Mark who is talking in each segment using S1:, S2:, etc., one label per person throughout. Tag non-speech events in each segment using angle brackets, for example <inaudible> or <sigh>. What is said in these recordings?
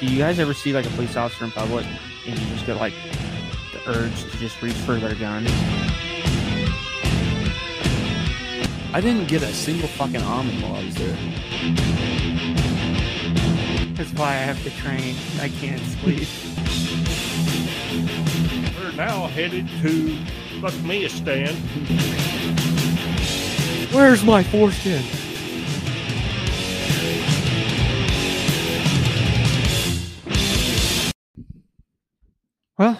S1: do you guys ever see like a police officer in public and you just get like the urge to just reach for their gun?
S2: I didn't get a single fucking almond while I was there.
S3: That's why I have to train. I can't sleep.
S4: We're now headed to Buckmeistan.
S2: Where's my foreskin?
S3: Well,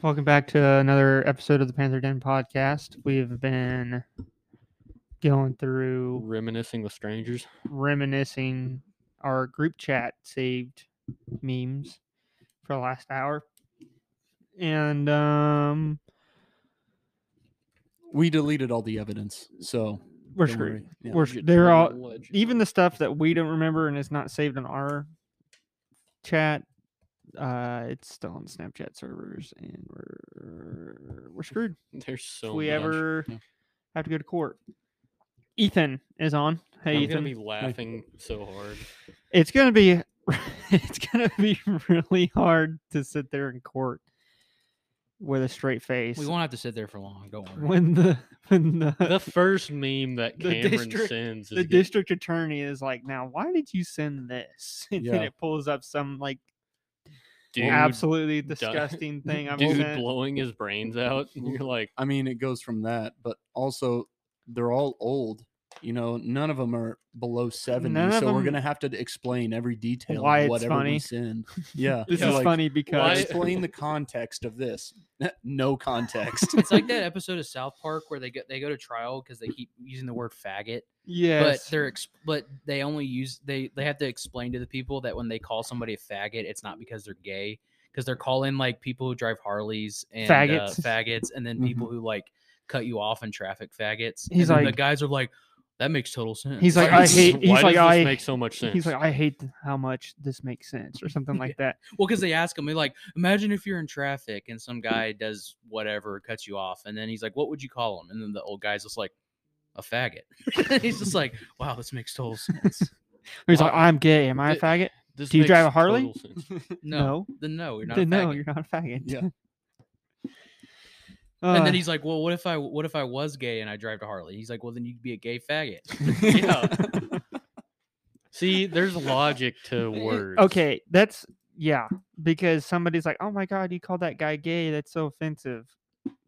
S3: welcome back to another episode of the Panther Den podcast. We've been going through
S2: Reminiscing with strangers.
S3: reminiscing our group chat saved memes for the last hour. And um
S2: We deleted all the evidence, so
S3: we're
S2: don't
S3: screwed.
S2: worry. Yeah,
S3: We're
S2: you
S3: sc-
S2: get
S3: they're all-
S2: privilege.
S3: Even the stuff that we don't remember and is not saved in our chat, uh it's still on Snapchat servers and we're we're screwed.
S2: There's so
S3: if we
S2: much.
S3: ever
S2: Yeah.
S3: have to go to court. Ethan is on. Hey,
S2: I'm
S3: Ethan.
S2: gonna be laughing so
S3: <laughs>
S2: hard.
S3: it's gonna be <laughs> it's gonna be <laughs> really hard to sit there in court with a straight face
S5: We won't have to sit there for long. Don't worry.
S3: when the when the
S2: The first meme
S3: <laughs>
S2: that
S3: The
S2: Cameron
S3: district-
S2: sends is
S3: the
S2: good.
S3: district attorney is like, now why did you send this? <laughs> And
S2: Yeah.
S3: then it pulls up some like
S2: dude,
S3: absolutely
S2: done-
S3: disgusting
S2: <laughs>
S3: thing I've
S2: dude
S3: sent.
S2: blowing his brains out. And you're like,
S6: I mean, it goes from that, but also they're all old. You know, none of them are below seventy,
S3: None of
S6: so we're
S3: 'em-
S6: gonna have to explain every detail
S3: Why
S6: of
S3: it's
S6: whatever
S3: funny. <laughs>
S6: we send. Yeah,
S3: This
S2: Yeah,
S3: is
S6: like,
S3: funny because
S6: Explain the context of this. Eh,
S3: <laughs>
S6: no context.
S5: It's like that episode of South Park where they go they go to trial because they keep using the word faggot,
S3: yes,
S5: but they're ex- but they only use they they have to explain to the people that when they call somebody a faggot, it's not because they're gay because they're calling like people who drive Harleys and faggots,
S3: Faggots. Mm-hmm.
S5: faggots, and then
S6: Mhm.
S5: people who like cut you off in traffic, faggots.
S3: He's
S5: and then
S3: like-
S5: the guys are like, that makes total sense.
S3: he's like,
S2: "Why
S3: I
S2: does-
S3: hate- he's
S2: Why
S3: like,
S2: does
S3: I-
S2: this make so much sense?
S3: he's like, I hate th- how much this makes sense or something like that.
S5: Well, because they ask him, they're like, imagine if you're in traffic and some guy does whatever, cuts you off, and then he's like, what would you call him? And then the old guy's just like, a faggot. <laughs> he's just like, wow, this makes total sense.
S3: He's like,
S2: Wow.
S3: I'm gay. Am I a
S2: Th-
S3: faggot?
S2: This
S3: do you drive
S2: makes
S3: a Harley?
S2: total sense.
S5: No, then no, you're not. a
S3: Then no,
S5: faggot."
S3: you're not a faggot.
S6: Yeah.
S5: and
S3: <laughs> Uh,
S5: then he's like, well, what if I what if I was gay and I drive to Harley? He's like, well, then you'd be a gay faggot.
S2: yeah. See, there's logic to
S3: <laughs>
S2: words.
S3: Eh, okay, that's yeah, because somebody's like, "Oh my god, you called that guy gay? That's so offensive."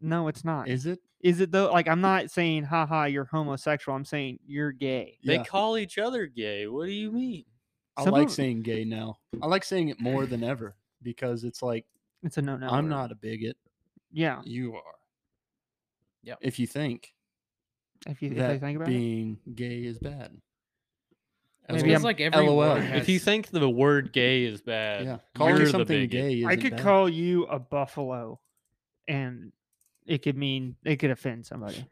S3: No, it's not. Is,
S6: Is it?
S3: it though? Like, I'm not saying, "Haha, you're homosexual." I'm saying you're gay.
S2: They
S6: yeah.
S2: call each other gay. What do you mean?
S6: I
S3: some
S6: like
S3: of-
S6: saying gay now. I like saying it more than ever because it's like
S3: It's a no-no.
S6: I'm
S3: word.
S6: not a bigot.
S3: Yeah,
S6: You are.
S5: Yep.
S6: If you think
S3: if you, if
S6: that
S3: they think about it,
S6: being gay is bad.
S5: It's
S3: Maybe
S5: it's
S3: I'm-
S5: like every
S6: LOL.
S5: word
S6: If
S5: has,
S2: If you think the word gay is bad,
S6: yeah, calling
S2: you're
S6: you
S2: the
S6: something
S2: bigot.
S6: gay is
S3: I could call you a buffalo, and it could mean it could offend somebody.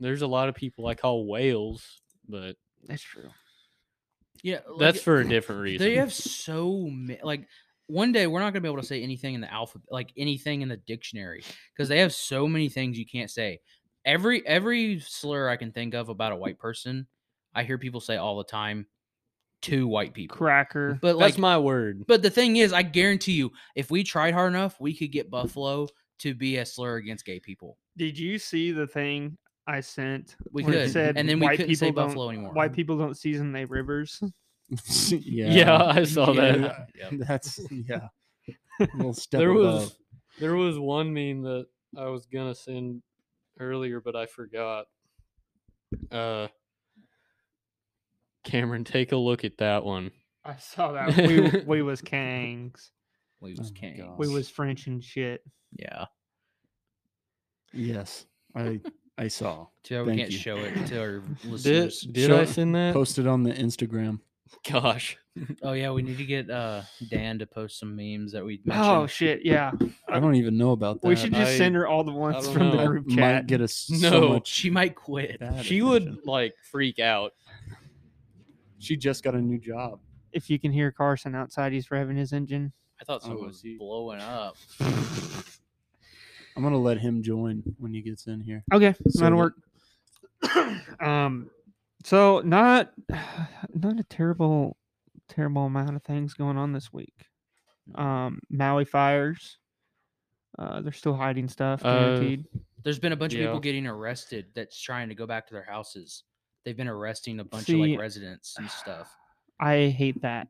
S2: there's a lot of people I call whales, but
S3: That's true.
S5: yeah, like,
S2: that's for a different reason.
S5: They have so many. Like one day we're not gonna be able to say anything in the alphabet, like anything in the dictionary, because they have so many things you can't say. Every every slur I can think of about a white person, I hear people say all the time to white people.
S3: Cracker.
S5: But
S2: that's
S5: like,
S2: my word.
S5: but the thing is, I guarantee you, if we tried hard enough, we could get Buffalo to be a slur against gay people.
S3: Did you see the thing I sent?
S5: We
S3: where it
S5: could,
S3: said
S5: and then we
S3: white
S5: couldn't say
S3: people don't-
S5: Buffalo anymore.
S3: White people don't season their rivers.
S6: <laughs> yeah.
S2: Yeah, I saw that.
S6: Yeah.
S5: Yep.
S6: <laughs> That's yeah. A little step
S2: Oh, <laughs> there
S6: above.
S2: was there was one meme that I was gonna send earlier, but I forgot. Uh, Cameron, take a look at that one.
S3: I saw that. We,
S6: <laughs>
S3: w- we was kangs.
S5: We was
S6: Oh my
S5: king.
S6: God.
S3: We was French and shit.
S5: Yeah.
S6: yes. I
S2: <laughs>
S6: I saw.
S5: Too bad we
S6: Thank
S5: can't
S6: you.
S5: show it
S3: <laughs>
S5: to our
S2: Did,
S5: listeners.
S2: did
S6: show-
S2: I send that?
S6: Posted on the Instagram.
S2: Gosh,
S5: Oh yeah, we need to get uh Dan to post some memes that we mentioned.
S3: Oh shit! Yeah,
S6: I don't even know about that.
S3: we should just
S2: I-
S3: send her all the ones
S2: don't
S3: from
S2: know.
S3: the
S2: I
S6: That
S3: group
S6: might
S3: chat.
S6: get us
S5: <laughs>
S2: No.
S6: so much
S5: she might quit.
S6: bad
S2: she
S6: attention.
S2: would like freak out.
S6: She just got a new job.
S3: If you can hear Carson outside, he's revving his engine.
S5: I thought someone
S6: Oh,
S5: was
S6: gee.
S5: blowing up.
S6: I'm gonna let him join when he gets in here.
S3: Okay,
S6: So
S3: that'll
S6: that-
S3: work. <coughs> um, so <sighs> not not a terrible terrible amount of things going on this week. Um, Maui fires. Uh, they're still hiding stuff.
S2: Uh,
S3: Guaranteed.
S5: There's been a bunch of
S2: Yeah.
S5: people getting arrested that's trying to go back to their houses. They've been arresting a bunch of
S3: See,
S5: like residents
S3: <sighs>
S5: and stuff.
S3: I hate that.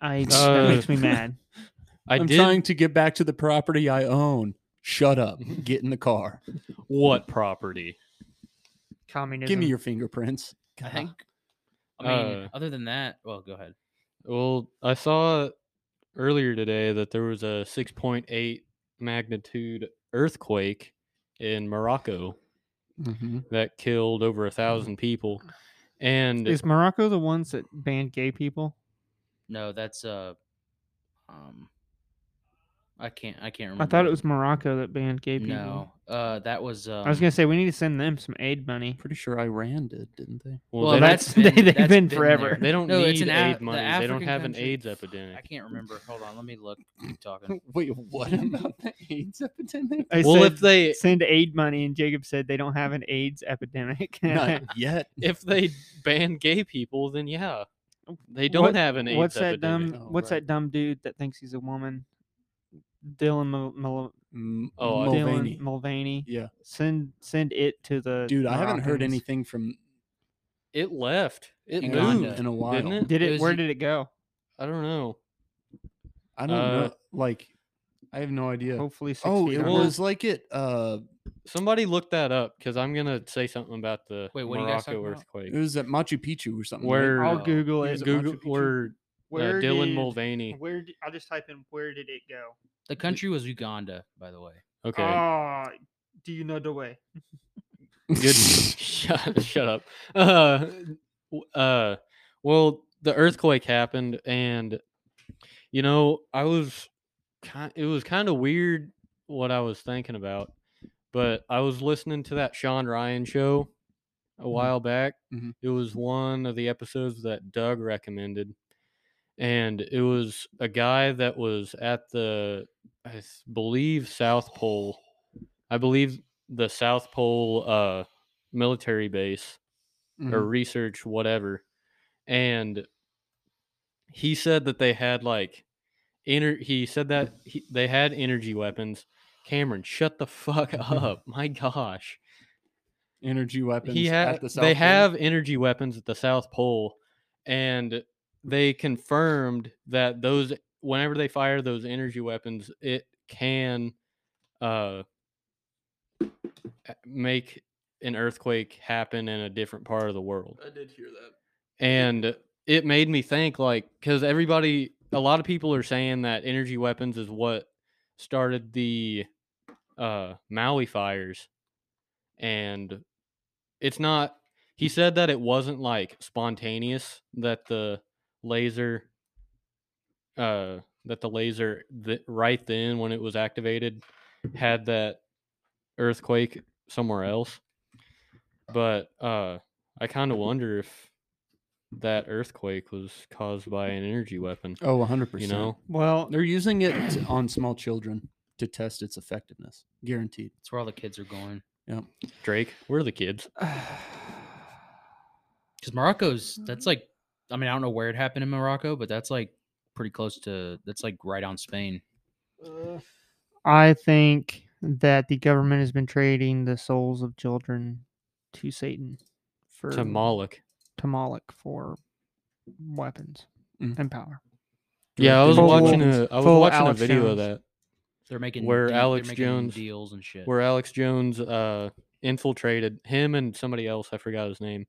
S3: I
S2: Uh,
S3: that makes <laughs> me mad.
S2: I
S6: I'm
S2: did
S6: trying to get back to the property I own. Shut up. Get in the car.
S2: what property?
S3: Communism.
S6: Give me your fingerprints.
S5: I
S6: God.
S5: think. I mean,
S2: Uh,
S5: other than that, well, go ahead.
S2: Well, I saw earlier today that there was a 6.8 magnitude earthquake in Morocco
S6: Mhm.
S2: that killed over a thousand people. And
S3: Is Morocco the ones that banned gay people?
S5: No, that's uh, um, I can't. I can't remember.
S3: I thought
S5: what-
S3: it was Morocco that banned gay people.
S5: No, uh, that was. Um,
S3: I was gonna say we need to send them some aid money.
S6: Pretty sure Iran did, didn't they?
S2: well,
S5: well,
S2: they,
S3: <laughs>
S5: that's
S3: they-
S5: been-
S3: they've
S5: that's
S3: been
S5: there.
S3: forever.
S2: don't, they don't
S5: <laughs> No,
S2: need
S5: it's an
S2: aid
S5: Af- the
S2: money. They don't
S5: African
S2: have an
S5: country.
S2: AIDS
S5: I
S2: epidemic.
S5: can't remember. Hold on, let me look. Keep
S3: <laughs>
S5: talking.
S6: don't. Wait, what about the AIDS epidemic?
S3: I
S2: Well,
S3: said,
S2: if they
S3: send aid money, and Jacob said they don't have an AIDS
S2: <laughs>
S3: epidemic. <laughs>
S6: Not yet.
S2: <laughs> if they ban gay people, then yeah, they don't
S3: What-
S2: have an AIDS
S3: what's that
S2: epidemic.
S3: dumb?
S6: Oh,
S3: what's
S6: right.
S3: that dumb dude that thinks he's a woman? Dylan Mul- Mul-
S6: M-
S2: Oh, I-
S6: Mulvaney.
S3: Dylan Mulvaney.
S6: Yeah.
S3: Send send it to the
S6: Dude, I haven't heard
S3: Moroccans.
S6: anything from
S2: It left. It
S6: Uganda
S2: moved
S6: in a while.
S2: didn't it?
S3: Did
S5: It
S3: it?
S5: was
S3: where
S5: y-
S3: did it go?
S2: I don't know.
S6: I don't
S2: Uh,
S6: know. Like, I have no idea.
S3: Hopefully, six
S6: Oh,
S3: feet
S6: it
S3: under.
S6: was like it. Uh,
S2: Somebody look that up because I'm gonna say something about the
S5: Wait, what are you guys
S2: Morocco
S5: talking about?
S2: earthquake.
S6: it was at Machu Picchu or something. right?
S2: Where
S3: I'll
S5: uh,
S3: Google
S6: he
S3: it.
S6: was at Machu
S2: Google
S6: Picchu? <laughs>
S2: or uh,
S3: Where
S2: Dylan
S3: did-
S2: Mulvaney.
S3: Where did, I'll just type in where did it go?
S5: The country was Uganda, by the way.
S2: Okay,
S3: Ah, do you know the
S6: <sighs>
S3: way? <sighs>
S2: good. <laughs> shut, shut up. Uh, w- uh, well, the earthquake happened, and you know, I was kind. It was kind of weird what I was thinking about, but I was listening to that Sean Ryan show a while back.
S6: Mhm.
S2: It was one of the episodes that Doug recommended, and it was a guy that was at the, I s- believe, South Pole. I believe the South Pole uh, military base
S6: Mhm.
S2: or research, whatever. And he said that they had like, ener- he said that he, they had energy weapons. Cameron, shut the fuck up. My gosh.
S6: energy weapons
S2: He ha-
S6: at the South
S2: they
S6: Pole?
S2: have energy weapons at the South Pole, and they confirmed that those whenever they fire those energy weapons, it can uh, a- make an earthquake happen in a different part of the world. I did hear that, and it made me think like because everybody, a lot of people are saying that energy weapons is what started the uh, Maui fires, and it's not he said that it wasn't like spontaneous that the laser uh that the laser th- right then when it was activated had that earthquake somewhere else but uh i kind of wonder if that earthquake was caused by an energy weapon
S6: Oh, 100%.
S2: you know
S3: Well,
S6: They're using it to- on small children to test its effectiveness. Guaranteed.
S5: That's where all the kids are going.
S2: drake we're the kids
S5: Because Morocco's,
S3: Mm-hmm.
S5: that's like, I mean, I don't know where it happened in Morocco, but that's like pretty close to, that's like right on Spain.
S3: I think that the government has been trading the souls of children to Satan for
S2: to moloch
S3: to Moloch for weapons
S6: Mm.
S3: and power.
S2: yeah i was
S3: Full-
S2: watching a i was
S3: full
S2: watching
S3: Alex
S2: a video
S3: Jones.
S2: of that
S5: They're making
S2: Where
S5: they're
S2: Alex
S5: making
S2: Jones-
S5: deals and shit.
S2: where Alex Jones uh, infiltrated him and somebody else. I forgot his name.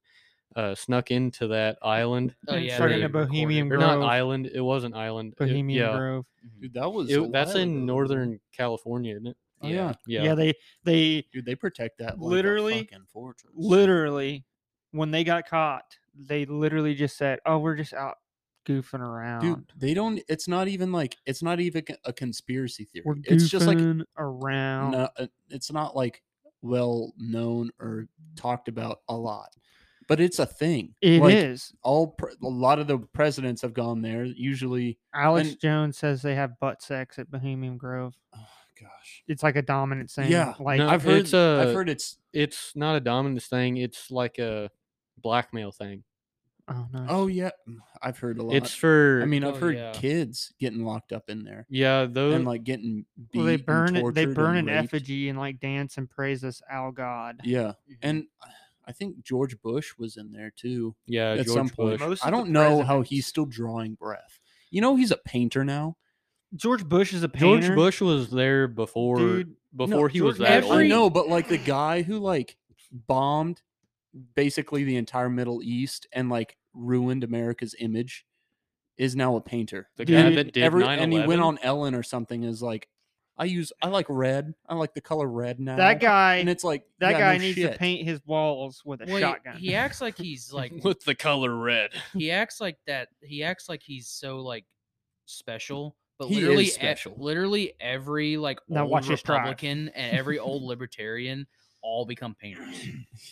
S2: Uh, snuck into that island.
S5: oh,
S3: and
S5: yeah,
S3: starting
S5: they
S3: a
S5: recorded
S3: Bohemian
S5: it.
S2: Or not
S3: Grove.
S2: island. It wasn't
S6: uh,
S2: island. it-
S3: Bohemian
S2: yeah.
S3: Grove.
S5: Mhm.
S6: Dude, that was.
S2: It-
S6: a
S2: that's
S6: while
S2: in
S6: ago.
S2: Northern California, isn't it?
S6: Oh, yeah.
S2: Yeah.
S3: they they
S6: Dude, they protect that. Like
S3: Literally-
S6: A fucking fortress.
S3: literally when they got caught, they literally just said, "Oh, we're just out goofing around.
S6: Dude, they don't. It's not even like. It's not even a conspiracy theory.
S3: we're
S6: It's
S3: goofing
S6: just like.
S3: around."
S6: No, uh, it's not like well known or talked about a lot, but it's a thing.
S3: It is.
S6: like, All pre- a lot of the presidents have gone there. Usually,
S3: Alex
S6: and-
S3: Jones says they have butt sex at Bohemian Grove.
S6: oh, gosh,
S3: It's like a dominant thing.
S6: Yeah,
S3: like
S2: no,
S6: I've heard.
S2: it's
S3: uh,
S2: a-
S6: I've heard it's
S2: It's not a dominance thing. It's like a blackmail thing.
S3: Oh no.
S6: Oh yeah, Mm, I've heard a lot.
S2: It's for
S6: I mean, I've
S5: Oh,
S6: heard
S5: yeah.
S6: kids getting locked up in there
S2: yeah, those
S6: and like getting beat.
S3: well, they
S6: and
S3: burn it. They
S6: tortured
S3: burn an
S6: and raped.
S3: effigy and like dance and praise this owl god. <laughs>
S6: Yeah, and I think George Bush was in there too
S2: yeah,
S6: at
S2: George
S6: some point.
S2: Bush.
S1: Most of
S6: I
S1: the
S6: don't know how
S1: presidents-
S6: he's still drawing breath. You know, he's a painter now.
S3: George Bush is a painter.
S2: George Bush was there before
S3: Dude,
S2: before he was
S5: George
S2: that
S5: Every-
S6: I
S2: old.
S6: know, but like the guy who like bombed basically the entire Middle East and like ruined America's image is now a painter.
S2: The guy
S6: And
S2: that did
S6: every- and he went
S2: 9/11?
S6: on Ellen or something is like, I use I like red. I like the color red now.
S3: That
S6: and
S3: guy.
S6: it's like
S3: That
S6: yeah,
S3: guy
S6: no
S3: needs to
S6: shit.
S3: paint his walls with a
S5: Well, he-
S3: shotgun.
S5: He acts like
S2: <laughs>
S5: he's like
S2: with the color red.
S5: he acts like that. He acts like he's so like special. But
S6: He is
S5: literally, e-
S6: special.
S5: literally every like
S3: Now
S5: old
S3: watch this drive.
S5: Republican and
S2: <laughs>
S5: every old libertarian all become painters.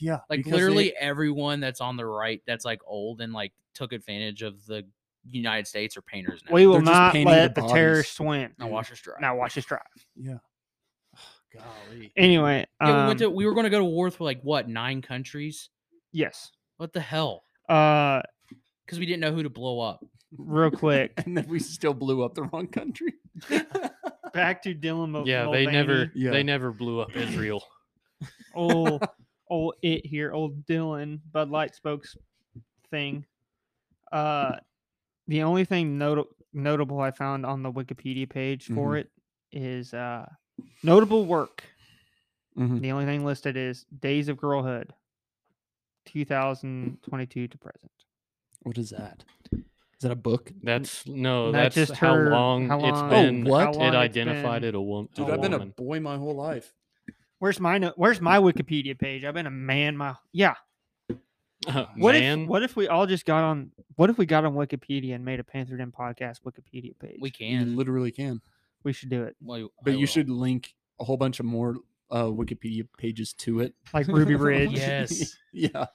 S6: Yeah,
S5: Like
S6: because they-
S5: literally everyone that's on the right that's like old and like took advantage of the United States are painters now.
S3: we will
S6: They're just
S3: not
S6: painting
S3: let
S6: the
S3: the,
S6: bodies.
S3: terrorists win.
S5: now watch us drive.
S3: Now watch us drive.
S6: golly.
S3: Anyway,
S5: yeah, we went
S3: um,
S5: to we were going to go to war with like what nine countries?
S3: yes.
S5: What the hell?
S3: Uh,
S5: Because we didn't know who to blow up.
S3: real
S5: <laughs>
S3: quick,
S6: and then we still blew up the wrong country.
S3: back to Dylan. Mul-
S2: Yeah, they never
S3: Mulvaney.
S6: Yeah.
S2: they never blew up Israel.
S6: <laughs>
S3: old old it here, old Dylan Bud Light spokes thing. Uh, the only thing nota- notable I found on the Wikipedia page
S6: Mm-hmm.
S3: for it is uh, notable work.
S6: Mhm.
S3: The only thing listed is Days of Girlhood, 2022 to present.
S6: What is that? Is that a book?
S2: That's no,
S3: Not
S2: Oh, that's
S3: just
S2: how,
S3: her-
S2: long
S3: how
S2: it's
S3: long-
S6: Oh,
S2: been.
S6: what?
S3: how long
S2: It
S3: it's
S2: identified
S3: been.
S2: it a, wom-
S6: Dude,
S3: Oh,
S2: a
S6: I've been a <laughs>
S2: woman.
S6: boy my whole life.
S3: Where's my no- Where's my Wikipedia page? I've been a man my yeah. What
S2: Man,
S3: if what if we all just got on? What if we got on Wikipedia and made a Panther Den podcast Wikipedia page?
S5: We
S6: You
S5: can.
S6: literally can.
S3: we should
S2: <laughs>
S3: do it
S5: Well,
S6: Mm, But
S5: I
S6: you
S5: will.
S6: should <laughs> link a whole bunch of more uh, Wikipedia pages to it. <laughs>
S3: like Ruby Ridge.
S5: Yeah. <laughs> Yes.
S6: yeah.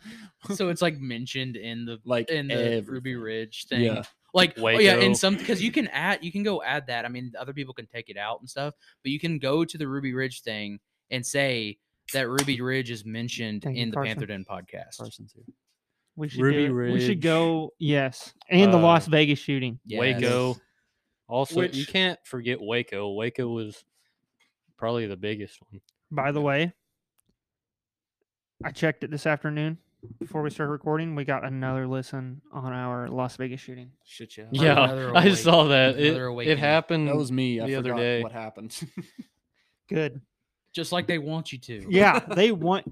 S5: So it's like mentioned in the
S6: Like
S5: in the Ruby
S6: everything.
S5: Ridge thing.
S6: Yeah.
S5: Like oh yeah,
S2: Waco.
S5: and some because you can add you can go add that. I mean, other people can take it out and stuff, but you can go to the Ruby Ridge thing and say that Ruby Ridge is mentioned
S3: Thank you,
S5: in the
S3: Carson.
S5: Panther Den podcast.
S6: Parsons here.
S3: We should
S2: Ruby
S3: do it. We should
S2: Ridge.
S3: go. Yes, and the Las
S2: Uh,
S3: Vegas shooting.
S2: Waco.
S5: Yes.
S2: Also, you
S6: Which-
S2: can't forget Waco. Waco was probably the biggest one.
S3: By the way, I checked it this afternoon before we started recording. We got another listen on our Las Vegas shooting.
S5: Shit, yeah.
S2: Yeah,
S5: Another
S2: I
S5: awake-
S2: saw that. It,
S5: another
S2: it
S5: awakening.
S2: happened.
S6: That was me. I
S2: the other
S6: forgot
S2: day.
S6: what happened. <laughs>
S3: Good.
S5: just like they want you to.
S3: Yeah,
S2: <laughs>
S3: they want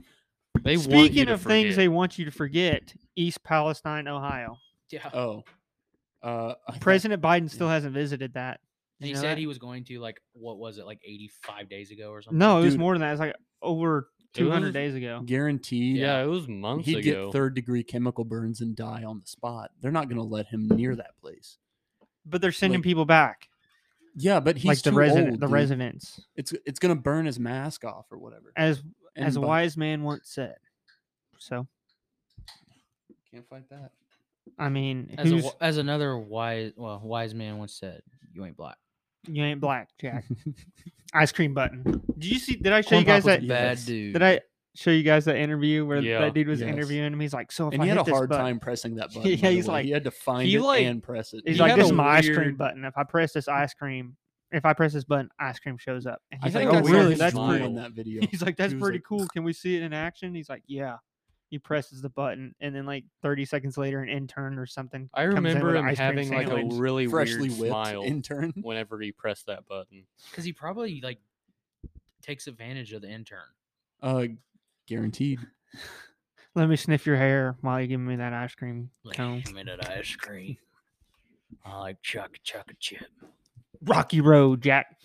S2: they want you
S3: Speaking
S2: to
S3: of things they
S2: forget.
S3: want you to forget, East Palestine, Ohio.
S5: Yeah.
S6: oh. Uh, I thought-
S3: President Biden still hasn't visited that.
S5: And
S3: You
S5: he
S3: know
S5: said
S3: that?
S5: he was going to like what was it like 85 days ago or something?
S3: No, it was
S6: Dude.
S3: more than that. It's like over
S2: It was-
S3: 200 days ago.
S6: guaranteed.
S2: yeah, it was months
S6: He'd
S2: ago.
S6: get third degree chemical burns and die on the spot. They're not going to let him near that place.
S3: But they're sending
S6: like,
S3: people back,
S6: Yeah, but he's
S3: like the
S6: too
S3: resident,
S6: old,
S3: the
S6: dude.
S3: residents.
S6: It's it's going to burn his mask off or whatever.
S3: As
S6: And
S3: as a
S6: bu-
S3: wise man once said. So
S6: Can't fight that.
S3: I mean,
S5: As, a,
S3: who's,
S5: wi- as another wise well wise man once said, you ain't black.
S3: you ain't black,
S6: <laughs>
S3: Jack. Ice cream button. Did you see? Did I show
S5: Corn
S3: you guys
S5: Pop
S3: that?
S5: was a bad
S6: Yes.
S5: dude.
S3: Did I show you guys that interview where
S2: Yeah.
S3: that dude was
S6: Yes.
S3: interviewing him? He's like, so if
S6: and
S3: I
S6: he had
S3: hit
S6: a
S3: this
S6: hard
S3: button-
S6: time pressing that button.
S3: <laughs> Yeah,
S6: by the
S3: he's
S6: way.
S3: like-
S6: he had to find
S2: he
S6: it
S2: like-
S6: and press it.
S3: He's
S2: He
S3: like,
S2: had
S3: this
S2: a
S3: is my ice cream
S2: weird-
S3: button. If I press this ice cream, if I press this button, ice cream shows up. And
S6: I
S3: he's
S6: think
S3: like,
S6: I
S3: oh,
S6: saw
S3: really?
S6: his
S3: That's
S6: smile
S3: pretty.
S6: in that video.
S3: He's like, that's
S6: He was
S3: pretty
S6: like, <laughs>
S3: cool. Can we see it in action? He's like, yeah. He presses the button, and then like 30 seconds later, an intern or something.
S2: I
S3: comes in with
S2: remember
S3: an
S2: him
S3: ice cream
S2: having like a
S3: sandwich.
S2: really
S6: freshly
S2: weird
S6: whipped
S2: smile
S6: intern.
S2: whenever he pressed that button.
S5: Because he probably like takes advantage of the intern.
S6: Uh, guaranteed.
S3: Let me sniff your hair while you give me that ice cream
S5: Like,
S3: cone.
S2: <laughs>
S5: give me that ice cream. I like E. chocolate chocolate chip.
S3: Rocky Road, Jack.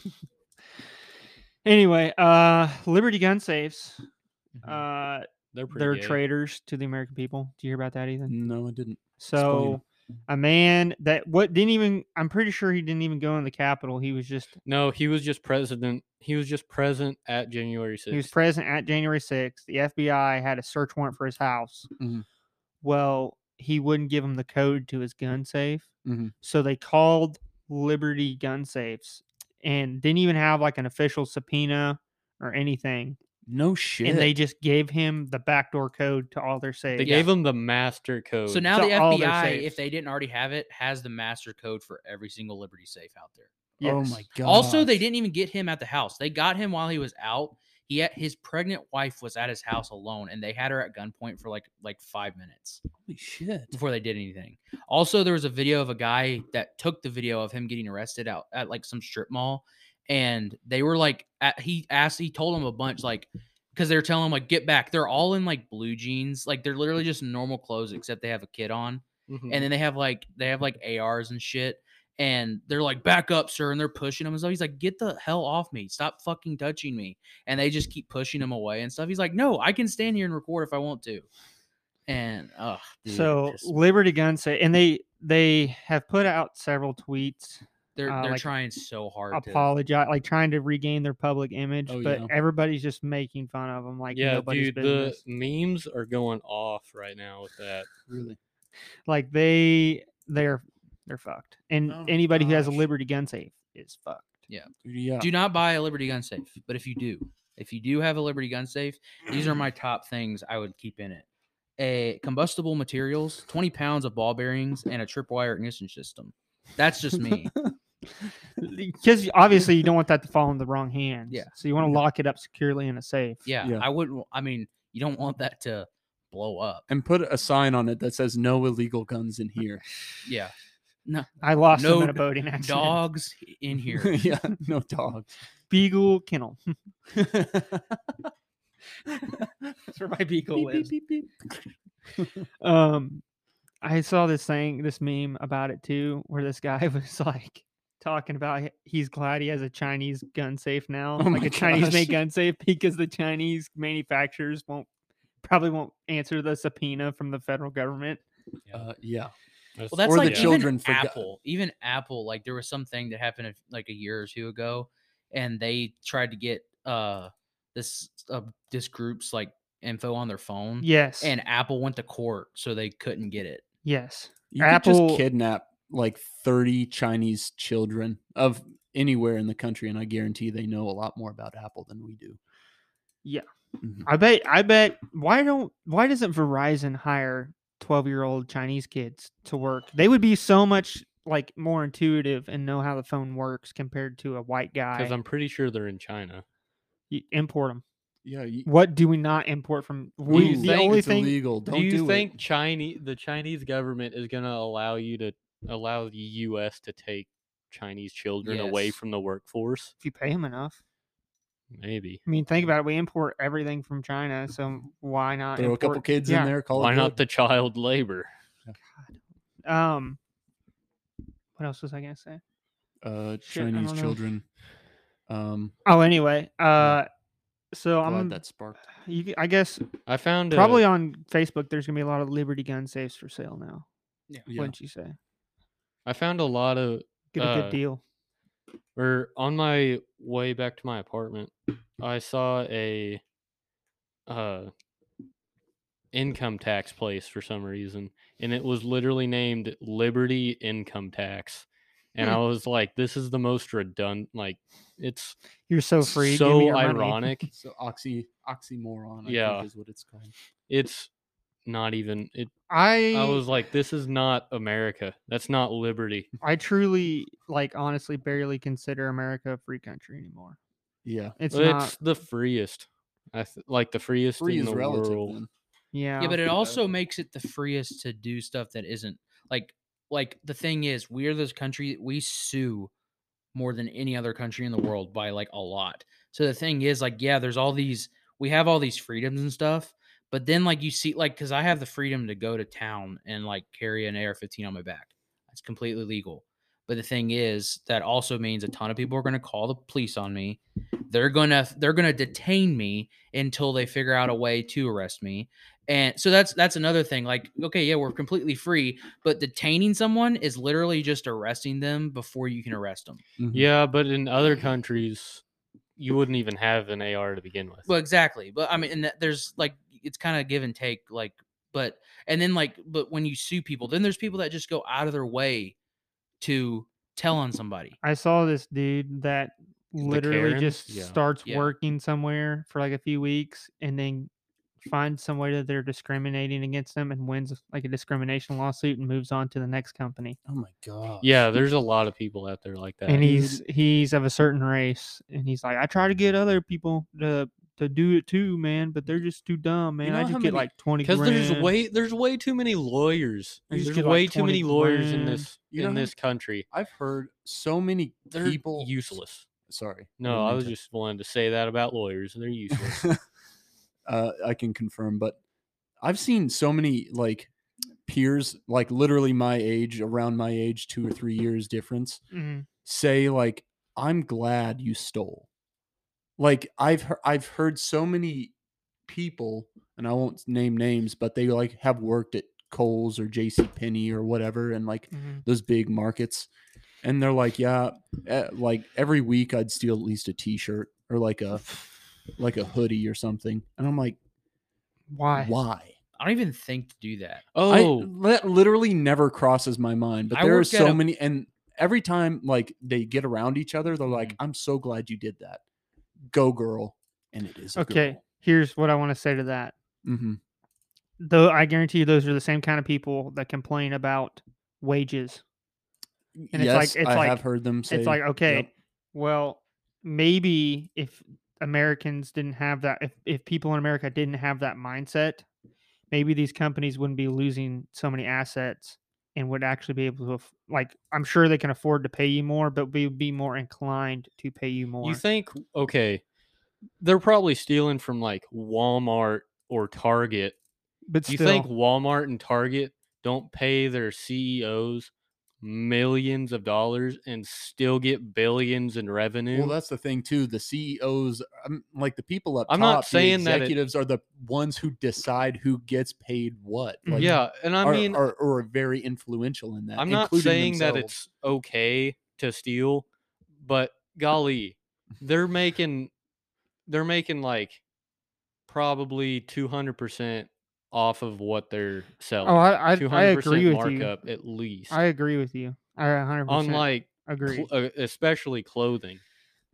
S3: anyway, uh, Liberty Gun Safes.
S5: Mhm.
S3: Uh,
S2: They're Mm-hmm. pretty.
S3: they're
S2: gay.
S3: traitors to the American people. Do you hear about that, Ethan?
S6: No, I didn't.
S3: So a man that what didn't even I'm pretty sure he didn't even go in the Capitol. He was just
S2: No, he was just president. He was just present at January 6th.
S3: he was present at January 6th. The FBI had a search warrant for his house.
S2: Mm-hmm.
S6: Mhm.
S3: Well, he wouldn't give him the code to his gun safe.
S2: Mm-hmm.
S6: Mhm.
S3: So they called Liberty Gun Safes and didn't even have like an official subpoena or anything.
S6: No shit.
S3: and they just gave him the backdoor code to all their
S2: They
S3: saves.
S5: Yeah.
S2: gave him the master code.
S5: So now
S3: So
S5: the
S3: all their
S5: FBI,
S3: safes.
S5: if they didn't already have it, has the master code for every single Liberty safe out there.
S6: Oh
S3: Yes.
S6: my god.
S5: Also, they didn't even get him at the house. They got him while he was out. He had, his pregnant wife was at his house alone, and they had her at gunpoint for like like five minutes
S6: Holy shit.
S5: before they did anything. Also, there was a video of a guy that took the video of him getting arrested out at like some strip mall, and they were like, at, he asked, he told him a bunch like. Because they're telling him like get back. They're all in like blue jeans, like they're literally just normal clothes except they have a kid on
S2: Mhm.
S5: and then they have like they have like ARs and shit, and they're like, "Back up, sir!" and they're pushing him and stuff. He's like, "Get the hell off me! Stop fucking touching me!" And they just keep pushing him away and stuff. He's like, "No, I can stand here and record if I want to." And oh,
S3: so Liberty Gun say, and they they have put out several tweets
S5: they're
S3: uh,
S5: they're
S3: like,
S5: trying so hard. to,
S3: apologize, like trying to regain their public image,
S6: Oh,
S3: but
S6: yeah.
S3: everybody's just making fun of them, like
S2: yeah,
S3: nobody's
S2: dude, the
S3: business.
S2: memes are going off right now with that.
S6: Really.
S3: Like they they're they're fucked, and
S6: Oh my
S3: anybody who has a
S6: gosh.
S3: Liberty Gun safe is fucked.
S6: Dude, yeah.
S5: Do not buy a Liberty gun safe, but if you do, if you do have a Liberty gun safe, these are my top things I would keep in it. A combustible materials, 20 pounds of ball bearings, and a tripwire ignition system. That's just me.
S3: <laughs> Because obviously <laughs> you don't want that to fall in the wrong hands.
S5: Yeah.
S3: So you want to lock it up securely in a safe.
S5: Yeah,
S6: Yeah.
S5: I wouldn't. w- I mean, you don't want that to blow up.
S6: and put a sign on it that says no illegal guns in here.
S3: <laughs>
S5: Yeah,
S3: I lost them
S5: No
S3: in a boating <laughs> accident.
S5: dogs in here.
S6: <laughs> yeah, no dogs.
S3: Beagle kennel.
S6: That's
S3: That's where my beagle lives. Um, I saw this thing, this meme about it too, where this guy <laughs> was like talking about h- he's glad he has a Chinese gun safe now,
S6: Oh
S3: like
S6: my
S3: a Chinese made
S6: gosh.
S3: gun safe, <laughs> because the Chinese manufacturers won't probably won't answer the subpoena from the federal government.
S6: Uh, yeah.
S5: Well, that's
S6: Or the
S5: like
S6: children
S5: even
S6: forgot-
S5: Apple. Even Apple, like there was something that happened a f- like a year or two ago, and they tried to get uh this uh, this group's like info on their phone,
S3: Yes,
S5: and Apple went to court, so they couldn't get it.
S3: yes,
S6: You could
S3: Apple-
S6: just kidnap like 30 Chinese children of anywhere in the country, and I guarantee they know a lot more about Apple than we do.
S3: Yeah.
S6: Mhm.
S3: I bet. I bet. Why don't? Why doesn't Verizon hire twelve-year-old Chinese kids to work? They would be so much like more intuitive and know how the phone works compared to a white guy.
S2: Because I'm pretty sure they're in China.
S3: You import them.
S6: Yeah. You,
S3: What do we not import from?
S2: do you
S3: the
S2: think-
S3: only
S6: it's
S3: thing
S6: illegal. Don't
S2: do you
S6: it.
S2: think Chinese the Chinese government is going to allow you to allow the U.S. to take Chinese children away
S5: Yes.
S2: from the workforce?
S3: if you pay them enough.
S2: Maybe.
S3: I mean, think about it. We import everything from China, so why not
S6: throw a
S3: import-
S6: couple kids
S3: yeah.
S6: in there? Call
S2: Why
S6: it
S2: not
S6: good.
S2: the child labor?
S3: Um, what else was I gonna say?
S6: uh,
S3: Shit, I
S6: Chinese
S3: don't know.
S6: children? Um,
S3: Oh, anyway, uh, so
S6: glad
S3: I'm.
S6: that sparked.
S3: You, g- I guess
S2: I found
S3: Probably
S2: a,
S3: on Facebook, there's gonna be a lot of Liberty gun safes for sale now.
S6: Yeah.
S3: Wouldn't you say?
S2: I found a lot of
S3: Get a
S2: Uh,
S3: good deal.
S2: or on my way back to my apartment, I saw a uh income tax place for some reason and it was literally named Liberty Income Tax.
S3: Hmm.
S2: And I was like, this is the most redundant like it's
S3: You're so free. give me
S2: so
S3: your money. <laughs>
S2: ironic.
S6: <laughs> So oxy oxymoron, I
S2: Yeah.
S6: think is what it's called.
S2: It's not even it
S3: I
S2: I was like, this is not America. That's not liberty.
S3: I truly like honestly barely consider America a free country anymore.
S6: Yeah.
S3: It's,
S2: It's,
S3: not.
S2: the freest. I th- like the freest
S6: Free
S2: in
S6: is
S2: the
S6: relative.
S2: world.
S6: then.
S3: Yeah.
S5: Yeah, but it
S6: Yeah.
S5: also makes it the freest to do stuff that isn't like like the thing is we're this country we sue more than any other country in the world by like a lot. So the thing is like yeah, there's all these we have all these freedoms and stuff, but then like you see like cuz I have the freedom to go to town and like carry an AR15 on my back. That's completely legal. But the thing is that also means a ton of people are going to call the police on me. They're going to they're going to detain me until they figure out a way to arrest me. And so that's that's another thing. Like, okay, yeah, we're completely free, but detaining someone is literally just arresting them before you can arrest them.
S6: Mhm.
S2: Yeah, but in other countries, you wouldn't even have an AR to begin with.
S5: Well, exactly. But I mean, and that there's like it's kind of give and take. Like, but and then like, but when you sue people, then there's people that just go out of their way to tell on somebody.
S3: I saw this dude that literally
S2: Karens?
S3: just
S2: Yeah.
S3: starts
S5: Yeah.
S3: working somewhere for like a few weeks and then finds some way that they're discriminating against them and wins like a discrimination lawsuit and moves on to the next company.
S6: Oh my god.
S2: Yeah, there's a lot of people out there like that.
S3: and he's he's of a certain race and he's like, I try to get other people to to do it too, man, but they're just too dumb, man.
S6: know
S3: I
S6: how
S3: just get
S6: many-
S3: like twenty
S2: because
S3: grand.
S2: there's way there's way too many lawyers.
S3: You just
S2: There's
S3: get, like,
S2: way too many
S3: 20
S2: lawyers in
S3: grand.
S2: this
S6: You know
S2: in
S6: how-
S2: this country.
S6: I've heard so many
S2: They're
S6: people
S2: useless.
S6: Sorry.
S2: No,
S6: didn't
S2: I
S6: mean
S2: was
S6: to.
S2: just wanting to say that about lawyers. They're useless.
S6: <laughs> uh, I can confirm, but I've seen so many like peers, like literally my age, around my age, two or three years difference,
S3: Mhm.
S6: say like, "I'm glad you stole." Like I've heard, I've heard so many people, and I won't name names, but they like have worked at Kohl's or J.C. Penney or whatever, and like
S3: Mhm.
S6: those big markets and they're like yeah eh, like every week i'd steal at least a t-shirt or like a like a hoodie or something and i'm like
S3: Why?
S6: why
S5: I don't even think to do that.
S6: I-
S2: oh,
S6: that literally never crosses my mind but
S5: I
S6: there are
S5: worked at
S6: so
S5: a-
S6: many and every time like they get around each other they're like i'm so glad you did that go girl and it is a
S3: Okay, here's what I want to say to that.
S6: girl. Mhm.
S3: Though I guarantee you those are the same kind of people that complain about wages. And it's
S6: yes
S3: like- it's
S6: i
S3: like-
S6: have heard them say
S3: it's like okay
S6: yep.
S3: well maybe if americans didn't have that if, if people in america didn't have that mindset maybe these companies wouldn't be losing so many assets and would actually be able to aff- like i'm sure they can afford to pay you more but we would be more inclined to pay you more
S2: you think okay? They're probably stealing from like Walmart or Target.
S3: but
S2: Do you
S3: still,
S2: think Walmart and Target don't pay their CEOs millions of dollars and still get billions in revenue?
S6: Well, that's the thing too. The CEOs, um, like the people up
S2: I'm
S6: top,
S2: not
S6: the
S2: saying that it-
S6: executives are the ones who decide who gets paid what. Like,
S2: yeah, and I
S6: are-
S2: mean,
S6: are, are very influential in that.
S2: I'm not
S6: including
S2: saying that
S6: themselves.
S2: it's okay to steal, but golly, they're making they're making like probably 200% off of what they're selling.
S3: oh i i, I
S2: 200%
S3: agree with you
S2: markup at least.
S3: i agree with you i 100%
S2: on like
S3: agree
S2: cl- uh, especially clothing.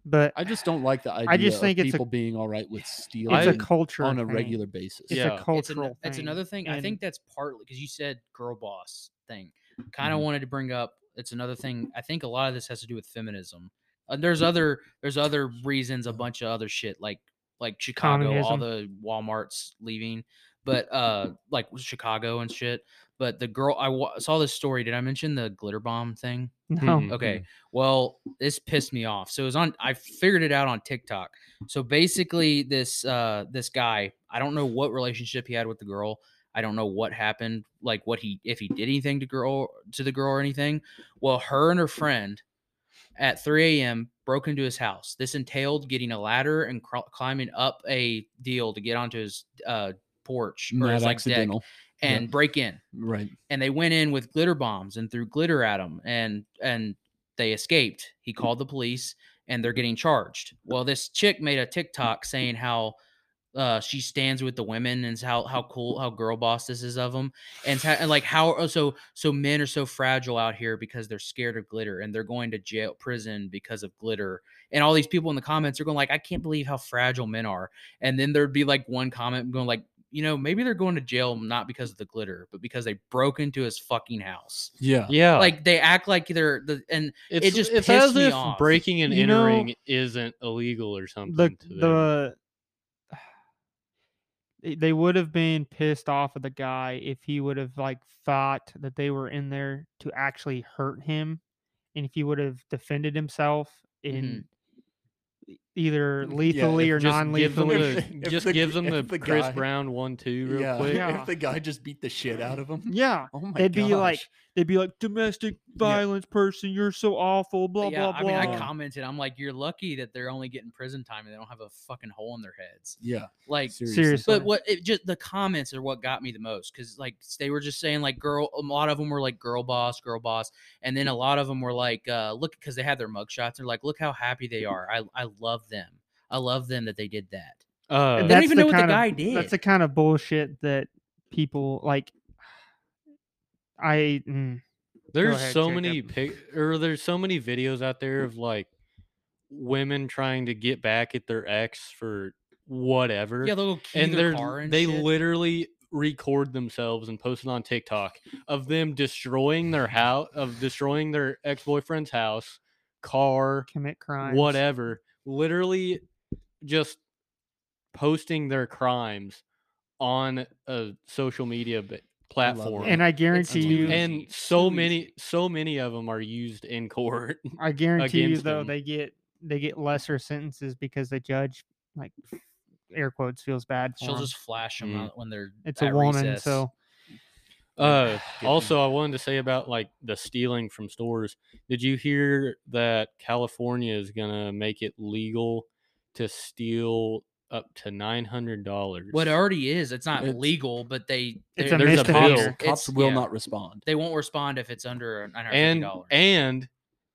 S3: but
S6: I just don't like the idea.
S3: I just think
S6: of
S3: it's a-
S6: people being all right with stealing
S3: it's
S2: I-
S3: a culture
S6: on a
S3: thing.
S6: regular basis.
S3: it's
S2: Yeah.
S3: a
S2: It's
S3: cultural
S5: it's, an,
S3: thing.
S5: it's another thing. I
S3: and-
S5: think that's partly because you said girl boss thing. Kind of
S3: Mm-hmm.
S6: Mhm.
S5: wanted to bring up. It's another thing. I think a lot of this has to do with feminism. Uh, there's other there's other reasons. A bunch of other shit like like Chicago, all
S3: Communism.
S5: the WalMarts leaving, but uh like Chicago and shit. But the girl I wa- saw this story. Did I mention the glitter bomb thing?
S3: no
S2: Mhm.
S5: Okay.
S6: Mm-hmm.
S5: Well, this pissed me off. So it was on I figured it out on TikTok. So basically this uh this guy, I don't know what relationship he had with the girl. I don't know what happened, like what he if he did anything to girl to the girl or anything. Well, her and her friend at 3 a.m. broke into his house. This entailed getting a ladder and cr- climbing up a deal to get onto his uh porch or
S6: Not
S5: his like deck
S6: accidental, yeah.
S5: and break in
S6: right?
S5: and they went in with glitter bombs and threw glitter at him and and they escaped he called the police and they're getting charged well this chick made a tiktok saying how uh, she stands with the women and how how cool how girl boss this is of them and, ta- and like how oh, so so men are so fragile out here because they're scared of glitter and they're going to jail prison because of glitter and all these people in the comments are going like I can't believe how fragile men are and then there'd be like one comment going like you know maybe they're going to jail not because of the glitter but because they broke into his fucking house
S6: Yeah.
S2: Yeah.
S5: like they act like they're the and
S2: it's,
S5: just
S2: it's
S5: pissed
S2: as
S5: me
S2: if
S5: off.
S2: breaking and
S3: You know,
S2: entering isn't illegal or something.
S3: the
S2: to them.
S3: the <sighs> they- they would have been pissed off at the guy if he would have like thought that they were in there to actually hurt him and if he would have defended himself in e- either
S6: Mm, yeah,
S3: lethally
S6: if
S3: or
S2: just give them
S3: non-lethally
S2: the,
S6: If
S2: just
S6: the-
S2: gives them the,
S6: if the
S2: Chris
S6: guy-
S2: Brown one two real
S6: Yeah.
S2: quick.
S3: Yeah.
S6: If the guy just beat the shit out of him.
S3: <laughs> yeah
S6: Oh my
S3: They'd be like-
S6: gosh.
S3: they'd be like domestic violence person you're so awful blah
S5: But yeah,
S3: blah
S5: I
S3: blah
S5: mean, I
S6: blah.
S5: commented, I'm like, you're lucky that they're only getting prison time and they don't have a fucking hole in their heads.
S6: yeah,
S5: Like,
S6: seriously.
S3: seriously.
S5: but what it just the comments are what got me the most because like they were just saying like girl, a lot of them were like girl boss, girl boss, and then a lot of them were like, uh, look, because they had their mugshots, they're like, look how happy
S3: Mm-hmm.
S5: they are. I I love them. I love them that they did that.
S2: Uh,
S5: They
S3: That's
S5: don't even
S3: the
S5: know what the
S3: kind of-
S5: guy did.
S3: that's the kind of bullshit that people like <sighs> i mm,
S2: There's
S3: ahead,
S2: so
S3: Jacob.
S2: many pic or there's so many videos out there of like women trying to get back at their ex for whatever.
S5: Yeah, the little key
S2: and
S5: to their
S2: they're
S5: car and
S2: they
S5: shit.
S2: literally record themselves and post it on TikTok of them destroying their house of destroying their ex-boyfriend's house, car,
S3: commit crimes.
S2: whatever. Literally just posting their crimes on a social media ba-
S6: love
S2: platform.
S6: it.
S3: And I guarantee
S5: too
S3: you,
S5: easy.
S2: And so
S5: too
S2: many
S5: easy.
S2: so many of them are used in court. <laughs>
S3: I guarantee you
S2: against
S3: though
S2: them.
S3: they get they get lesser sentences because the judge, like air quotes, feels bad for
S5: She'll
S3: 'em.
S5: just flash them
S2: Mm.
S5: out when they're
S3: it's
S5: at
S3: a woman,
S5: recess.
S3: so
S2: Uh,
S6: Good
S2: also, I wanted to say about like the stealing from stores. Did you hear that California is gonna make it legal to steal up to nine hundred dollars?
S5: what already is it's not
S6: It's-
S5: legal, but they
S3: It's
S5: they-
S3: a
S5: there's
S2: misdemeanor.
S5: cops-
S2: Bill.
S5: it's-
S6: Cops will
S5: yeah,
S6: not respond.
S5: They won't respond if it's under nine hundred
S2: and
S5: dollars.
S2: and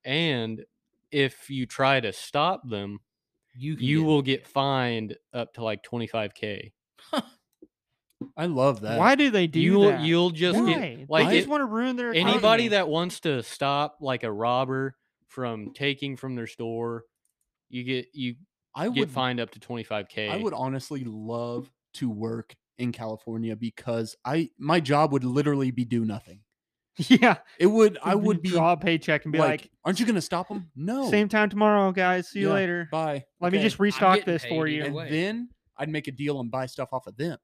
S2: and if you try to stop them,
S5: you can
S2: you
S5: get-
S2: will get fined up to like twenty five k.
S6: I love that.
S3: why do they do
S2: You'll
S3: that?
S2: you'll just
S3: Why?
S2: get
S3: Like
S2: like
S3: they just
S2: it-
S3: want to ruin their
S2: anybody
S3: economy.
S2: that wants to stop like a robber from taking from their store, you get you
S6: I
S2: get
S6: would
S2: fined up to 25k.
S6: I would honestly love to work in California because I my job would literally be do nothing.
S3: <laughs> yeah,
S6: It would I
S3: you
S6: would be
S3: draw a paycheck and be
S6: like,
S3: like,
S6: aren't you going to stop them? No.
S3: same time tomorrow, guys. See you
S6: Yeah,
S3: later.
S6: Bye.
S3: Let me
S6: Okay.
S3: just restock
S5: getting
S3: this for
S5: paid
S3: you.
S5: either
S6: and
S5: way.
S6: then I'd make a deal and buy stuff off of them.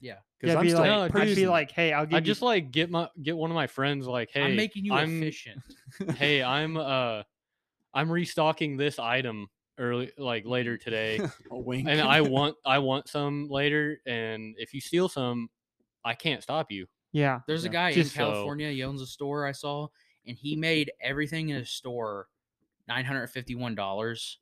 S5: Yeah.
S6: because
S3: yeah,
S6: I'm
S3: be
S6: still
S3: like,
S2: No,
S3: I'd be
S2: producing.
S3: like, hey, I'll give
S2: I
S3: you
S2: just like get my get one of my friends like, hey,
S5: I'm making you
S2: I'm-
S5: efficient.
S2: hey, I'm uh, I'm restocking this item early, like later today,
S6: a wink.
S2: and I want I want some later, and if you steal some, I can't stop you.
S3: yeah.
S5: There's
S6: Yeah.
S5: a guy
S2: Just
S5: in
S2: so-
S5: California. He owns a store I saw, and he made everything in his store nine hundred fifty-one dollars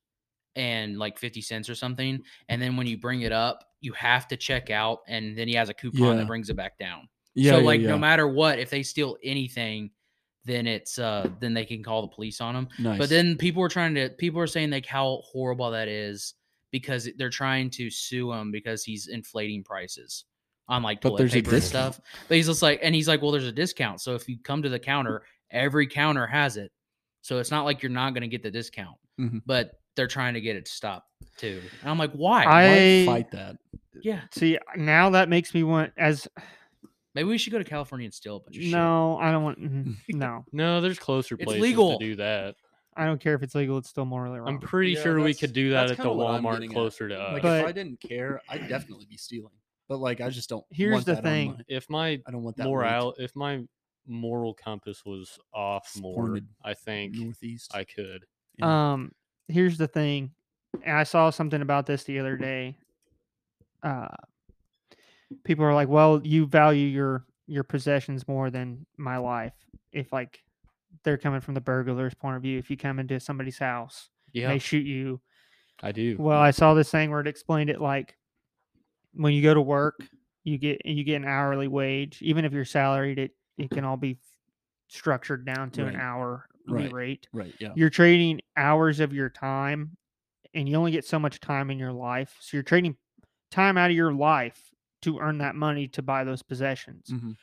S5: and like fifty cents or something. And then when you bring it up, you have to check out, and then he has a coupon
S6: Yeah.
S5: that brings it back down.
S6: yeah,
S5: so
S6: yeah,
S5: like,
S6: yeah.
S5: no matter what, if they steal anything, then it's uh then they can call the police on them.
S6: nice.
S5: But then people are trying to people are saying like how horrible that is because they're trying to sue him because he's inflating prices on like
S6: But
S5: toilet
S6: there's a
S5: paper and
S6: discount.
S5: stuff. But he's just like and he's like, well, there's a discount. So if you come to the counter, every counter has it. So it's not like you're not going to get the discount.
S6: Mhm.
S5: But they're trying to get it stopped too. And I'm like, why?
S3: I-
S6: Why
S3: I-
S6: fight that.
S5: yeah,
S3: See, now that makes me want as
S5: maybe we should go to California and steal a bunch of shit.
S3: no, I don't want
S6: <laughs>
S3: mhm, no.
S2: No, there's closer
S5: It's
S2: places
S5: legal.
S2: to do that.
S3: I don't care if it's legal, it's still morally wrong.
S2: I'm pretty
S6: Yeah,
S2: sure we
S6: that's-
S2: could do that
S6: that's
S2: at the
S6: kinda what I'm
S2: Walmart
S6: getting at.
S2: closer to us.
S6: Like
S3: But-
S6: if I didn't care, I'd definitely be stealing. But like I just don't.
S3: Here's
S6: want
S3: the
S6: that on
S3: thing.
S6: my-
S2: if my
S6: I don't want that
S2: moral, if my moral compass was off more,
S6: Splendid.
S2: I think
S6: northeast.
S2: I could.
S6: Yeah.
S3: Um, here's the thing, and I saw something about this the other day. Uh, people are like, "Well, you value your your possessions more than my life." If like they're coming from the burglar's point of view, if you come into somebody's house, and
S2: Yeah,
S3: they shoot you.
S2: I do.
S3: Well, I saw this thing where it explained it like when you go to work, you get you get an hourly wage, even if you're salaried. It it can all be structured down to an
S6: Right.
S3: hourly
S6: Right.
S3: rate
S6: right. Yeah.
S3: you're trading hours of your time and you only get so much time in your life so you're trading time out of your life to earn that money to buy those possessions
S6: Mhm.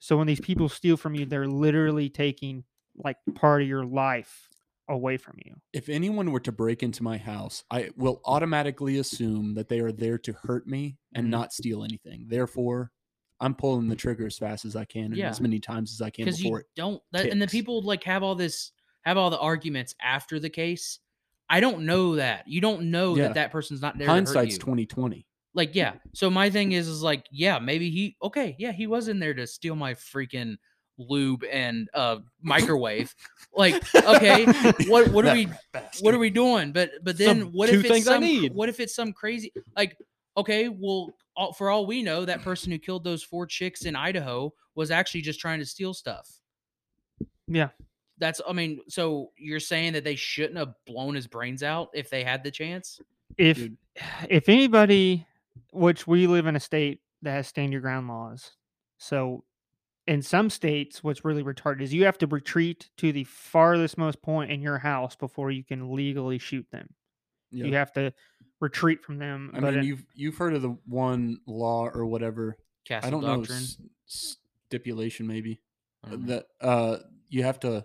S3: so when these people steal from you they're literally taking like part of your life away from you
S6: If anyone were to break into my house, I will automatically assume that they are there to hurt me and
S5: Mhm.
S6: not steal anything. Therefore, I'm pulling the trigger as fast as I can and
S5: Yeah.
S6: as many times as I can
S5: because you
S6: before it.
S5: don't that, and the
S6: ticks.
S5: people like have all this have all the arguments after the case i don't know that you don't know
S6: Yeah.
S5: that that person's not there to hurt
S6: Hindsight's
S5: you.
S6: twenty twenty.
S5: like yeah so my thing is is like yeah maybe he okay yeah he was in there to steal my freaking lube and uh microwave like
S6: <laughs>
S5: okay what what are we what are we doing but but then
S2: Some-
S5: what
S2: two
S5: if it's
S2: things I
S5: some,
S2: need.
S5: what if it's some crazy like okay well all, for all we know that person who killed those four chicks in idaho was actually just trying to steal stuff
S3: Yeah.
S5: that's i mean so you're saying that they shouldn't have blown his brains out if they had the chance
S3: if
S6: Dude.
S3: if anybody which we live in a state that has stand your ground laws so in some states what's really retarded is you have to retreat to the farthest most point in your house before you can legally shoot them you have to retreat from them
S6: I
S3: but uh,
S6: mean,
S3: in-
S6: you've you've heard of the one law or whatever.
S5: castle
S6: I don't
S5: doctrine
S6: know s- stipulation maybe
S2: Mm-hmm.
S5: I don't know.
S6: that uh you have to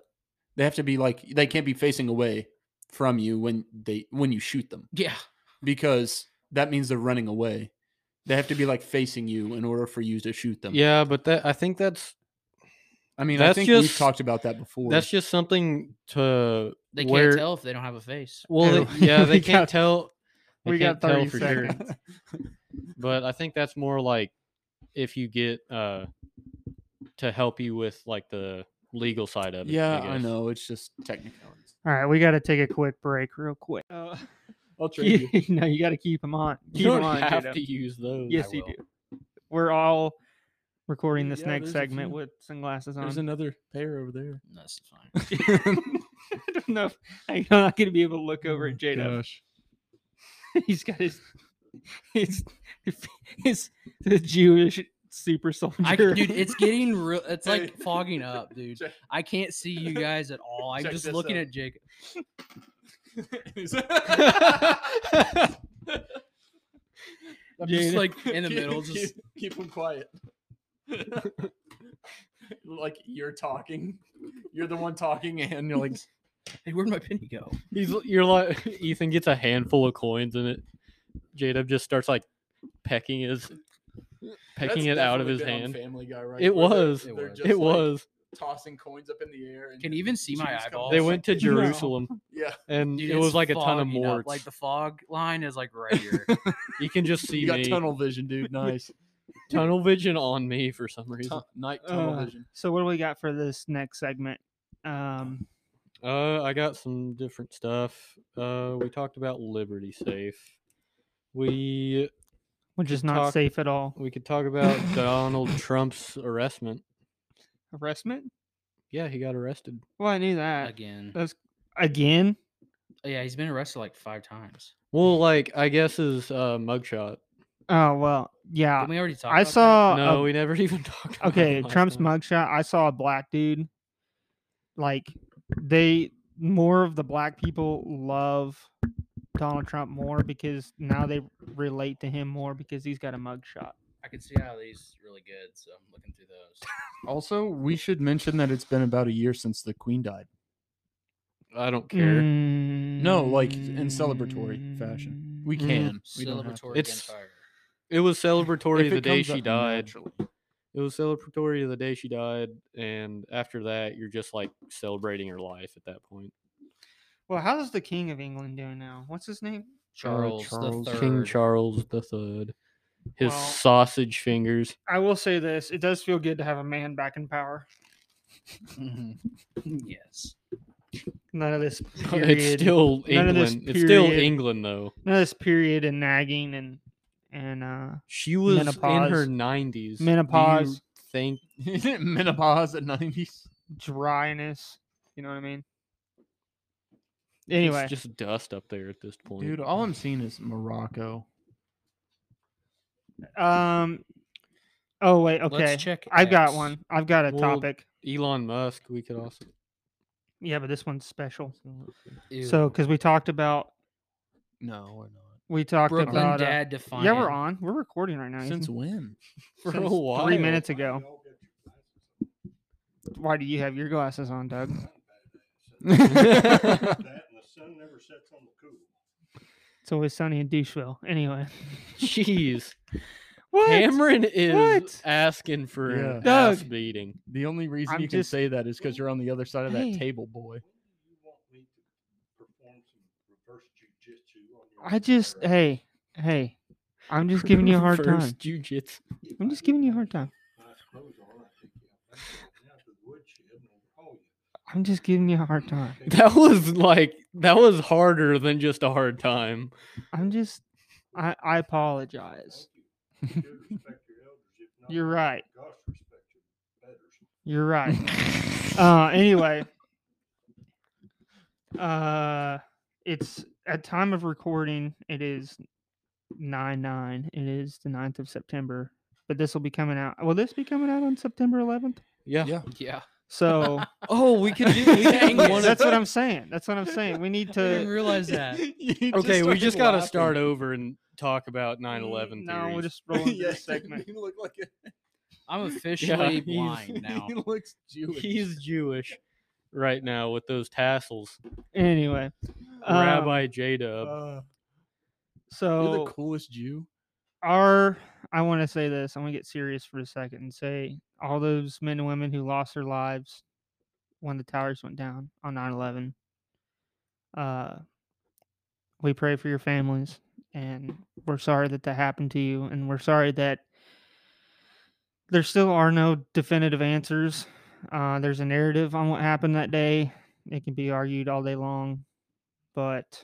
S6: they have to be like they can't be facing away from you when they when you shoot them
S5: Yeah.
S6: because that means they're running away. They have to be like facing you in order for you to shoot them.
S2: Yeah, but that I think that's
S6: I mean, I
S2: That's
S6: think we've
S2: just-
S6: talked about that before. <laughs>
S2: that's just something to
S5: They can't
S2: where-
S5: tell if they don't have a face.
S2: Well,
S6: Anyway,
S2: they, yeah,
S3: <laughs> we
S2: they can't
S3: got-
S2: tell. They
S3: we
S2: can't
S3: got
S2: tell
S3: 30
S2: for sure.
S3: seconds.
S2: But I think that's more like if you get uh to help you with like the legal side of it.
S6: yeah, I,
S2: guess.
S6: know. It's just <laughs> technicalities.
S3: All right, we got to take a quick break, real quick.
S6: Oh, <laughs>
S3: Uh, <laughs>
S6: I'll trade you.
S3: you, no, you got to keep them on. Keep
S2: You
S3: 'em
S2: don't
S3: on,
S2: have
S3: Jacob.
S2: to use those.
S3: Yes,
S5: I
S3: you
S5: will.
S3: do. We're all recording this
S6: Yeah,
S3: next
S6: there's a
S3: segment
S6: few.
S3: with sunglasses on.
S6: There's another pair over there. <laughs>
S5: That's fine.
S3: <laughs> I don't know. If, I'm not going to be able to look over at Jada. <laughs> He's got his his his the Jewish super soldier.
S5: I, dude, it's getting real. It's like
S6: Hey.
S5: fogging up, dude.
S6: Check-
S5: I can't see you guys at all. I'm
S6: Check
S5: just
S6: this
S5: looking
S6: out.
S5: at Jacob.
S6: I'm
S5: Just like
S6: <laughs>
S5: in the middle, just
S6: keep them quiet. <laughs> like you're talking, you're the one talking, and you're like,
S5: <laughs> hey, where'd my penny go?
S2: <laughs> He's l- you're like Ethan gets a handful of coins in it. Jadub just starts like pecking his pecking it out of his hand.
S6: Family Guy, right?
S2: It
S6: Where they're-
S2: was.
S6: they're
S5: It was.
S6: just,
S2: It
S6: like,
S2: was.
S6: tossing coins up in the air. And
S5: Can you even see my
S6: Jews come
S5: eyeballs?
S2: They
S6: also
S2: went to
S6: did that.
S2: Jerusalem
S6: yeah,
S2: and
S5: Dude,
S2: it was
S5: it's
S2: like a ton of
S5: fogging up,
S2: morts.
S5: Like the <laughs> fog line is like right here.
S2: you can just see
S6: you got
S2: me. Tunnel.
S6: tunnel vision, dude. Nice
S2: vision on me for some reason.
S6: Tu- night tunnel
S3: Uh,
S6: vision.
S3: <laughs> so what do we got for this next segment? Um,
S2: Uh, I got some different stuff. Uh, we talked about Liberty Safe. We
S3: which is
S2: Just
S3: not
S2: talk-
S3: safe at all.
S2: we could talk about
S3: <laughs>
S2: Donald Trump's arrestment.
S3: Arrestment?
S2: Yeah, he got arrested.
S3: Well, I knew that.
S5: Again.
S3: That's again.
S5: Yeah, he's been arrested like five times.
S2: Well, like I guess his uh, mugshot.
S3: Oh well, yeah.
S5: Didn't we already talked
S3: I
S5: about that?
S3: saw.
S2: no,
S3: <laughs> a-
S2: we never <laughs> even talked. About
S3: Uh, okay,
S2: him last
S3: Trump's
S2: time.
S3: mugshot. I saw a black dude. Like they more of the black people love Donald Trump more because now they relate to him more because he's got a mugshot.
S5: I can see how these really good, so I'm looking through those.
S6: Also, we should mention that it's been about a year since the Queen died.
S2: I don't care.
S3: Mm,
S6: No, like, in celebratory fashion. We
S3: Mm.
S6: can. We don't have to.
S5: Celebratory
S2: It's-
S5: gunfire.
S2: It was celebratory
S6: If
S2: the
S6: it
S2: day
S6: comes
S2: she
S6: up
S2: died.
S6: naturally.
S2: It was celebratory the day she died, and after that, you're just like celebrating her life at that point.
S3: Well, how's the King of England doing now? What's his name?
S5: Charles, the third.
S2: King Charles the Third, his
S3: Well-
S2: sausage fingers. <laughs>
S3: I will say this: it does feel good to have a man back in power.
S5: <laughs> yes.
S3: None of <laughs> this
S2: It's
S3: period-
S2: still
S3: None of
S2: England.
S3: this
S2: it's still
S3: period.
S2: England though.
S3: none of this period and nagging and and uh,
S2: She was in her
S3: Menopause.
S2: nineties.
S3: Menopause.
S2: Think
S6: Mm-hmm. <laughs> Menopause at nineties.
S3: dryness. You know what I mean? Anyway,
S2: it's just dust up there at this point.
S6: Dude, all I'm seeing is Morocco.
S3: um, oh wait, okay,
S5: Let's check.
S3: I've got
S5: X.
S3: one. I've got a
S2: Well-
S3: topic.
S2: Elon Musk. We could also.
S3: Yeah, but this one's special.
S5: Ew.
S3: So because we talked about
S6: No, we're not.
S3: we talked
S5: Brooklyn
S3: about uh,
S5: dad defined.
S3: yeah, we're on. We're recording right now.
S6: Since
S3: Ethan.
S6: <laughs> when?
S2: For a
S3: Since
S2: while.
S3: three minutes ago. Why do you have your glasses on, Doug?
S6: <laughs>
S4: That and the sun never sets on the cool.
S3: It's always sunny in Doucheville. Anyway,
S2: <laughs>
S3: <laughs>
S2: Jeez,
S3: what?
S2: Cameron is
S3: What?
S2: asking for
S6: Yeah.
S2: an
S3: Doug.
S2: ass beating.
S6: <laughs> The only reason
S3: I'm
S6: you can
S3: just-
S6: say that is because you're on the other side of that
S3: Hey.
S6: table,
S4: When
S6: boy.
S4: do you want me to perform some reverse jujitsu on your
S3: I just
S4: girl?
S3: hey hey, I'm just giving you a hard time.
S2: First jujitsu.
S3: I'm just giving you a hard time.
S4: Nice clothes on, I think you have to go down to the woodshed and oh, overhaul you.
S3: I'm just giving you a hard time.
S4: Take
S2: That was like that was harder than just a hard time.
S3: I'm just I I apologize.
S4: Thank you. You do respect your elders, if not,
S3: You're right.
S4: gosh, respect your betters.
S3: You're right. uh
S6: <laughs>
S3: anyway. Uh it's at time of recording, it is nine nine. It is the 9th of September. But this will be coming out. Will this be coming out on September 11th?
S2: Yeah.
S6: Yeah.
S5: <laughs> Yeah.
S3: So
S2: Oh, we could do. We
S5: <laughs> Dang
S2: could do
S5: it.
S2: one of-
S3: that's what I'm saying. That's what I'm saying. We need
S5: I didn't
S3: to
S6: <laughs>
S5: realize that.
S2: okay, we just got to start over and talk about 9/11
S3: Mm, No, we'll
S2: theories.
S3: just
S6: <laughs>
S3: roll into this segment.
S6: You look like a,
S5: I'm officially
S2: he's-
S6: <laughs>
S5: blind now.
S6: He looks Jewish.
S2: He's Jewish right now with those tassels.
S3: Anyway,
S2: Rabbi J Dub.
S6: Uh, You're the
S3: So
S6: coolest Jew.
S3: our I want to say this. I'm gonna get serious for a second and say all those men and women who lost their lives when the towers went down on 9/11. Uh, we pray for your families, and we're sorry that that happened to you, and we're sorry that there still are no definitive answers. Uh, there's a narrative on what happened that day. It can be argued all day long, but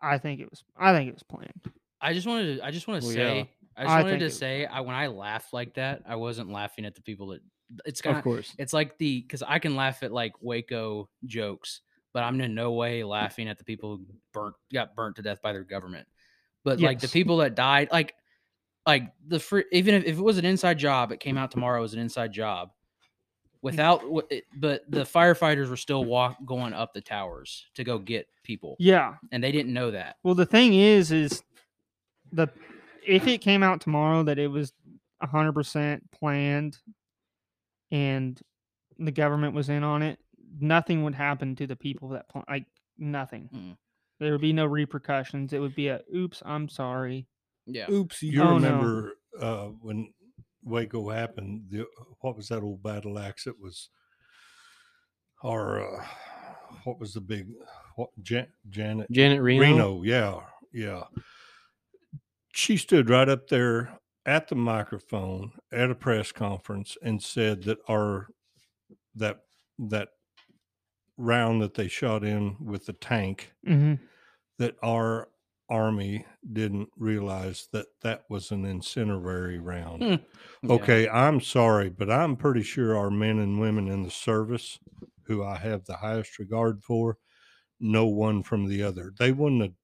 S3: I think it was I think it was planned.
S5: I just wanted to. I just want to
S2: Well,
S5: say.
S2: yeah.
S5: I just
S3: I
S5: wanted
S3: think
S5: to
S3: it-
S5: say. I when I laughed like that, I wasn't laughing at the people that. It's kind
S6: Of
S5: of.
S6: course.
S5: It's like the because I can laugh at like Waco jokes, but I'm in no way laughing at the people who burnt got burnt to death by their government. But like the
S3: Yes.
S5: people that died, like like the free, even if, if it was an inside job, it came out tomorrow as an inside job. Without, wi- it- but the firefighters were still walk going up the towers to go get people,
S3: Yeah.
S5: and they didn't know that.
S3: Well, the thing is, is the if it came out tomorrow that it was hundred percent planned and the government was in on it, nothing would happen to the people that pl- like nothing.
S7: Hmm.
S5: Mm.
S3: There would be no repercussions. It would be a oops, I'm sorry.
S5: Yeah,
S7: Oops, you
S3: Oh, no.
S7: remember uh, when Waco happened? The, what was that old battle axe? It was our uh, what was the big what Jan, Janet
S2: Janet Reno.
S7: Reno? Yeah, yeah. She stood right up there at the microphone at a press conference and said that our that that round that they shot in with the tank
S3: Mm-hmm.
S7: that our army didn't realize that that was an incendiary round.
S5: Hmm. Yeah.
S7: Okay, I'm sorry, but I'm pretty sure our men and women in the service, who I have the highest regard for, know one from the other. They wouldn't have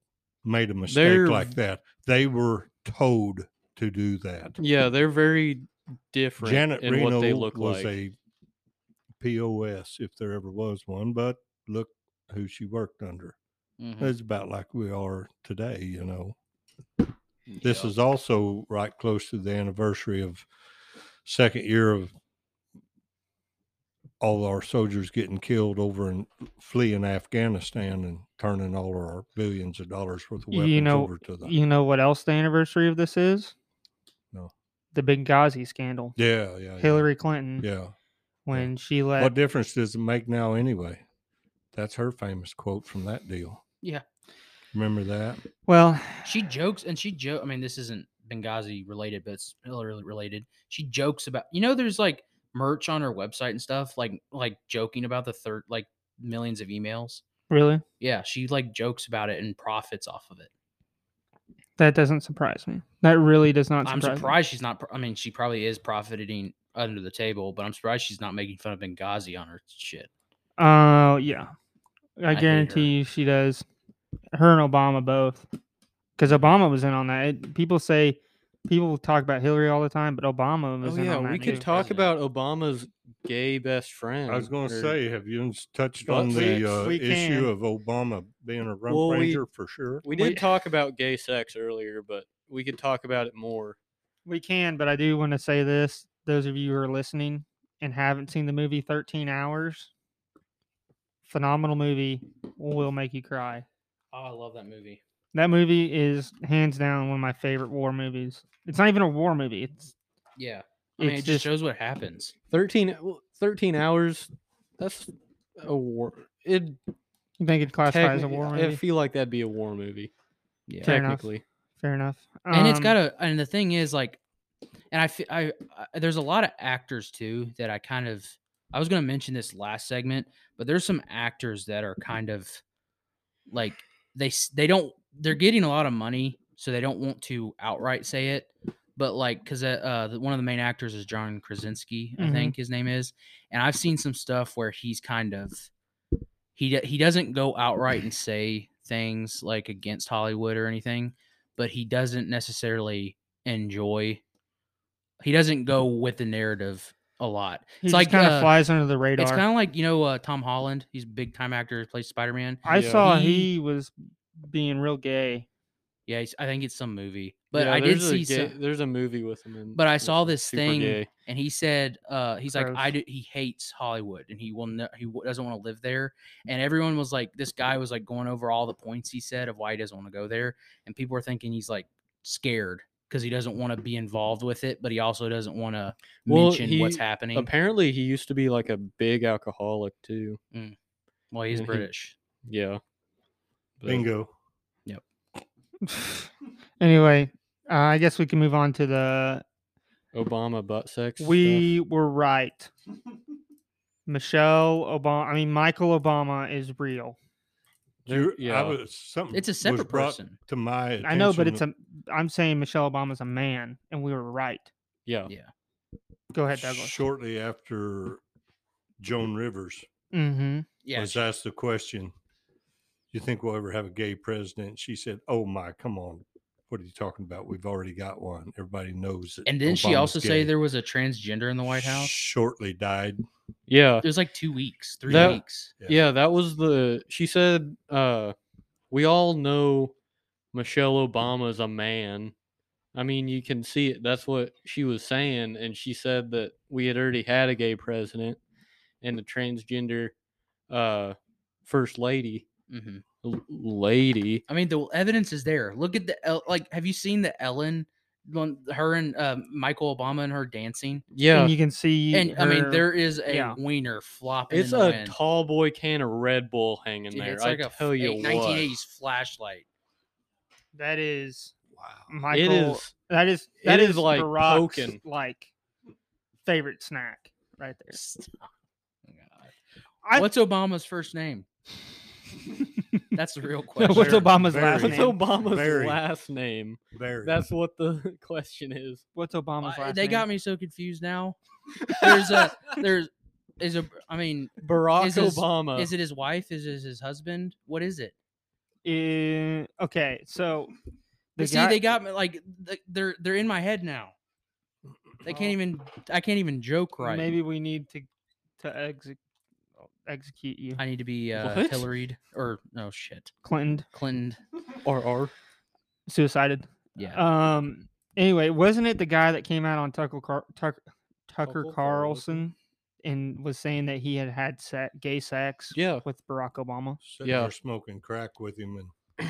S7: made a mistake
S2: They're-
S7: like that. They were told to do that.
S2: Yeah, they're very different
S7: Janet
S2: in
S7: Reno
S2: what they look
S7: was
S2: like.
S7: a POS, if there ever was one, but look who she worked under.
S2: Mm-hmm.
S5: Mhm.
S7: It's about like we are today, you know. This
S5: Yeah.
S7: is also right close to the anniversary of second year of all our soldiers getting killed over and fleeing Afghanistan and turning all our billions of dollars worth of
S3: You
S7: weapons
S3: know-
S7: over to the
S3: You know what else the anniversary of this is?
S7: No.
S3: The Benghazi scandal.
S7: yeah, yeah,
S3: Hillary Clinton
S7: Yeah. yeah.
S3: when she let
S7: What difference does it make now anyway? That's her famous quote from that deal.
S5: Yeah.
S7: Remember that?
S3: well
S5: She jokes and she joke. I mean, this isn't Benghazi related, but it's Hillary related. She jokes about you know, there's like merch on her website and stuff, like like joking about the third like millions of emails.
S3: really
S5: Yeah, she like jokes about it and profits off of it.
S3: that doesn't surprise me. That really does not
S5: I'm
S3: surprise me.
S5: surprised she's not. pro- I mean, she probably is profiting under the table, but I'm surprised she's not making fun of Benghazi on her shit.
S3: Oh yeah, I,
S5: hate her.
S3: guarantee you she does. Her and Obama both, because Obama was in on that. It- people say people talk about Hillary all the time, but Obama was
S2: Oh
S3: in
S2: yeah,
S3: on that.
S2: we
S3: too.
S2: could talk
S5: president.
S2: about Obama's gay best friend.
S7: I was going to
S2: or-
S7: say, have you s- touched
S2: butt
S7: on
S2: sex.
S7: the uh,
S3: We can.
S7: issue of Obama being a Rump
S2: Well, we-
S7: Ranger for sure?
S2: we did talk about gay sex earlier, but we could talk about it more.
S3: We can, but I do want to say this: those of you who are listening and haven't seen the movie Thirteen Hours, phenomenal movie, will make you cry.
S5: Oh, I love that movie.
S3: That movie is hands down one of my favorite war movies. It's not even a war movie. It's
S5: Yeah, I mean,
S3: It's
S5: it just
S3: just-
S5: shows what happens.
S2: 13, well, 13 hours. That's a war. It
S3: you think it classifies as a
S2: techni-
S3: war
S2: I
S3: movie?
S2: feel like that'd be a war movie.
S5: Yeah.
S3: Fair enough.
S2: technically,
S3: Fair enough.
S5: and it's
S3: Um,
S5: got a and the thing is like and I, fe- I I there's a lot of actors too that I kind of I was going to mention this last segment but there's some actors that are kind of like they s- they don't they're getting a lot of money so they don't want to outright say it but like because uh, uh the- one of the main actors is John Krasinski I
S3: Mhm.
S5: think his name is and I've seen some stuff where he's kind of he do- he doesn't go outright and say things like against Hollywood or anything but he doesn't necessarily enjoy he doesn't go with the narrative a lot
S3: He
S5: It's
S3: it's
S5: like,
S3: like kind of
S5: uh,
S3: flies under the radar.
S5: it's kind of like you know uh, tom holland he's a big time actor who plays spider-man
S3: I
S2: Yeah.
S3: saw
S5: he-
S3: he was being real gay <laughs>
S5: Yeah, he's- I think it's some movie. But
S2: Yeah,
S5: I did
S2: there's a
S5: see
S2: gay-
S5: some,
S2: there's a movie with him in.
S5: But I
S2: with
S5: saw
S2: him.
S5: this
S2: Super
S5: thing-
S2: gay.
S5: and he said uh he's like I
S3: Gross.
S5: do, he hates Hollywood and he will ne- he w- doesn't want to live there and everyone was like this guy was like going over all the points he said of why he doesn't want to go there and people are thinking he's like scared cuz he doesn't want to be involved with it but he also doesn't want to
S2: Well,
S5: mention what's
S2: he
S5: happening.
S2: Apparently, he used to be like a big alcoholic too.
S5: well, he's
S2: he-
S5: British.
S2: Yeah. But-
S7: Bingo.
S3: anyway, uh, I guess we can move on to the.
S2: Obama butt sex. stuff.
S3: We were right. Michelle Obama. I mean, Michael Obama is real.
S2: There-
S7: You- I
S2: yeah.
S7: was, something
S5: It's a
S7: was
S5: separate
S7: brought
S5: person.
S7: To my attention.
S3: I know, but it's a. I'm saying Michelle Obama's a man, and we were right.
S2: yeah.
S5: Yeah.
S3: Go ahead, Douglas.
S7: Shortly after Joan Rivers
S3: Mm-hmm.
S5: Yeah.
S7: was asked the question, "You think we'll ever have a gay president?" She said, "Oh my, come on, what are you talking about? We've already got one. Everybody knows it."
S5: and didn't she also say there was a transgender in the White House?
S7: Shortly died.
S2: Yeah.
S5: It was like 2 weeks, 3
S2: That-
S5: weeks.
S7: Yeah.
S2: Yeah, that was the she said uh we all know Michelle Obama's a man. I mean, you can see it. That's what she was saying and she said that we had already had a gay president and a transgender uh first lady
S5: Mhm.
S2: l- lady.
S5: I mean, the evidence is there. Look at the El- like. Have you seen the Ellen, one, her and uh, Michael Obama and her dancing?
S2: Yeah.
S3: And you can see.
S5: And I mean,
S3: her-
S5: there is a
S3: yeah.
S5: wiener flopping.
S2: It's
S5: in the
S2: a
S5: wind.
S2: tall boy can of Red Bull hanging
S5: Dude,
S2: there.
S5: It's like
S2: I
S5: a
S2: tell
S5: f-
S2: you
S5: eight-
S2: what.
S5: 1980s flashlight.
S3: That is
S7: Wow.
S2: It
S3: Michael.
S2: is
S3: that is.
S2: it
S3: That
S2: is,
S3: is
S2: like,
S3: Barack's,
S2: poking.
S3: Like favorite snack right there.
S5: Stop. Oh my God.
S3: I-
S5: What's Obama's first name? That's the real
S3: No,
S5: question.
S3: what's
S7: Very-
S3: Obama's
S7: very-
S3: last
S2: What's
S3: name?
S7: What's
S2: Obama's
S7: Very.
S2: last name?
S7: Very.
S2: That's what the <laughs> question is.
S3: What's Obama's
S5: Why-
S3: last
S5: Uh, they
S3: name?
S5: got me so confused now. There's a there's is a I mean
S2: Barack
S5: Is his-
S2: Obama.
S5: is it his wife? Is it his husband? What is it?
S3: Eh, okay, so
S5: But see,
S3: guy-
S5: they got me like th- they're they're in my head now. They can't even. I can't even joke right.
S3: Maybe we need to to exec- execute you,
S5: I need to be uh,
S2: What?
S5: Hillaried or no shit,
S3: Clinton.
S5: Clinton.
S2: or or
S3: Suicided.
S2: Oh.
S5: Yeah,
S3: Um. Anyway, wasn't it the guy that came out on Tucker Car- Tucker, Tucker
S2: Tucker Carlson.
S3: Carlson and was saying that he had had se- gay sex
S2: yeah,
S3: with Barack Obama?
S7: Sitting
S2: yeah.
S7: there smoking crack with him
S5: <clears throat>
S7: and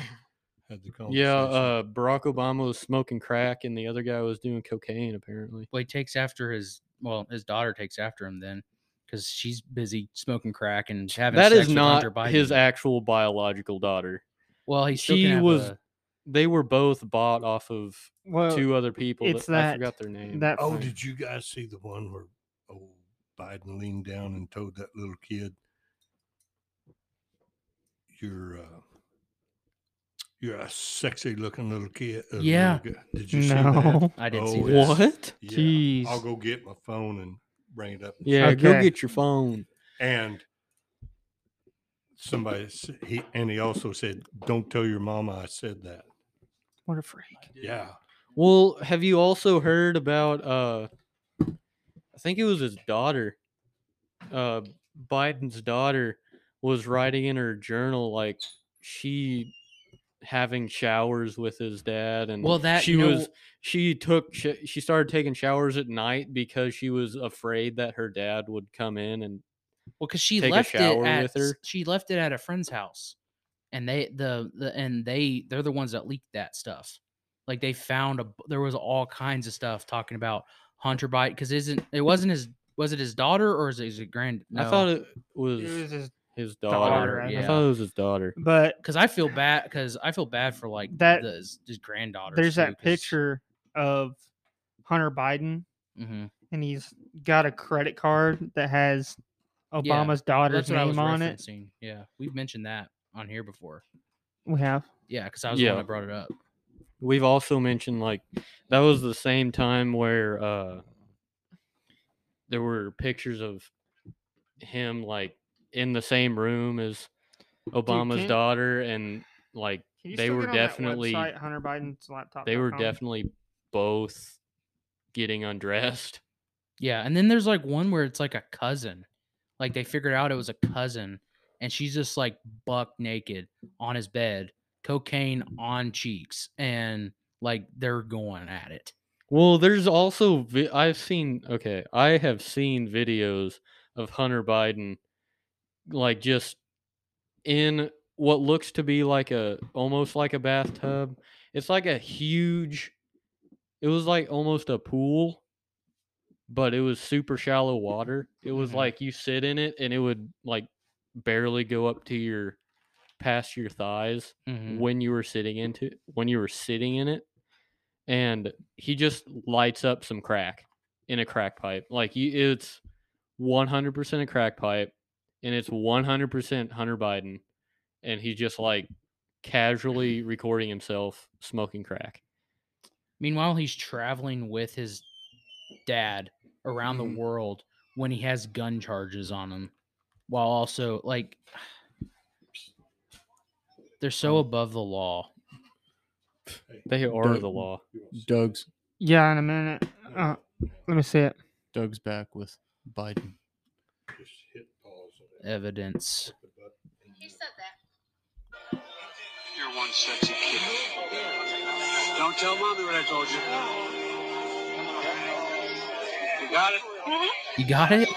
S7: had the conversation.
S2: yeah. Uh, Barack Obama was smoking crack, and the other guy was doing cocaine. Apparently,
S5: well, he takes after his. Well, his daughter takes after him then, because she's busy smoking crack and having.
S2: that
S5: sex
S2: is
S5: with
S2: not
S5: Hunter Biden.
S2: his actual biological daughter.
S5: Well, he still
S2: she
S5: can have
S2: was
S5: a-
S2: They were both bought off of
S3: Well,
S2: two other people.
S3: Oh, it's
S2: I forgot their name.
S3: that-
S7: oh,
S3: thing.
S7: did you guys see the one where old Biden leaned down and told that little kid, "You're uh, you're a sexy looking little kid." uh, little
S5: Yeah.
S7: guy." Did you
S4: <laughs>
S7: see that?
S3: no.
S5: I did
S7: Oh,
S5: see
S7: yeah.
S5: that.
S2: what?
S7: Yeah.
S3: Jeez.
S7: I'll go get my phone and bring it up. and
S2: Yeah, go
S3: Okay.
S2: get your phone.
S7: and somebody s- he and he also said don't tell your mama i said that
S3: What a freak!
S7: yeah
S2: Well, have you also heard about uh I think it was his daughter. Uh Biden's daughter was writing in her journal like she having showers with his dad and
S5: Well, that
S2: she
S5: you know-
S2: was she took sh- she started taking showers at night because she was afraid that her dad would come in and
S5: Well, because she
S2: take a
S5: left it
S2: shower
S5: at
S2: with her.
S5: she left it at a friend's house, and they the, the and they they're the ones that leaked that stuff. Like they found a b- there was all kinds of stuff talking about Hunter Biden because isn't it wasn't his was it his daughter or is it, is it grand?
S2: I thought it was,
S3: It was just-
S2: his
S3: daughter,
S2: daughter.
S3: I
S2: I
S5: think.
S2: thought it was his daughter.
S3: but
S5: because I feel bad because I feel bad for like
S3: That-
S5: the, his, his granddaughter.
S3: there's that picture of Hunter Biden
S5: hmm
S3: and he's got a credit card that has Obama's daughter's
S5: that's what I was
S3: name on it.
S5: referencing. Yeah, we've mentioned that on here before.
S3: We have.
S5: Yeah, because I was the one
S2: Yeah.
S5: that brought it up.
S2: we've also mentioned like that was the same time where uh there were pictures of him like in the same room as Obama's
S3: can't-
S2: daughter and like
S3: Can
S2: They
S3: still
S2: were
S3: get on that
S2: definitely-
S3: website, Hunter Biden's laptop.
S2: they were definitely both getting undressed.
S5: Yeah, and then there's like one where it's like a cousin. Like they figured out it was a cousin and she's just like buck naked on his bed cocaine on cheeks and like they're going at it.
S2: Well, there's also vi- I've seen okay, I have seen videos of Hunter Biden like just in what looks to be like a almost like a bathtub. It's like a huge it was like almost a pool, but it was super shallow water. It was
S5: Mhm.
S2: like you sit in it and it would like barely go up to your past your thighs
S5: Mhm.
S2: when you were sitting into when you were sitting in it and he just lights up some crack in a crack pipe like you, it's 100% a crack pipe and it's 100% hunter biden and he's just like casually recording himself smoking crack
S5: Meanwhile, he's traveling with his dad around
S6: Mhm.
S5: the world when he has gun charges on him, while also like <sighs> they're so above the law.
S2: they are
S6: Dude.
S2: the law
S6: Doug's
S3: Yeah, in a minute. Uh, let me see it.
S6: Doug's back with Biden.
S4: Just hit pause on that,
S5: Evidence.
S4: hit the button, and
S8: He
S4: you-
S8: said that.
S9: You're one sexy kid. Don't tell mommy what I told you. You got it?
S5: You got it?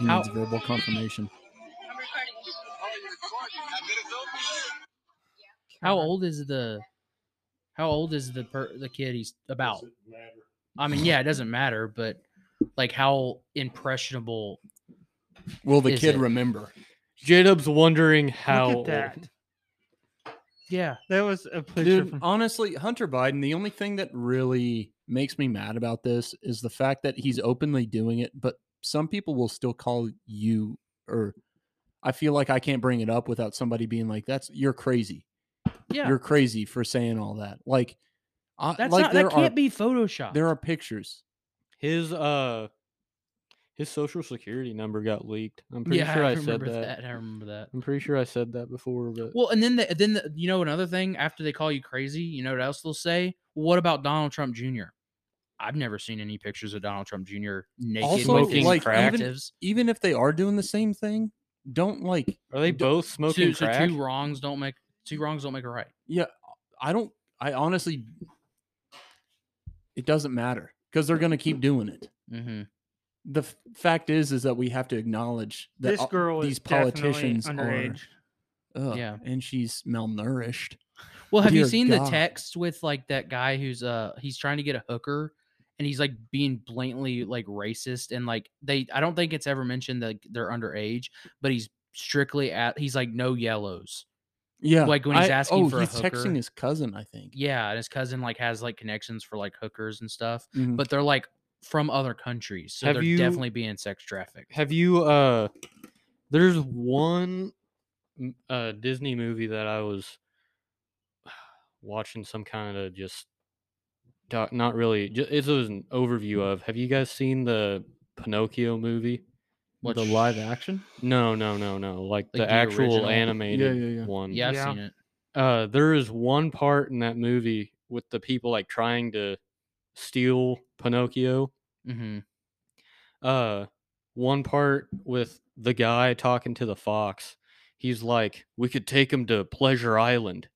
S6: He
S5: How-
S6: needs verbal confirmation.
S8: I'm recording.
S5: How old is the how old is the per, the kid he's about?
S4: Does it matter?
S5: I mean, yeah, it doesn't matter, but like how impressionable
S6: Will the
S5: Is
S6: kid
S5: it?
S6: remember?
S2: j-dub's wondering how
S3: Look
S2: old-
S3: at that. Yeah, there was a picture
S6: Dude, uh,
S3: from
S6: honestly, Hunter Biden, the only thing that really makes me mad about this is the fact that he's openly doing it, but some people will still call you or I feel like I can't bring it up without somebody being like, That's you're crazy.
S5: Yeah.
S6: You're crazy for saying all that. Like I,
S5: that's
S6: like
S5: not
S6: there
S5: that can't
S6: are
S5: be photoshopped.
S6: there are pictures.
S2: his uh his social security number got leaked i'm pretty sure i, said
S5: remember
S2: that.
S5: I remember that.
S2: i'm pretty sure i said that before but
S5: Well, and then the, then the, you know another thing after they call you crazy, you know what else they'll say? What about Donald Trump Jr.? I've never seen any pictures of Donald Trump Jr. naked
S6: Also,
S5: with his
S6: like, even-
S5: relatives.
S6: Even if they are doing the same thing, don't like
S2: are they
S6: d-
S2: both smoking
S5: two, so
S2: crack
S5: two wrongs don't make two wrongs don't make a right.
S6: Yeah, I don't. I honestly, it doesn't matter because they're gonna keep doing it.
S5: Mm-hmm.
S6: The f- fact is, is that we have to acknowledge that
S3: this
S6: all-
S3: girl.
S6: uh, these
S3: is definitely
S6: politicians
S3: underage.
S6: are, ugh,
S5: Yeah.
S6: and she's malnourished.
S5: Well, have you
S6: Dear
S5: seen
S6: God.
S5: the text with like that guy who's uh he's trying to get a hooker and he's like being blatantly like racist and like they I don't think it's ever mentioned that they're underage, but he's strictly at he's like no yellows.
S6: Yeah,
S5: Like, when he's
S6: I-
S5: asking
S6: oh,
S5: for a
S6: he's
S5: hooker.
S6: texting his cousin. I think.
S5: Yeah, and his cousin like has like connections for like hookers and stuff,
S6: Mhm.
S5: but they're like from other countries, so
S2: Have
S5: they're
S2: you-
S5: definitely being sex trafficked.
S2: have you uh there's one m- uh disney movie that i was <sighs> watching some kind of just doc not really ju- it was an overview of have you guys seen the pinocchio movie
S5: What
S6: the
S5: sh-
S6: live action.
S2: no no no no like, the,
S5: the
S2: actual
S5: original? Yeah,
S2: animated
S6: yeah, yeah.
S2: one
S5: Yeah, I've
S3: Yeah.
S5: seen it.
S2: uh there is one part in that movie with the people like trying to steal pinocchio
S5: Mm-hmm.
S2: uh one part with the guy talking to the fox he's like we could take him to pleasure island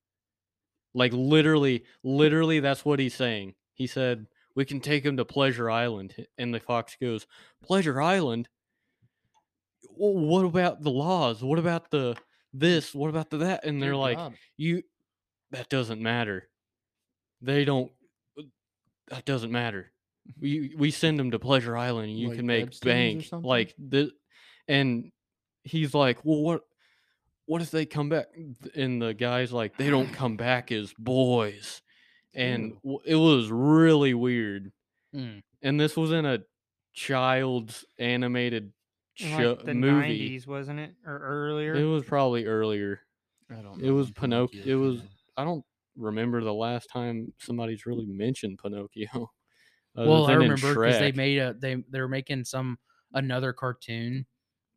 S2: like literally literally that's what he's saying he said we can take him to pleasure island and the fox goes pleasure island well, what about the laws what about the this what about the that and they're
S6: Dear
S2: like
S6: God.
S2: you that doesn't matter they don't that doesn't matter we we send them to pleasure island and you
S6: Mm-hmm. Like
S2: can make
S6: Epstein's or
S2: bank
S6: something?
S2: like the and he's like well what what if they come back and the guy's like they don't come back as boys and
S6: Ew.
S2: w- it was really weird
S5: Mm.
S2: and this was in a child's animated
S3: In
S2: show,
S3: like the
S2: movie
S3: 90s, wasn't it, or
S2: it
S3: earlier?
S2: was probably earlier
S6: I don't.
S2: it
S6: know,
S2: was
S6: I'm
S2: Pinocchio- it was-
S6: man.
S2: I don't remember the last time somebody's really mentioned Pinocchio. <laughs> other
S5: Well, I
S2: than Oh, in
S5: remember because they
S2: Shrek.
S5: made a they they were making some another cartoon,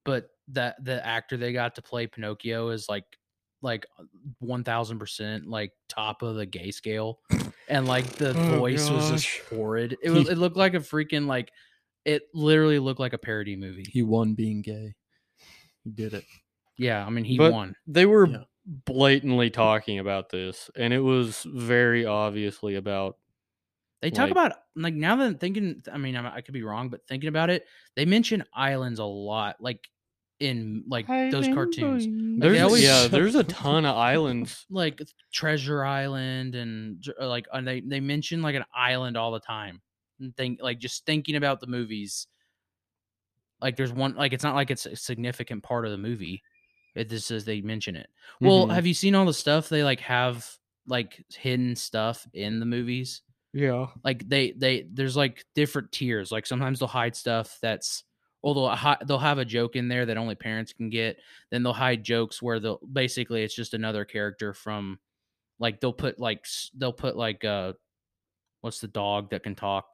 S5: but that the actor they got to play Pinocchio is like like uh, one thousand percent like top of the gay scale, and like the
S2: Oh,
S5: voice was just
S2: gosh.
S5: horrid. It was
S6: He-
S5: it looked like a freaking like it literally looked like a parody movie.
S6: He won being gay. He did it.
S5: Yeah, I mean he
S2: But-
S5: won.
S2: they were
S6: Yeah.
S2: blatantly talking about this, and it was very obviously about
S5: They talk
S2: Like-
S5: about like now that I'm thinking, I mean, I'm, I could be wrong, but thinking about it, they mention islands a lot, like in like those cartoons,
S2: there's
S5: always-
S2: yeah there's a ton of islands.
S5: like Treasure Island, and dr- uh, like and they they mention like an island all the time. And think like just thinking about the movies, like there's one like it's not like it's a significant part of the movie. It just says they mention it. Well,
S2: Mhm.
S5: have you seen all the stuff they like have like hidden stuff in the movies?
S2: yeah,
S5: like they they there's like different tiers like sometimes they'll hide stuff that's although they'll have a joke in there that only parents can get then they'll hide jokes where they'll basically it's just another character from like they'll put like s- they'll put like uh what's the dog that can talk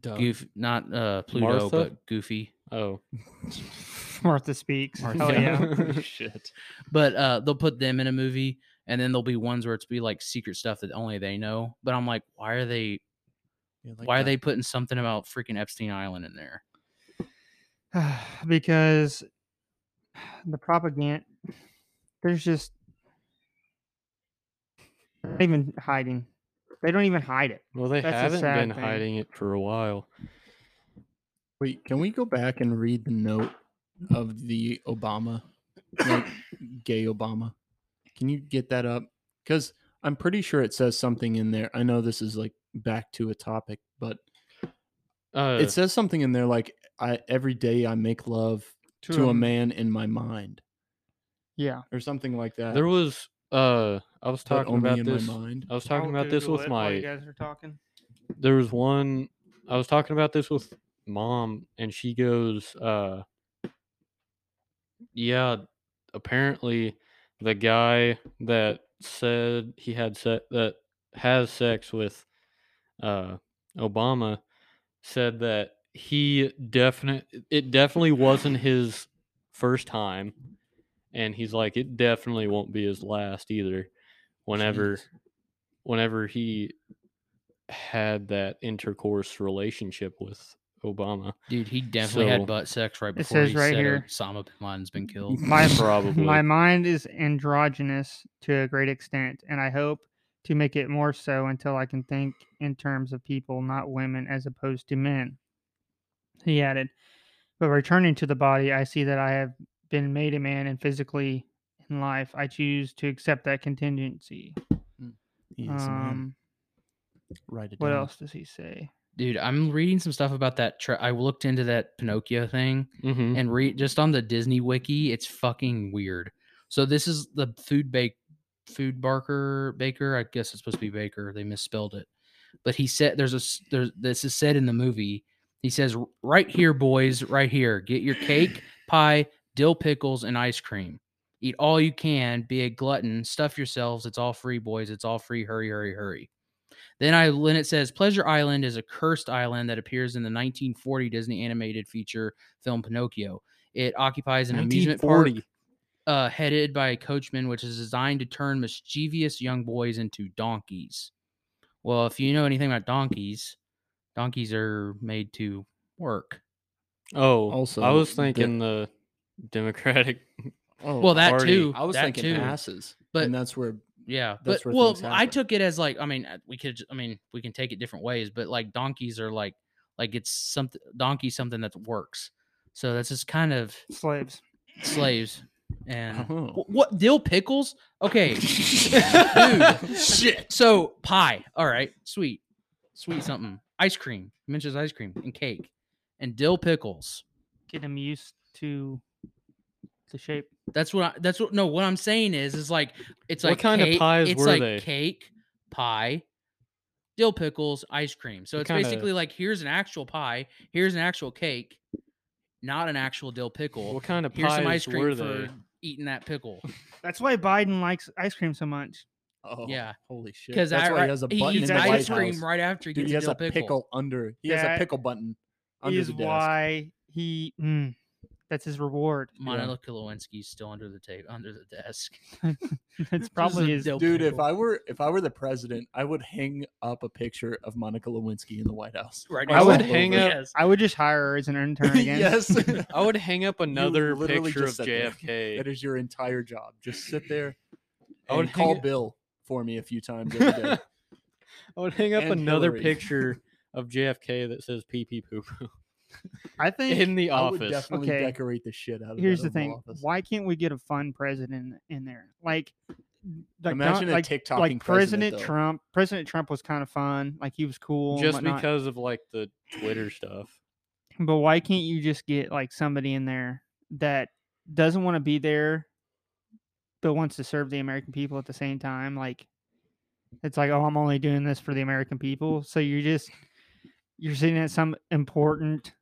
S2: Duh.
S5: goof not uh pluto
S2: Martha?
S5: but goofy
S2: Oh,
S3: Martha speaks. Oh
S5: Martha.
S3: yeah.
S2: <laughs> shit.
S5: but uh they'll put them in a movie and then there'll be ones where it's be like secret stuff that only they know but i'm like why are they why are they putting something about freaking epstein island in there
S3: <sighs> because the propaganda there's just not even hiding they don't even hide it
S2: Well, they
S3: That's a
S2: haven't
S3: sad
S2: been
S3: thing.
S2: hiding it for a while.
S6: Wait, can we go back and read the note of the Obama, like, gay Obama? Can you get that up? Because I'm pretty sure it says something in there. I know this is like back to a topic, but
S2: Uh,
S6: it says something in there like, I every day I make love to, a
S3: um,
S6: man in my mind
S3: yeah
S6: or something like that.
S2: there was uh, I was
S6: but
S2: talking
S6: only
S2: about
S6: in
S2: this.
S6: my mind.
S2: I was talking about this with my
S3: you guys are talking
S2: there was one I was talking about this with mom and she goes uh yeah apparently the guy that said he had se- that has sex with uh Obama said that he definite it definitely wasn't his first time and he's like it definitely won't be his last either whenever
S5: Jeez.
S2: whenever he had that intercourse relationship with Obama.
S5: Dude, he definitely had
S2: So-
S5: butt sex right
S3: It
S5: before
S3: says
S5: he
S3: right
S5: said
S3: here-
S5: Osama bin Laden's been killed. <laughs>
S3: my
S2: Probably.
S3: my mind is androgynous to a great extent and i hope to make it more so until i can think in terms of people not women as opposed to men he added but returning to the body i see that i have been made a man and physically in life i choose to accept that contingency
S6: He is a man.
S3: um
S6: Write it
S3: what
S6: down.
S3: else does he say
S5: Dude, I'm reading some stuff about that. Tra- I looked into that Pinocchio thing
S3: Mm-hmm.
S2: Mhm.
S5: and read just on the Disney wiki. It's fucking weird. So this is the food bake, food barker baker. I guess it's supposed to be baker. They misspelled it, but he said there's a s- there's this is said in the movie. He says right here, boys, right here. Get your cake, pie, dill pickles, and ice cream. Eat all you can. Be a glutton. Stuff yourselves. It's all free, boys. It's all free. Hurry, hurry, hurry. Then I then it says Pleasure Island is a cursed island that appears in the 1940 Disney animated feature film Pinocchio. It occupies an amusement park
S6: 1940.
S5: uh, headed by a coachman, which is designed to turn mischievous young boys into donkeys. Well, if you know anything about donkeys, donkeys are made to work.
S2: Oh,
S6: Also,
S2: I was
S6: the-
S2: thinking the, Democratic. <laughs>
S6: Oh,
S5: well, that
S2: already-
S5: too.
S6: I was
S5: that
S6: thinking
S5: too.
S6: asses,
S5: But-
S6: and that's where
S5: Yeah,
S6: That's
S5: but
S6: where
S5: well,
S6: things
S5: I
S6: happen.
S5: took it as like I mean uh, we could j- I mean we can take it different ways, but like donkeys are like like it's something donkey something that works. So that's just kind of
S3: slaves
S5: slaves and
S6: <laughs> Oh.
S5: Wh- what dill pickles?
S6: <laughs>
S5: Okay, dude, shit. So pie, all right, sweet, sweet something, ice cream. He mentions ice cream and cake and dill pickles.
S3: get him used to the shape
S5: That's what I, that's what no what I'm saying is is like it's
S2: What
S5: like
S2: kind of
S5: cake-
S2: pies
S5: it's
S2: were
S5: like
S2: they?
S5: cake, pie, dill pickles, ice cream. So
S2: What
S5: it's
S2: kinda-
S5: basically like here's an actual pie, here's an actual cake, not an actual dill pickle.
S2: What kind of
S5: Here's
S2: pies
S5: some ice
S2: were they?
S5: cream for eating that pickle.
S3: that's why biden likes ice cream so much
S6: <laughs> Oh,
S5: Yeah.
S6: Holy shit.
S5: Because
S6: That's
S5: I
S6: why
S5: re-
S6: he has a
S5: he
S6: button in
S5: eats
S6: the
S3: ice
S6: White
S5: ice
S6: House.
S5: cream right after he
S6: Dude,
S5: gets
S6: he has
S5: dill
S6: a pickle,
S5: pickle.
S6: under. He
S3: That
S6: has a pickle button under
S3: is
S6: the desk.
S3: why he mm, that's his
S6: <laughs>
S3: reward
S5: Monica Lewinsky's still under the tape under the desk. <laughs>
S3: it's
S5: a
S3: probably his
S5: dill
S6: Dude, if
S5: pickle.
S6: I were if I were the president, I would hang up a picture of Monica Lewinsky in the
S3: <laughs>
S6: White House.
S5: right
S2: I
S5: <laughs>
S2: would
S6: Over.
S2: hang up.
S5: Yes.
S3: I would just hire her as an intern
S6: <laughs>
S3: again. <laughs>
S6: yes. that
S2: I would hang up another
S6: literally
S2: picture of
S6: <laughs> just said that.
S2: JFK.
S6: is your entire job. Just sit there
S2: I would
S6: and
S2: hang
S6: call
S2: it-
S6: Bill for me a few times every <laughs> day.
S2: I would hang up
S6: And
S2: another
S6: Hillary.
S2: picture of JFK that says pee pee poo poo
S3: I think
S2: in the
S6: I would
S2: office.
S6: definitely
S3: Okay.
S6: decorate the shit out of. that
S3: here's the
S6: Oval
S3: thing:
S6: Office.
S3: why can't we get a fun president in there? Like, like
S6: Imagine
S3: Don-
S6: a
S3: like,
S6: TikToking
S3: like
S6: president,
S3: President
S6: though.
S3: Trump. President Trump was kind of fun. Like he was cool. and
S2: Just
S3: whatnot.
S2: because of like the Twitter stuff.
S3: But why can't you just get like somebody in there that doesn't want to be there, but wants to serve the American people at the same time? Like, it's like, oh, I'm only doing this for the American people. So you're just you're sitting at some important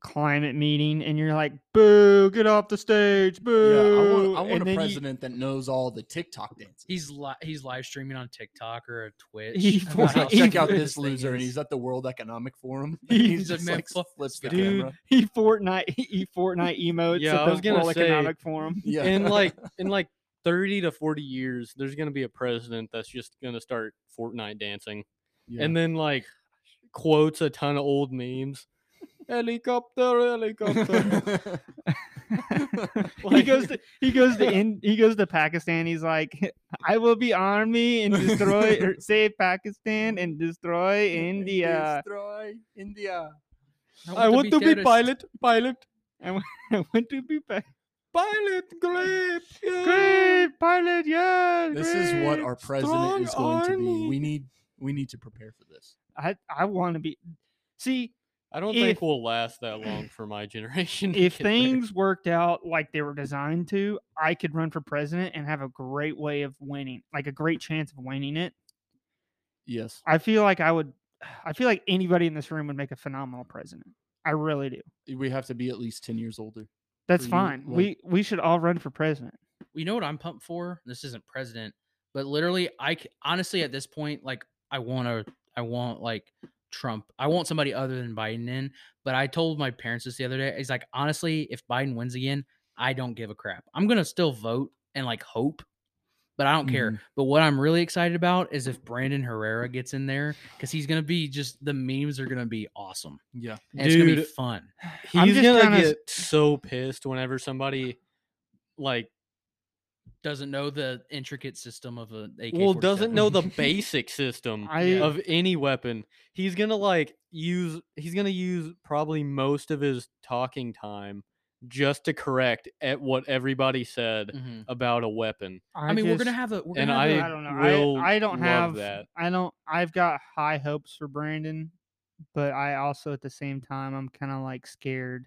S3: climate meeting and you're like, boo, get off the stage,
S6: Yeah, I
S3: boo.
S6: want, I want
S3: and
S6: a
S3: then you- <laughs>
S6: president that knows all the TikTok dances.
S5: He's li- he's live streaming on
S6: <laughs>
S5: TikTok or Twitch.
S3: He
S5: about
S3: for-
S5: how
S3: he
S5: stupid
S6: check out this
S5: thing
S6: loser, and
S5: is.
S6: he's at the World Economic Forum.
S5: He's a
S6: just,
S5: man
S6: like,
S5: full-
S6: flips the
S3: Dude,
S6: camera.
S3: he Fortnite, he Fortnite emotes
S2: Yeah,
S3: at
S2: I
S3: the
S2: was gonna
S3: World
S2: say-
S3: Economic Forum.
S6: Yeah,
S2: In like in like thirty to forty years, there's gonna be a president that's just gonna start Fortnite dancing.
S6: Yeah. <laughs>
S2: And then like quotes a ton of
S3: <laughs>
S2: old memes. Helicopter, <laughs> helicopter.
S3: he
S2: Like-
S3: goes to he goes
S2: <laughs>
S3: to in, he goes to Pakistan. He's like, <laughs> I will be army and destroy
S2: <laughs>
S3: or save Pakistan and destroy India.
S6: Destroy India.
S2: I want to be
S5: terrorist.
S2: pilot, pilot,
S3: <laughs> I want to be pa-
S2: pilot, great, yeah.
S3: great pilot. Yeah,
S6: This is what our president is
S2: strong
S6: going to be.
S2: army.
S6: We need we need to prepare for this.
S3: I I want to be. See,
S2: I don't
S3: If-
S2: think we'll last that long for my generation. to <laughs>
S3: if
S2: get there.
S3: things worked out like they were designed to, I could run for president and have a great way of winning, like a great chance of winning it.
S6: Yes.
S3: I feel like I would. I feel like anybody in this room would make a phenomenal president. I really do.
S6: We have to be at least 10 years older.
S3: That's
S6: you,
S3: fine.
S6: like-
S3: we we should all run for president.
S5: you know what I'm pumped for? This isn't president, but literally, I c- honestly at this point, like, I want to, I want like Trump. I want somebody other than Biden in. But I told my parents this the other day. He's like, honestly, if Biden wins again, I don't give a crap. I'm gonna still vote and like hope, but I don't
S6: Mm-hmm.
S5: care. But what I'm really excited about is if Brandon Herrera gets in there because he's gonna be just the memes are gonna be awesome.
S6: Mm-hmm. Yeah.
S5: And it's gonna be
S2: Dude,
S5: fun.
S3: I'm
S2: he's
S3: just
S2: gonna
S3: kinda s-
S2: get so pissed whenever somebody like
S5: Doesn't know the intricate system of a AK.
S2: well doesn't know
S3: <laughs>
S5: <laughs>
S2: the basic system
S3: I
S5: Yeah.
S2: of any weapon. He's gonna like use he's gonna use probably most of his talking time just to correct at what everybody said
S3: Mm.
S5: Mhm. about
S2: about a weapon.
S5: I, mean, we're gonna
S3: just-
S5: have a. We're
S2: and
S5: gonna have a-
S2: I
S3: I don't know.
S2: will
S3: I, I don't
S2: love
S3: have
S2: that.
S3: I don't I've got high hopes for Brandon, but I also at the same time I'm kind of like scared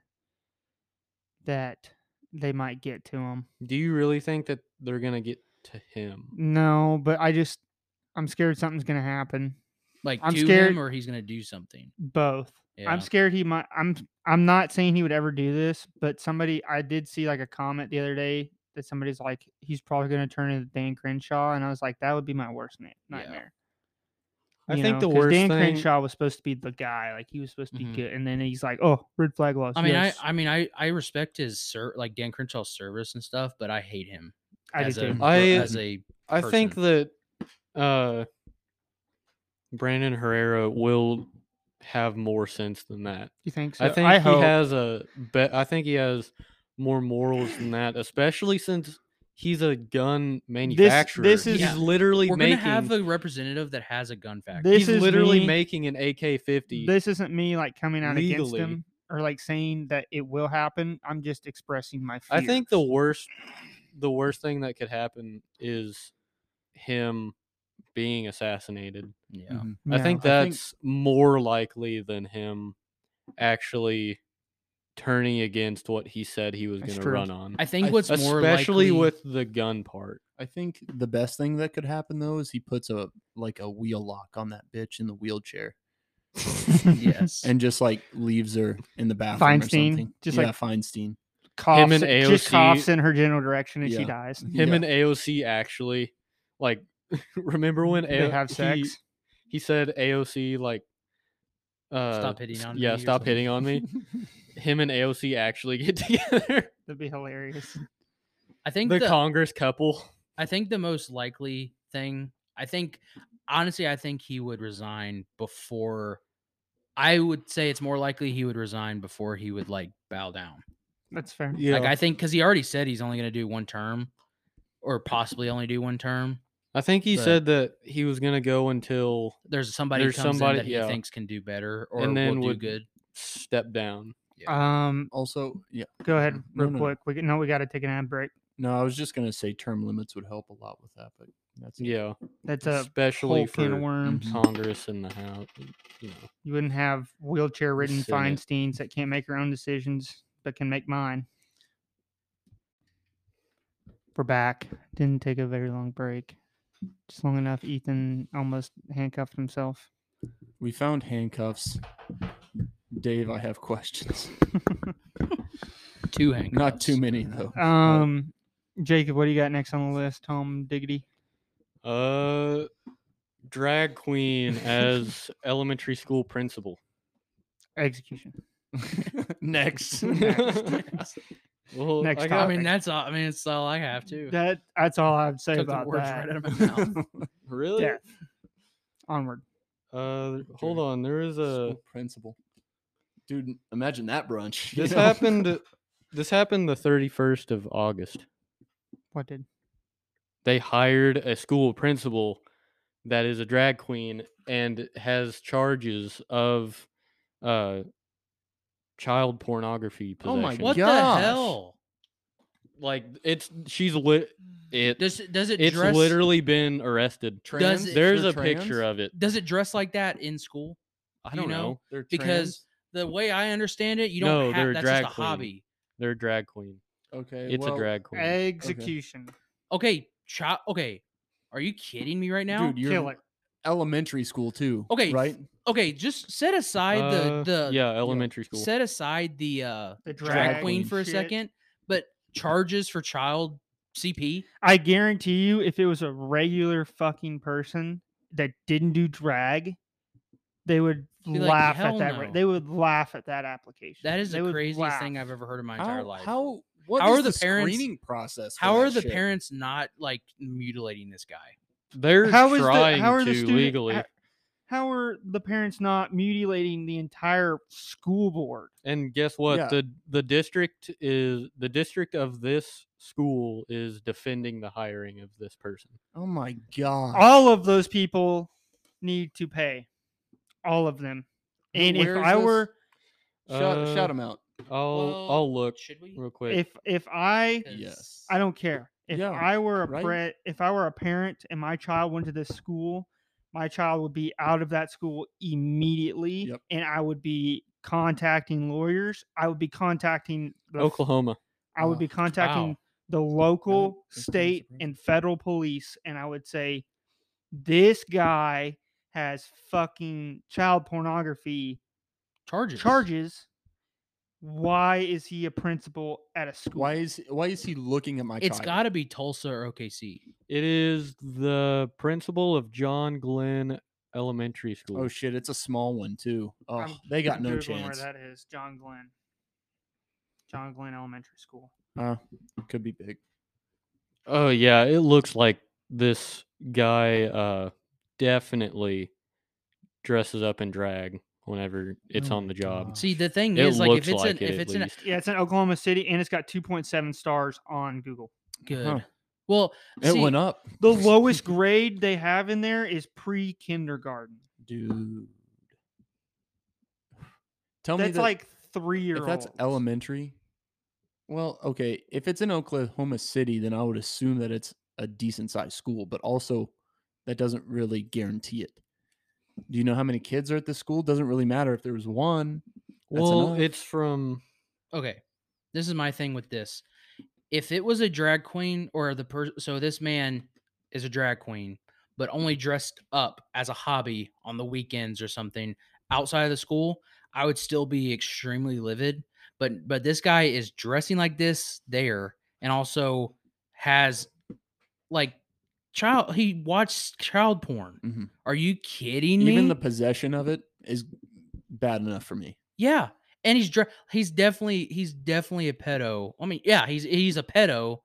S3: that they might get to him.
S2: Do you really think that they're gonna get to him?
S3: No, but I just I'm scared something's gonna happen.
S5: like
S3: I'm
S5: to
S3: scared-
S5: him or he's gonna do something.
S3: Both.
S5: Yeah.
S3: I'm scared he might I'm I'm not saying he would ever do this, but somebody I did see like a comment the other day that somebody's like he's probably gonna turn into Dan Crenshaw and I was like that would be my worst na-
S5: Yeah.
S3: nightmare.
S2: I
S3: you
S2: think
S3: know,
S2: the
S3: 'cause
S2: worst
S3: Dan
S2: thing- Mm-hmm.
S3: Crenshaw was supposed to be the guy, like he was supposed to be
S5: Mhm.
S3: good, and then he's like, "Oh, red flag laws."
S5: I mean,
S3: yes,
S5: I, I mean, I, I respect his ser- like Dan Crenshaw's service and stuff, but I hate him
S3: I,
S5: as
S3: do
S5: a
S3: too.
S5: per-
S2: I-
S5: as a
S2: I think
S5: person.
S2: that uh Brandon Herrera will have more sense than that.
S3: you think so?
S2: I think he
S3: hope.
S2: has a be- I think he has more morals than that, especially since he's a gun manufacturer.
S3: this
S2: he's
S5: is-
S2: literally
S5: we're
S2: making
S5: gonna have a representative that has a gun factory.
S3: This
S2: he's
S3: is
S2: literally
S3: me-
S2: making an AK-50.
S3: This isn't me like coming out against
S2: legally-
S3: him or like saying that it will happen. I'm just expressing my fear.
S2: I think the worst the worst thing that could happen is him being assassinated.
S5: yeah,
S6: Mhm.
S2: I think
S6: I think-
S2: that's more likely than him actually turning against what he said he was
S3: That's
S2: going to
S3: true.
S2: run on.
S5: I think
S6: I-
S5: what's more
S2: Especially
S5: likely,
S2: with the gun part.
S6: I think the best thing that could happen though is he puts a like a wheel lock on that bitch in the wheelchair
S3: <laughs>
S5: <laughs>
S2: <laughs>
S5: yes,
S6: and just like leaves her in the bathroom or
S3: Feinstein,
S6: something.
S3: just
S6: yeah,
S3: like-
S6: Feinstein.
S3: coughs,
S2: and
S3: just
S2: AOC
S3: coughs in her general direction and she
S6: Yeah.
S3: dies.
S2: Him
S6: Yeah.
S2: and AOC actually, like, <laughs> remember when
S3: They
S2: AO-
S3: have
S2: he-
S3: sex.
S2: He, said AOC like, uh,
S5: stop hitting on.
S2: yeah,
S5: me or
S2: stop
S5: something. <laughs>
S2: hitting on me. Him and AOC actually <laughs> get together.
S3: That'd be hilarious. <laughs>
S5: I think
S2: the
S5: the,
S2: Congress couple.
S5: I think the most likely thing, I think, honestly, I think he would resign before. I would say it's more likely he would resign before he would like bow down.
S3: That's fair.
S2: Yeah,
S5: Like I think because he already said he's only going to do one term, or possibly only do one term.
S2: I think he
S5: But-
S2: said that he was going to go until
S5: There's somebody
S2: There's
S5: comes in
S2: somebody-
S5: that he
S2: yeah.
S5: thinks can do better or
S2: And then
S5: will
S2: would-
S5: do good.
S2: step down.
S3: Um,
S6: Also, yeah.
S3: go ahead
S6: No,
S3: real
S6: no.
S3: quick. We no, we got to take an ad break.
S6: No, I was just gonna say term limits would help a lot with that, but that's
S2: Yeah,
S3: That's a
S2: especially
S3: whole
S2: for
S3: can of
S6: <clears throat>
S3: worms.
S6: Mhm.
S2: Congress and the House. You know,
S3: You wouldn't have wheelchair-ridden
S2: Senate.
S3: Feinstein's that can't make her own decisions but can make mine. We're back. Didn't take a very long break. Just long enough. Ethan almost handcuffed himself.
S6: We found handcuffs. Dave, I have questions. <laughs>
S2: <laughs>
S5: Two handcuffs.
S6: Not too many though. but-
S3: Um, Jacob, what do you got next on the list? Tom Diggity.
S2: uh, drag queen as elementary school principal.
S3: Execution.
S6: <laughs>
S5: <laughs>
S6: next.
S2: Well,
S3: Next
S2: I
S5: I
S2: got,
S3: topic.
S5: mean, that's all. I mean, it's all I have to.
S3: That that's all I would say
S5: Took the
S3: about
S5: words
S3: that.
S5: right out of my
S2: <laughs>
S5: mouth.
S6: <laughs>
S2: really.
S3: Death. Onward.
S2: Uh, hold
S6: Drag
S2: on. There is a.
S6: School principal. Dude, imagine that brunch. <laughs> you
S2: This
S6: know?
S2: happened. This happened the thirty first of August.
S3: What did?
S2: They hired a school principal that is a drag queen and has charges of uh child pornography
S6: Oh
S2: possession.
S6: my
S5: What
S6: Gosh.
S5: the hell?
S2: Like it's she's lit. It
S5: Does it- does it
S2: it's
S5: dress?
S2: literally been arrested.
S5: Does it-
S2: There's
S6: They're
S2: a picture
S6: trans?
S2: of it.
S5: does it dress like that in school?
S2: I
S5: you
S2: don't
S5: know?
S2: know.
S6: <laughs> They're
S5: because- The way I understand it, you don't
S2: No, they're
S5: have
S2: a
S5: that's
S2: drag
S5: just a
S2: queen.
S5: hobby.
S2: They're a drag queen.
S6: trans?
S3: Eh,
S6: okay,
S2: It's
S6: well,
S2: a drag queen.
S3: Execution.
S5: Okay, chop. Okay, are you kidding me right now?
S6: Dude, you're
S3: Kill it.
S6: elementary school too.
S5: Okay,
S6: right?
S5: okay, just set aside
S2: Uh,
S5: the the
S2: yeah elementary school.
S5: set aside the uh
S3: The
S5: drag, queen for a
S3: shit.
S5: second, but charges for child CP.
S3: I guarantee you, if it was a regular fucking person that didn't do drag, they would
S5: Be like,
S3: laugh
S5: "Hell
S3: at that. ra-
S5: no."
S3: They would laugh at that application.
S5: That is
S3: They
S5: the
S3: would
S5: craziest thing
S3: laugh.
S5: I've ever heard in my entire
S6: How,
S5: life.
S6: how, what
S5: How
S6: is
S5: are the
S6: the
S5: parents-
S6: screening process? for
S5: How are
S6: that
S5: the
S6: shit?
S5: parents not like mutilating this guy?
S2: They're
S3: How is
S2: trying
S3: the, how are
S2: to
S3: the student,
S2: legally,
S3: How, how are the parents not mutilating the entire school board?
S2: and guess what?
S6: Yeah.
S2: the The district is the district of this school is defending the hiring of this person.
S6: Oh my god!
S3: All of those people need to pay. All of them.
S6: Who-
S3: And if
S6: where is
S3: I
S6: this?
S3: were,
S6: shout,
S2: Uh,
S6: shout 'em out.
S2: I'll
S5: Well,
S2: I'll look
S5: Should we?
S2: real quick.
S3: if if I
S6: Yes.
S3: I don't care. If
S6: Yeah,
S3: I were a
S6: right?
S3: pre- if I were a parent and my child went to this school, my child would be out of that school immediately,
S6: Yep.
S3: and I would be contacting lawyers. I would be contacting the, f-
S2: Oklahoma.
S3: I would
S6: Oh, Wow.
S3: be contacting
S5: Wow.
S3: the local,
S6: that's kinda
S3: state,
S6: surprising.
S3: and federal police, and I would say, "This guy has fucking child pornography
S5: Charges.
S3: charges. Why is he a principal at a school?"
S6: Why is why is he looking at my?
S5: It's
S6: child?
S5: got to be Tulsa or OKC.
S2: It is the principal of John Glenn Elementary School.
S6: Oh shit! It's a small one too. Oh,
S3: I'm
S6: they got no
S3: Googling
S6: chance.
S3: Where that is, John Glenn. John Glenn Elementary School.
S6: Uh, could be big.
S2: Oh yeah, it looks like this guy uh definitely dresses up in drag whenever it's
S6: Oh
S2: on the
S6: my
S2: job.
S6: gosh.
S5: See, the thing
S2: It
S5: is, like,
S2: looks
S5: if it's
S2: like
S5: an
S2: it
S5: if
S2: at
S5: it's an e,
S2: least.
S3: Yeah, it's in Oklahoma City, and it's got 2.7 stars on Google.
S5: good.
S6: Huh.
S5: Well,
S6: It
S5: see,
S6: went up,
S3: The
S6: <laughs>
S3: lowest grade they have in there is pre-kindergarten.
S6: <sighs> dude. Tell me
S3: That's
S6: that
S3: like three year
S6: if
S3: old.
S6: that's elementary. Well, okay. If it's in Oklahoma City, then I would assume that it's a decent sized school, but also that doesn't really guarantee it. Do you know how many kids are at this school? Doesn't really matter if there was one. That's
S2: well,
S6: enough.
S2: it's from
S5: okay. This is my thing with this. If it was a drag queen or the person, so this man is a drag queen, but only dressed up as a hobby on the weekends or something outside of the school, I would still be extremely livid. But but this guy is dressing like this there, and also has like child. He watched child porn.
S6: Mhm.
S5: Are you kidding me?
S6: even the possession of it is bad enough for me.
S5: Yeah, and he's dre- he's definitely he's definitely a pedo. I mean, yeah, he's he's a pedo,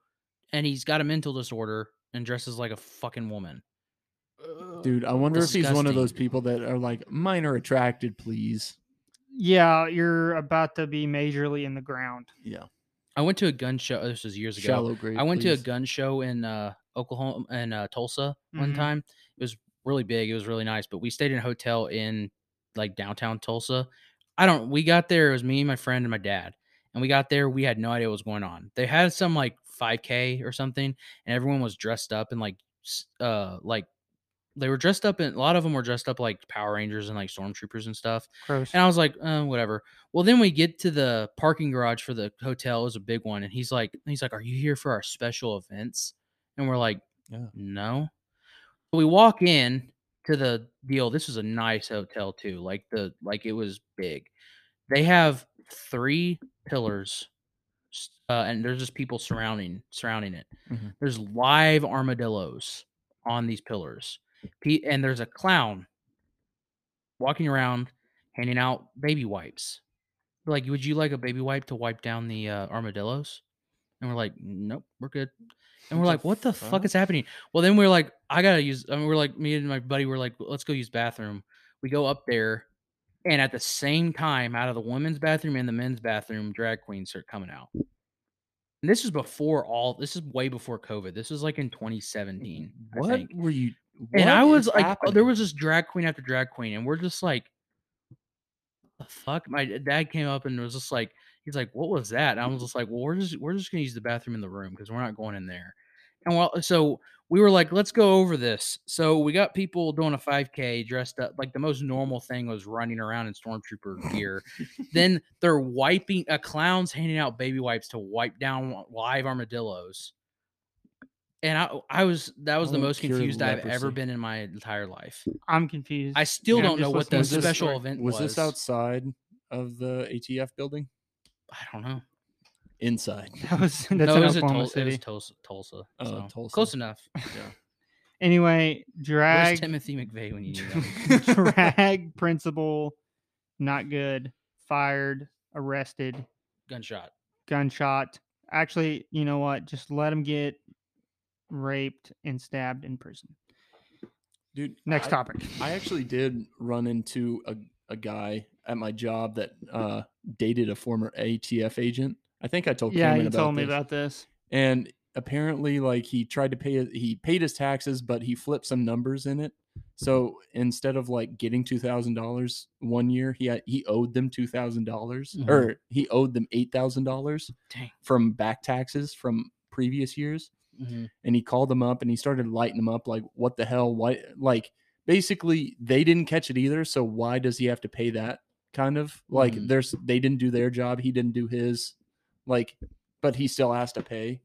S5: and he's got a mental disorder and dresses like a fucking woman.
S6: Dude, I wonder if he's one of
S5: disgusting.
S6: those people that are like minor attracted, please.
S3: yeah, you're about to be majorly in the ground.
S6: Yeah.
S5: I went to a gun show. This was years ago.
S6: Shallow grave.
S5: I went to a
S6: please.
S5: gun show in uh, Oklahoma and uh, Tulsa one
S3: Mhm.
S5: time. It was really big. It was really nice. But we stayed in a hotel in like downtown Tulsa. I don't. We got there. It was me, my friend, and my dad. And we got there. We had no idea what was going on. They had some like 5K or something, and everyone was dressed up in like, s- uh, like they were dressed up in. A lot of them were dressed up like Power Rangers and like stormtroopers and stuff.
S3: Gross.
S5: And I was like, uh, whatever. Well, then we get to the parking garage for the hotel. It was a big one, and he's like, he's like, are you here for our special events? And we're like,
S6: Yeah.
S5: no. We walk in to the deal. This is a nice hotel too. Like the like it was big. They have three pillars, s- uh, and there's just people surrounding surrounding it.
S6: Mhm.
S5: There's live armadillos on these pillars, Pe- and there's a clown walking around handing out baby wipes. Like, would you like a baby wipe to wipe down the uh, armadillos? And we're like, nope, we're good. And we're
S6: The
S5: like, what the fuck?
S6: fuck?
S5: is happening? Well, then we are like, I gotta use. I mean, we're like, me and my buddy were like, let's go use bathroom. We go up there, and at the same time, out of the women's bathroom and the men's bathroom, drag queens start coming out. And this is before all. This is way before COVID. This was like in 2017.
S6: Mm, What
S5: I think.
S6: were you?
S5: And I
S6: what
S5: was
S6: is
S5: like, oh, there
S6: happening?
S5: was just drag queen after drag queen, and we're just like, the fuck. My dad came up and was just like, he's like, what was that? And I was just like, well, we're just we're just gonna use the bathroom in the room because we're not going in there. And well, so we were like, let's go over this. So we got people doing a 5K dressed up. Like the most normal thing was running around in stormtrooper gear. then they're wiping a clown's handing out baby wipes to wipe down live armadillos. And I, I was that was
S6: How
S5: the
S6: do you
S5: most
S6: cure
S5: confused I've ever
S6: leprosy?
S5: been in my entire life.
S3: I'm confused.
S5: I still
S3: Yeah, I'm
S5: don't know
S3: just
S5: what the
S3: listening to this
S5: special
S3: story.
S5: event was.
S6: Was this outside of the ATF building?
S5: I don't know. <laughs>
S6: Inside.
S3: <laughs> that was that's
S5: no,
S3: in
S5: it was, a
S3: Oklahoma
S5: Tul- it
S3: City.
S5: was Tulsa. Tulsa,
S6: Oh,
S5: so Close
S6: Tulsa.
S5: enough.
S3: Anyway, <laughs>
S5: Where's
S3: drag
S5: Timothy McVeigh when you need
S3: <laughs>
S5: him? <laughs>
S3: drag principal, not good. Fired, arrested,
S5: Gunshot.
S3: gunshot. Actually, you know what? Just let him get raped and stabbed in prison.
S6: Dude,
S3: Next
S6: I-
S3: topic.
S6: I actually did run into a, a guy at my job that uh, dated a former ATF agent. I think I told
S3: yeah,
S6: Cameron
S3: you
S6: about
S3: told me
S6: this.
S3: about this.
S6: and apparently like he tried to pay he paid his taxes but he flipped some numbers in it so instead of like getting $2000 one year he had, he owed them $2000 dollars
S5: Mhm.
S6: or he owed them $8000
S5: Dang.
S6: from back taxes from previous years
S5: Mhm.
S6: and he called them up and he started lighting them up like what the hell why like basically they didn't catch it either so why does he have to pay that kind of like
S5: Mhm.
S6: there's they didn't do their job he didn't do his like but he still has to pay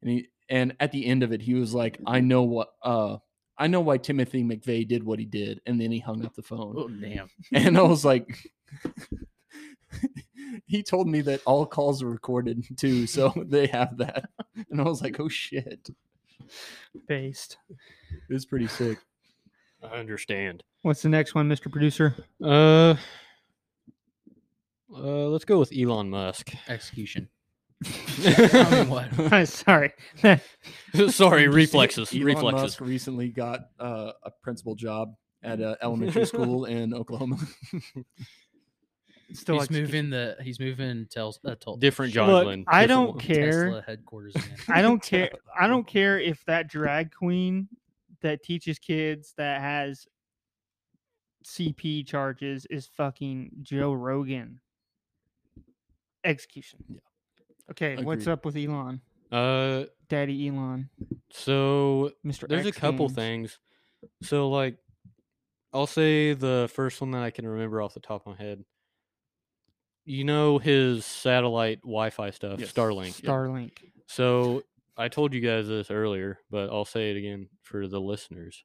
S6: and he and at the end of it he was like i know what uh i know why timothy mcveigh did what he did and then he hung up the phone
S5: <laughs> Oh damn.
S6: and I was like, <laughs> he told me that all calls are recorded too, so <laughs> they have that. And I was like, oh shit,
S3: Based.
S6: it's pretty sick.
S2: I understand.
S3: What's the next one, Mr. Producer? <laughs>
S2: Uh, uh, let's go with Elon Musk.
S3: <laughs>
S5: Execution. I mean, what?
S3: Sorry. That
S2: <laughs>
S5: <laughs>
S2: Sorry,
S6: Did you see
S2: reflexes,
S6: Elon
S2: reflexes.
S6: Musk recently got uh, a principal job at an elementary school in Oklahoma. <laughs> Mm-hmm,
S3: Still
S5: he's
S3: execution.
S5: moving the. He's moving Tel- uh, Tel-
S2: Different John
S3: Look,
S2: Glenn.
S3: I
S2: different
S3: don't
S2: one.
S3: care.
S5: Tesla headquarters. Again.
S3: <laughs> I don't care. I don't care if that drag queen that teaches kids that has CP charges is fucking Joe Rogan. Execution.
S6: Yeah.
S3: Okay, what's
S6: Agreed.
S3: up with Elon?
S2: Uh,
S3: Daddy Elon,
S2: so
S3: Mr.
S2: there's a
S3: X
S2: couple
S3: Games.
S2: things. So like, I'll say the first one that I can remember off the top of my head. You know his satellite Wi-Fi stuff,
S6: Yes.
S2: Starlink.
S3: Starlink.
S2: So I told you guys this earlier, but I'll say it again for the listeners.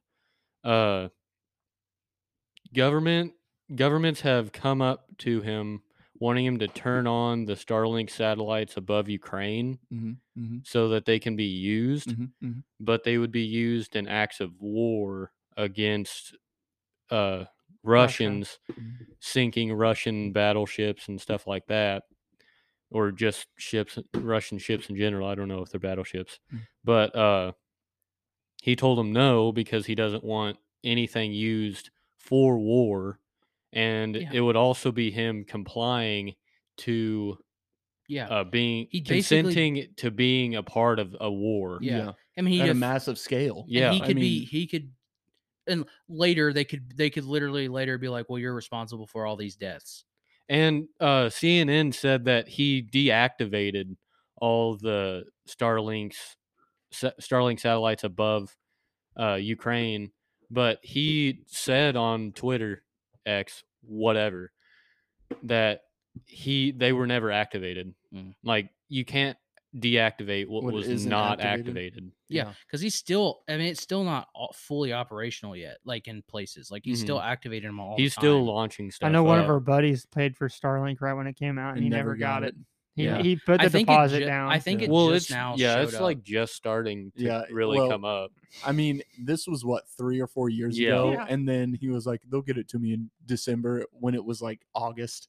S2: Uh, government governments have come up to him wanting him to turn on the Starlink satellites above Ukraine
S6: Mhm, mhm,
S2: so that they can be used,
S6: mhm, mhm.
S2: but they would be used in acts of war against uh, Russians, sinking Russian battleships and stuff like that or just ships, Russian ships in general. I don't know if they're battleships,
S6: Mm.
S2: but uh, he told them no because he doesn't want anything used for war, and
S5: Yeah.
S2: it would also be him complying to
S5: yeah.
S2: uh, being
S5: He basically-
S2: consenting to being a part of a war.
S5: Yeah. I mean, he
S6: at a
S5: def-
S6: massive scale.
S5: and
S2: Yeah,
S5: he
S6: I
S5: could be
S6: mean-
S5: he could and later they could they could literally later be like, "Well, you're responsible for all these deaths."
S2: And uh, CNN said that he deactivated all the Starlink's sa- Starlink satellites above uh, Ukraine, but he said on Twitter X whatever that he they were never activated.
S5: Mm.
S2: Like you can't deactivate what,
S6: What
S2: was
S6: isn't
S2: not
S6: activated.
S2: activated.
S5: Yeah, because he's still. I mean, it's still not o- fully operational yet. Like in places, like he's still activating them all. the
S2: He's still
S5: time.
S2: launching stuff.
S3: I know one
S2: up.
S3: of our buddies paid for Starlink right when it came out, and, he never got, it. He,
S6: Yeah.
S3: he put
S5: I
S3: the
S5: think it
S3: deposit
S5: ju-
S3: down.
S5: I think it
S2: well,
S5: just
S2: it's
S5: now.
S2: yeah,
S5: showed
S2: it's
S5: up.
S2: like just starting to
S6: Yeah,
S2: really
S6: well,
S2: come up.
S6: I mean, this was what three or four years
S2: Yeah.
S6: ago,
S3: Yeah.
S6: and then he was like, "They'll get it to me in December." When it was like August,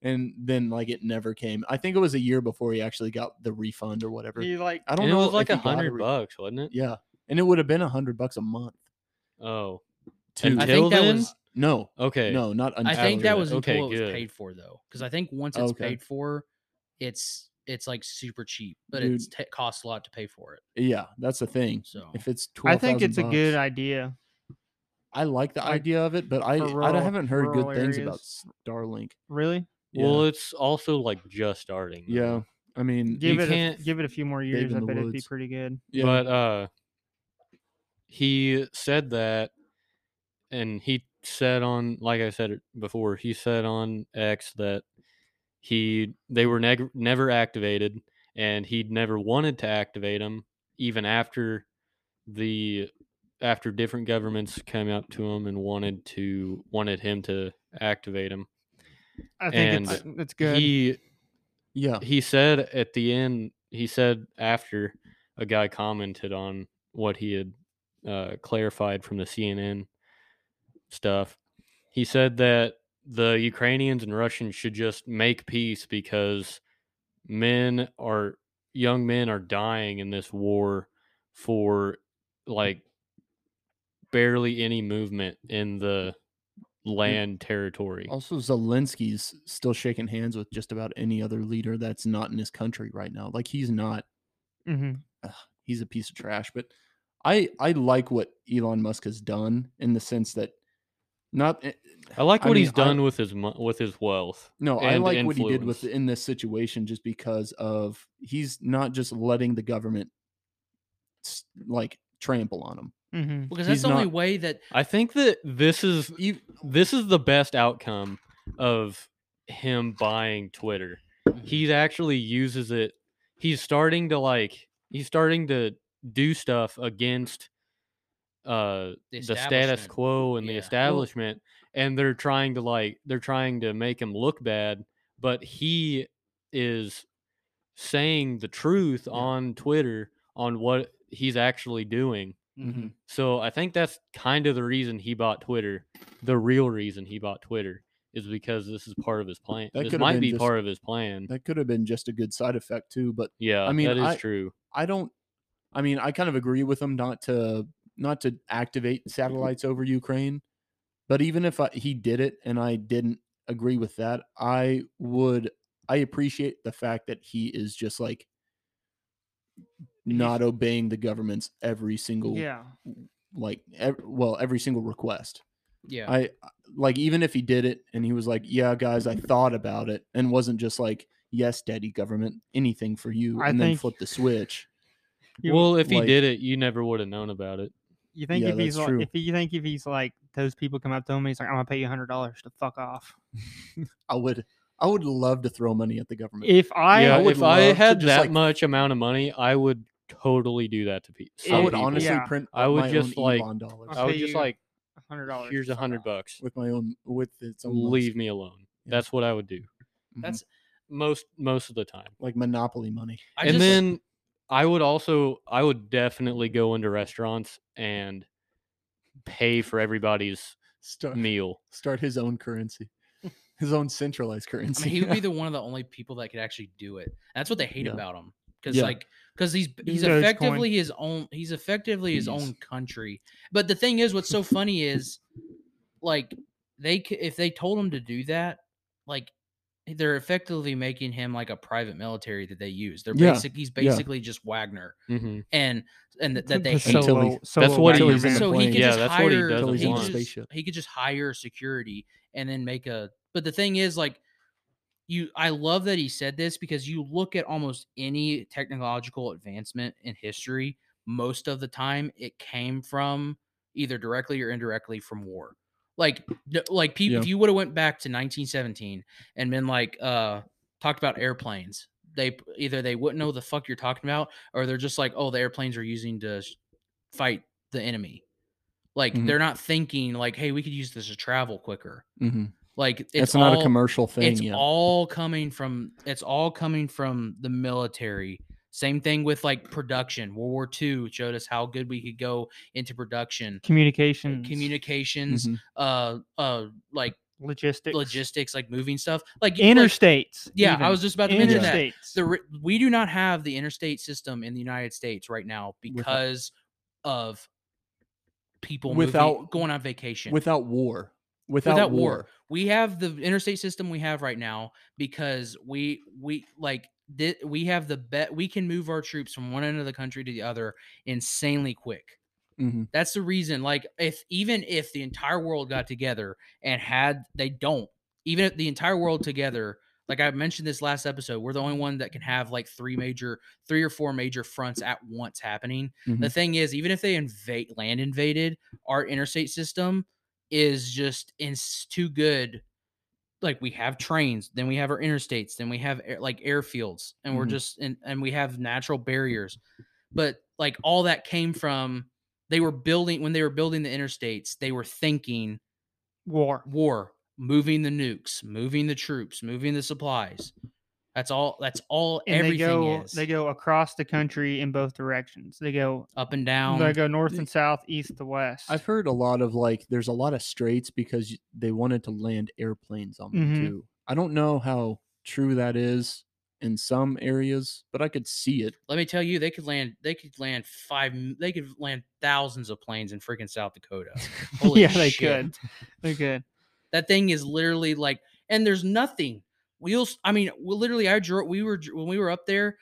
S6: and then like it never came. I think it was a year before he actually got the refund or whatever.
S3: he like
S6: I don't
S2: and
S6: know.
S2: It was like a
S6: if he got
S2: hundred
S6: re-
S2: bucks, wasn't it?
S6: Yeah, and it would have been a hundred bucks a month.
S2: Oh,
S6: To,
S5: I
S2: Until
S5: think that
S2: then?
S5: was.
S6: no,
S2: okay.
S6: no, not until
S5: I think that
S2: after
S5: was
S2: that.
S5: until
S2: Okay,
S5: it was
S2: good.
S5: paid for though, because I think once it's
S6: Okay.
S5: paid for, it's it's like super cheap, but
S6: Dude.
S5: it's t- costs a lot to pay for it.
S6: yeah, that's the thing.
S5: So
S6: If it's
S3: I
S6: twelve,
S3: think it's a good
S6: I,
S3: idea.
S6: like the
S3: like,
S6: idea of it, but I
S3: for
S6: I
S3: rural-
S6: haven't heard good
S3: rural
S6: things about Starlink.
S3: Really,
S6: Yeah.
S2: Well, it's also like just starting. though.
S6: yeah. I mean,
S3: give
S2: You
S3: it a,
S2: can't-
S3: give it a few more years.
S6: in
S3: I
S6: the
S3: bet it'd be
S6: woods.
S3: pretty good.
S6: yeah.
S2: But uh, he said that, and he said on, like I said it before, he said on X that he they were neg- never activated, and he'd never wanted to activate them, even after the after different governments came up to him and wanted to wanted him to activate him.
S3: I think
S2: And
S3: it's it's good.
S2: He
S6: yeah,
S2: he said at the end he said after a guy commented on what he had uh, clarified from the cnn stuff he said that the ukrainians and russians should just make peace because men are young men are dying in this war for like barely any movement in the
S6: Mm.
S2: land territory
S6: Also, Zelensky's still shaking hands with just about any other leader that's not in his country right now. Like he's not,
S3: hmm
S6: he's a piece of trash. But I I like what Elon Musk has done in the sense that not eh,
S2: i like
S6: I
S2: what
S6: mean,
S2: he's
S6: I-
S2: done with his mo- with his wealth
S6: no, I
S2: And
S6: like what he did with
S2: influence.
S6: in this situation just because of he's not just letting the government s- like trample on him.
S3: hmm
S5: because
S6: he's
S5: that's the only
S6: not-
S5: way that
S2: I think that this is e, this is the best outcome of him buying Twitter.
S5: Mm-hmm.
S2: He actually uses it. He's starting to like he's starting to do stuff against uh
S5: the,
S2: the status
S5: establishment-
S2: quo and
S5: Yeah.
S2: the
S5: Well-
S2: establishment and they're trying to like they're trying to make him look bad, but he is saying the truth on Twitter on what he's actually doing.
S5: Mhm.
S2: So I think that's kind of the reason he bought Twitter. The real reason he bought Twitter is because this is part of his plan.
S6: That could
S2: this
S6: have
S2: might
S6: been
S2: be
S6: just-
S2: part of his plan.
S6: That could have been just a good side effect too, but
S2: yeah,
S6: I mean,
S2: that is
S6: I-
S2: true.
S6: I don't. I mean, I kind of agree with him not to not to
S2: Mm-hmm.
S6: activate satellites over Ukraine, but even if I, he did it and I didn't agree with that, I would. I appreciate the fact that he is just like not obeying the government's every single
S3: Yeah,
S6: like ev- well every single request.
S5: Yeah,
S6: I like even if he did it and he was like, "Yeah, guys, I thought about it," and wasn't just like, "Yes, daddy, government, anything for you,"
S3: I
S6: and then
S3: think-
S6: flip the switch.
S3: You-
S2: well, if he
S6: like-
S2: did it, you never would have known about it.
S3: you think
S6: Yeah,
S3: if he's
S6: that's
S3: like,
S6: true.
S3: if he- you think if he's like those people come up to him, he's like, I'm gonna pay you hundred dollars to fuck off.
S6: I would I would love to throw money at the government.
S3: If I
S2: yeah,
S6: would
S2: if I
S6: love to
S2: had
S6: just,
S2: that
S6: like-
S2: much amount of money, I would totally do that to pe-
S6: I
S2: some
S6: would
S2: people.
S6: honestly
S3: Yeah.
S6: print
S2: I
S6: up
S2: would
S6: my
S2: just,
S6: own
S2: like-
S6: Elon dollars
S2: I
S3: I'll
S2: would
S3: pay
S2: just
S3: you
S2: like
S3: hundred dollars.
S2: here's a hundred bucks.
S6: with my own with its own money.
S2: Leave me alone.
S6: Yeah.
S2: That's what I would do
S6: Mhm.
S5: that's
S2: most most of the time.
S6: like monopoly money.
S5: I
S2: and
S5: just,
S2: then I would also I would definitely go into restaurants and pay for everybody's
S6: Start
S2: meal.
S6: start his own currency. His own centralized
S5: I
S6: currency.
S5: mean, he
S6: <laughs>
S5: would be the one of the only people that could actually do it. That's what they hate
S6: Yeah.
S5: about him because
S6: Yeah.
S5: like because he's he's
S3: Dogecoin.
S5: effectively his own he's effectively his
S6: Please.
S5: own country. But the thing
S6: <laughs>
S5: is, what's so funny is like they c- if they told him to do that, like they're effectively making him like a private military that they use. They're
S6: Yeah,
S5: basic. He's
S6: yeah.
S5: basically just Wagner,
S2: Mhm.
S5: and and
S6: <laughs>
S5: that, that they
S3: The
S5: hate.
S6: Until he-
S2: That's what he-
S3: Wagner
S6: he's
S3: <laughs>
S2: <laughs>
S6: in
S3: band.
S6: the
S5: so he
S6: plane.
S5: could
S2: Yeah,
S5: just
S2: that's what he
S5: hire.
S2: doesn't
S5: he,
S2: want.
S5: could just,
S6: Spaceship.
S5: he could just hire security and then make a. But the thing is, like, you, I love that he said this because you look at almost any technological advancement in history. Most of the time, it came from either directly or indirectly from war. Like, d- like people,
S6: Yeah.
S5: if you would have went back to 1917 and been like, uh, talked about airplanes. They p- either they wouldn't know
S2: Mm.
S5: the fuck you're talking about, or they're just like, oh, the airplanes are using to sh- fight the enemy. Like
S6: Mhm.
S5: they're not thinking like, hey, we could use this to travel quicker.
S6: Mhm.
S5: Like it's,
S6: It's not
S5: all-
S6: a commercial thing.
S5: It's
S6: yeah.
S5: all coming from it's all coming from the military. Same thing with like production. World War II showed us how good we could go into production,
S3: Communications,
S5: communications,
S6: Mhm.
S5: uh, uh, like
S3: logistics,
S5: logistics, like moving stuff, like like-
S3: interstates.
S5: yeah,
S3: even.
S5: I was just about to mention that
S3: interstates.
S5: the re- we do not have the interstate system in the United States right now because of people moving-
S6: Without-
S5: going on vacation.
S6: without war. Without,
S5: Without war.
S6: war.
S5: we have the interstate system we have right now because we we like thi- we have the bet we can move our troops from one end of the country to the other insanely quick.
S6: Mhm.
S5: That's the reason. Like if even if the entire world got together and had they don't even if the entire world together. Like I mentioned this last episode, we're the only one that can have like three major, three or four major fronts at once happening. The thing is, even if they invade land invaded, our interstate system is just it's too good. Like we have trains, then we have our interstates, then we have air, like airfields, and we're
S6: Mhm.
S5: just and, and we have natural barriers. But like all that came from they were building when they were building the interstates, they were thinking
S3: war.
S5: war, moving the nukes, moving the troops, moving the supplies. That's all that's all
S3: And
S5: everything
S3: they go
S5: is
S3: they go across the country in both directions. They go
S5: up and down.
S3: they go north and south, east to west.
S6: I've heard a lot of like there's a lot of straits because y- they wanted to land airplanes on them
S5: Mm-hmm.
S3: Mhm.
S6: too. I don't know how true that is in some areas, but I could see it.
S5: let me tell you, they could land. They could land five. m- They could land thousands of planes in freaking
S3: <laughs>
S5: South Dakota. Holy
S3: yeah, they
S5: shit.
S3: could. They could.
S5: That thing is literally like, and there's nothing. Wheels. I mean, we literally, I drove. We were dr- when we were up there.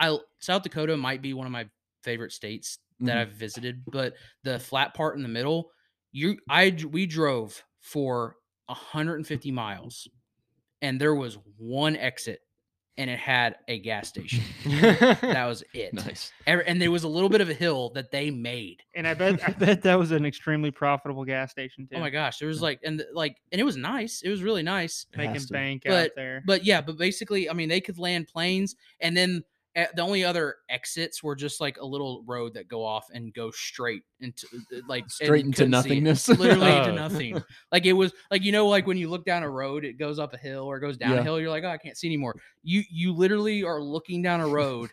S5: I South Dakota might be one of my favorite states that
S6: Mhm.
S5: I've visited, but the flat part in the middle, you, I, d- we drove for 150 miles, and there was one exit, and it had a
S6: <laughs>
S5: gas station. that was it.
S6: Nice.
S5: Every, and there was a little bit of a hill that they made.
S3: And I bet I <laughs> bet that was an extremely profitable gas station too.
S5: Oh my gosh, there was like and th- like and it was nice. It was really nice.
S3: Making
S6: has to be.
S3: bank out
S5: But-
S3: there.
S5: But yeah, but basically, I mean, they could land planes, and then uh, the only other exits were just like a little road that go off and go straight into uh, like and
S6: Straight
S5: you
S6: into
S5: couldn't see it.
S6: nothingness. <laughs>
S5: Literally into
S2: Oh.
S5: nothing. Like it was like you know like when you look down a road, it goes up a hill or it goes down
S6: Yeah.
S5: a hill. You're like, oh, I can't see anymore. You you literally are looking down a road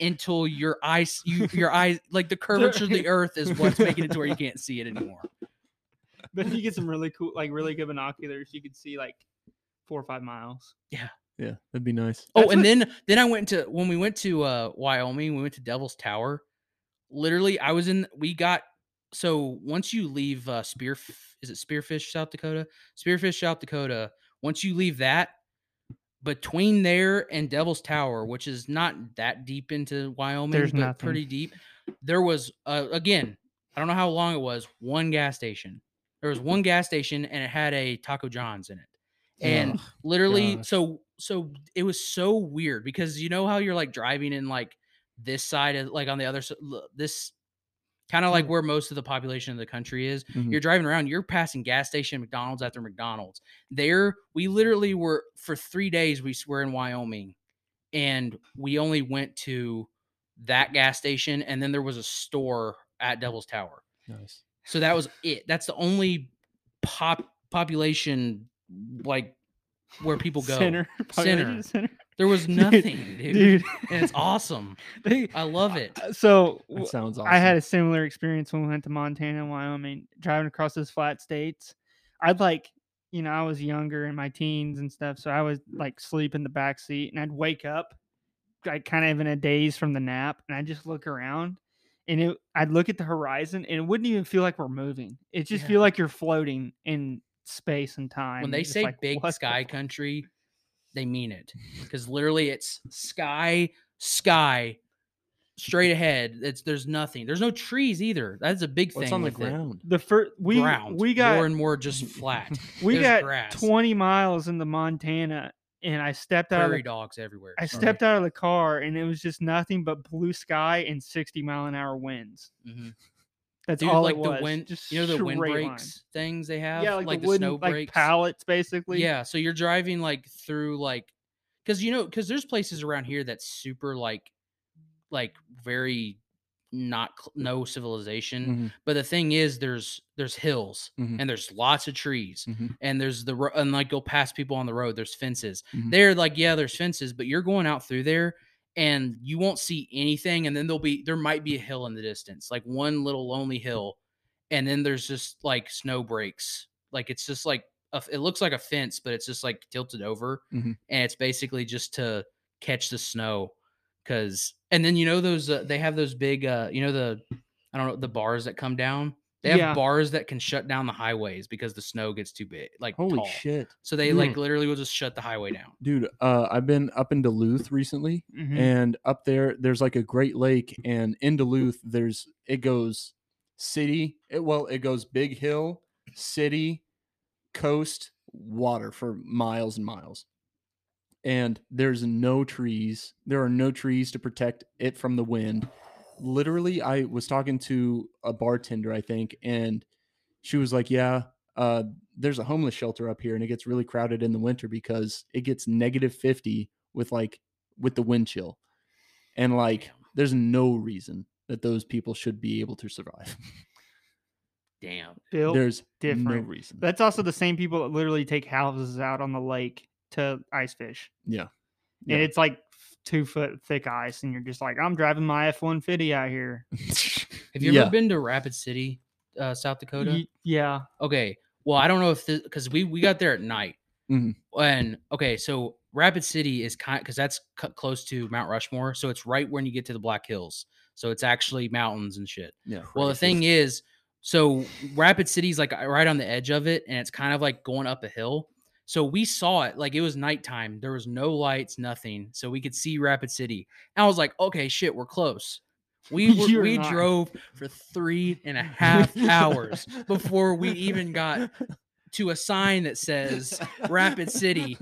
S5: until your eyes you your eyes
S6: <laughs>
S5: like the curvature of the earth is what's making it to where you can't see it anymore.
S3: But if you
S5: <laughs>
S3: get some really cool, like really good binoculars, you could see like four or five miles.
S6: yeah, that'd be nice.
S5: Oh, and then then I went to when we went to uh Wyoming, we went to Devil's Tower. Literally, I was in we got so once you leave uh Spear is it Spearfish, South Dakota? Spearfish, South Dakota. Once you leave that between there and Devil's Tower, which is not that deep into Wyoming,
S3: There's
S5: but
S3: nothing.
S5: pretty deep, there was uh, again, I don't know how long it was, one gas station. There was one gas station and it had a Taco John's in it. And literally
S2: gosh.
S5: so so it was so weird because you know how you're like driving in like this side of like on the other side this kind of like where most of the population of the country is
S6: Mhm.
S5: you're driving around you're passing gas station mcdonald's after mcdonald's there we literally were for three days we s- were in wyoming and we only went to that gas station and then there was a store at devil's tower
S6: nice.
S5: so that was it. That's the only pop population like
S3: <laughs>
S5: where people go.
S3: Center, population
S5: Center.
S3: center.
S5: There
S3: <laughs>
S5: was
S3: Dude,
S5: nothing, dude.
S3: dude.
S5: And it's awesome.
S3: <laughs> They-
S5: I
S3: <laughs>
S5: love it.
S3: uh, So
S6: That
S3: w-
S6: sounds awesome.
S3: I had a similar experience when we went to Montana and Wyoming, driving across those flat states. I'd like, you know, I was younger in my teens and stuff, so I was like sleep in the back seat, and I'd wake up, like kind of in a daze from the nap, and I just look around, and it, I'd look at the horizon, and it wouldn't even feel like we're moving. It just
S5: Yeah.
S3: feel like you're floating in space and time.
S5: When they
S3: It's
S5: say
S3: like,
S5: big
S3: what the
S5: sky
S3: fu-
S5: country, they mean it because literally it's sky, sky, straight ahead. It's there's nothing. There's no trees either. That's a big thing.
S2: What's on the
S5: with it.
S2: ground?
S3: The first we
S5: ground.
S3: we got
S5: more and
S3: <laughs>
S5: more just flat.
S3: we
S5: There's
S3: got
S5: grass.
S3: 20 miles into Montana, and I stepped out. Of
S5: Prairie
S3: the,
S5: dogs everywhere.
S3: I stepped out of the car, and it was just nothing but blue sky and 60 mile an hour winds.
S5: Mhm.
S3: That's
S5: Dude,
S3: all
S5: like
S3: it
S5: the
S3: was.
S5: wind,
S3: just
S5: you know, the
S3: straight
S5: wind
S3: line.
S5: breaks things they have,
S3: yeah, like,
S5: like,
S3: the,
S5: the,
S3: wooden,
S5: snow
S3: like
S5: breaks.
S3: pallets, basically.
S5: Yeah, so you're driving like through like, because you know, because there's places around here that's super like, like very not cl- no civilization.
S6: Mhm.
S5: But the thing is, there's there's hills
S6: Mhm.
S5: and there's lots of trees
S6: Mhm.
S5: and there's the ro- and like you'll pass people on the road. There's fences.
S6: Mhm.
S5: They're like yeah, there's fences, but you're going out through there and you won't see anything. And then there'll be there might be a hill in the distance, like one little lonely hill, and then there's just like snow breaks. Like it's just like a f it looks like a fence, but it's just like tilted over,
S6: Mhm.
S5: and it's basically just to catch the snow. Cause and then you know those uh, they have those big uh you know the I don't know the bars that come down. They have
S3: Yeah.
S5: bars that can shut down the highways because the snow gets too big, like
S6: Holy
S5: tall.
S6: shit, Mm.
S5: So they like literally will just shut the highway down.
S6: dude! Uh, I've been up in Duluth recently,
S3: Mhm.
S6: and up there there's like a Great Lake, and in Duluth there's it goes city. It, well, it goes big hill, city, coast, water for miles and miles. And there's no trees. There are no trees to protect it from the wind. Literally, I was talking to a bartender, I think, and she was like, "Yeah, uh, there's a homeless shelter up here, and it gets really crowded in the winter because it gets negative fifty with like with the wind chill, and like
S5: Damn.
S6: there's no reason that those people should be able to survive. <laughs>
S5: Damn.
S3: Built
S6: there's no
S3: different.
S6: reason.
S3: That's also the same people that literally take houses out on the lake to ice fish.
S6: yeah, <laughs>
S3: And it's like two foot thick ice, and you're just like, I'm driving my F 150 out here.
S5: Have you
S6: Yeah.
S5: ever been to Rapid City, uh, South Dakota?
S3: Ye- yeah.
S5: okay well i don't know if this because we we got there at night
S6: Mhm.
S5: and okay so rapid city is kind because that's cu- close to mount rushmore so it's right when you get to the black hills so it's actually mountains and shit
S6: yeah.
S5: well the thing is so rapid city's like uh, right on the edge of it and it's kind of like going up a hill so we saw it like it was nighttime there was no lights nothing so we could see rapid city and i was like okay shit we're close
S3: <laughs>
S5: we were,
S3: You're
S5: we
S3: not.
S5: drove for three and a half
S3: <laughs>
S5: hours before we even got to a sign that says Rapid City,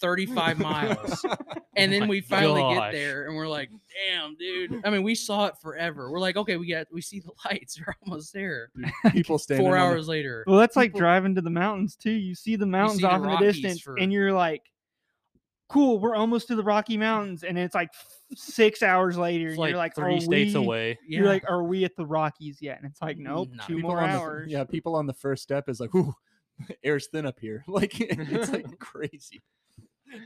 S5: 35 miles. And then
S2: my
S5: we finally
S2: gosh.
S5: get there and we're like, damn, dude. I mean, we saw it forever. We're like, okay, we got we see the lights. <laughs> We're almost there.
S6: <laughs> people standing
S5: Four
S6: on the-
S5: hours later.
S3: Well, that's like
S5: People-
S3: driving to the mountains too. You see the mountains
S5: the
S3: off in the
S5: Rockies
S3: distance,
S5: for-
S3: and you're like, "Cool, we're almost to the Rocky Mountains," and it's like f- six hours later,
S2: It's
S3: and
S2: like
S3: you're like,
S2: three
S3: "Are
S2: states
S3: we-"
S2: away.
S5: Yeah.
S3: You're like, "Are we at the Rockies yet?" And it's like, "Nope,
S5: Nah.
S3: two
S6: people
S3: more
S6: on the-
S3: hours."
S6: yeah, people on the first step is like, "Ooh, <laughs> air's thin up here." <laughs> Like it's like
S5: <laughs>
S6: crazy.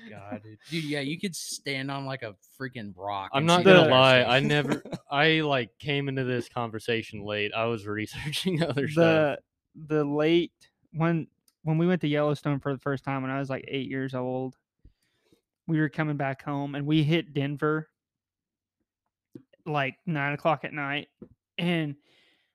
S5: God, dude. Dude, yeah, you could stand on like a freaking rock.
S2: I'm
S5: and
S2: not
S5: see the
S2: gonna
S5: entire
S2: lie.
S3: <laughs>
S5: city.
S2: I never. I like came into this conversation late. I was <laughs> researching other stuff.
S3: the the late when when we went to Yellowstone for the first time when I was like eight years old, we were coming back home and we hit Denver like nine o'clock at night, and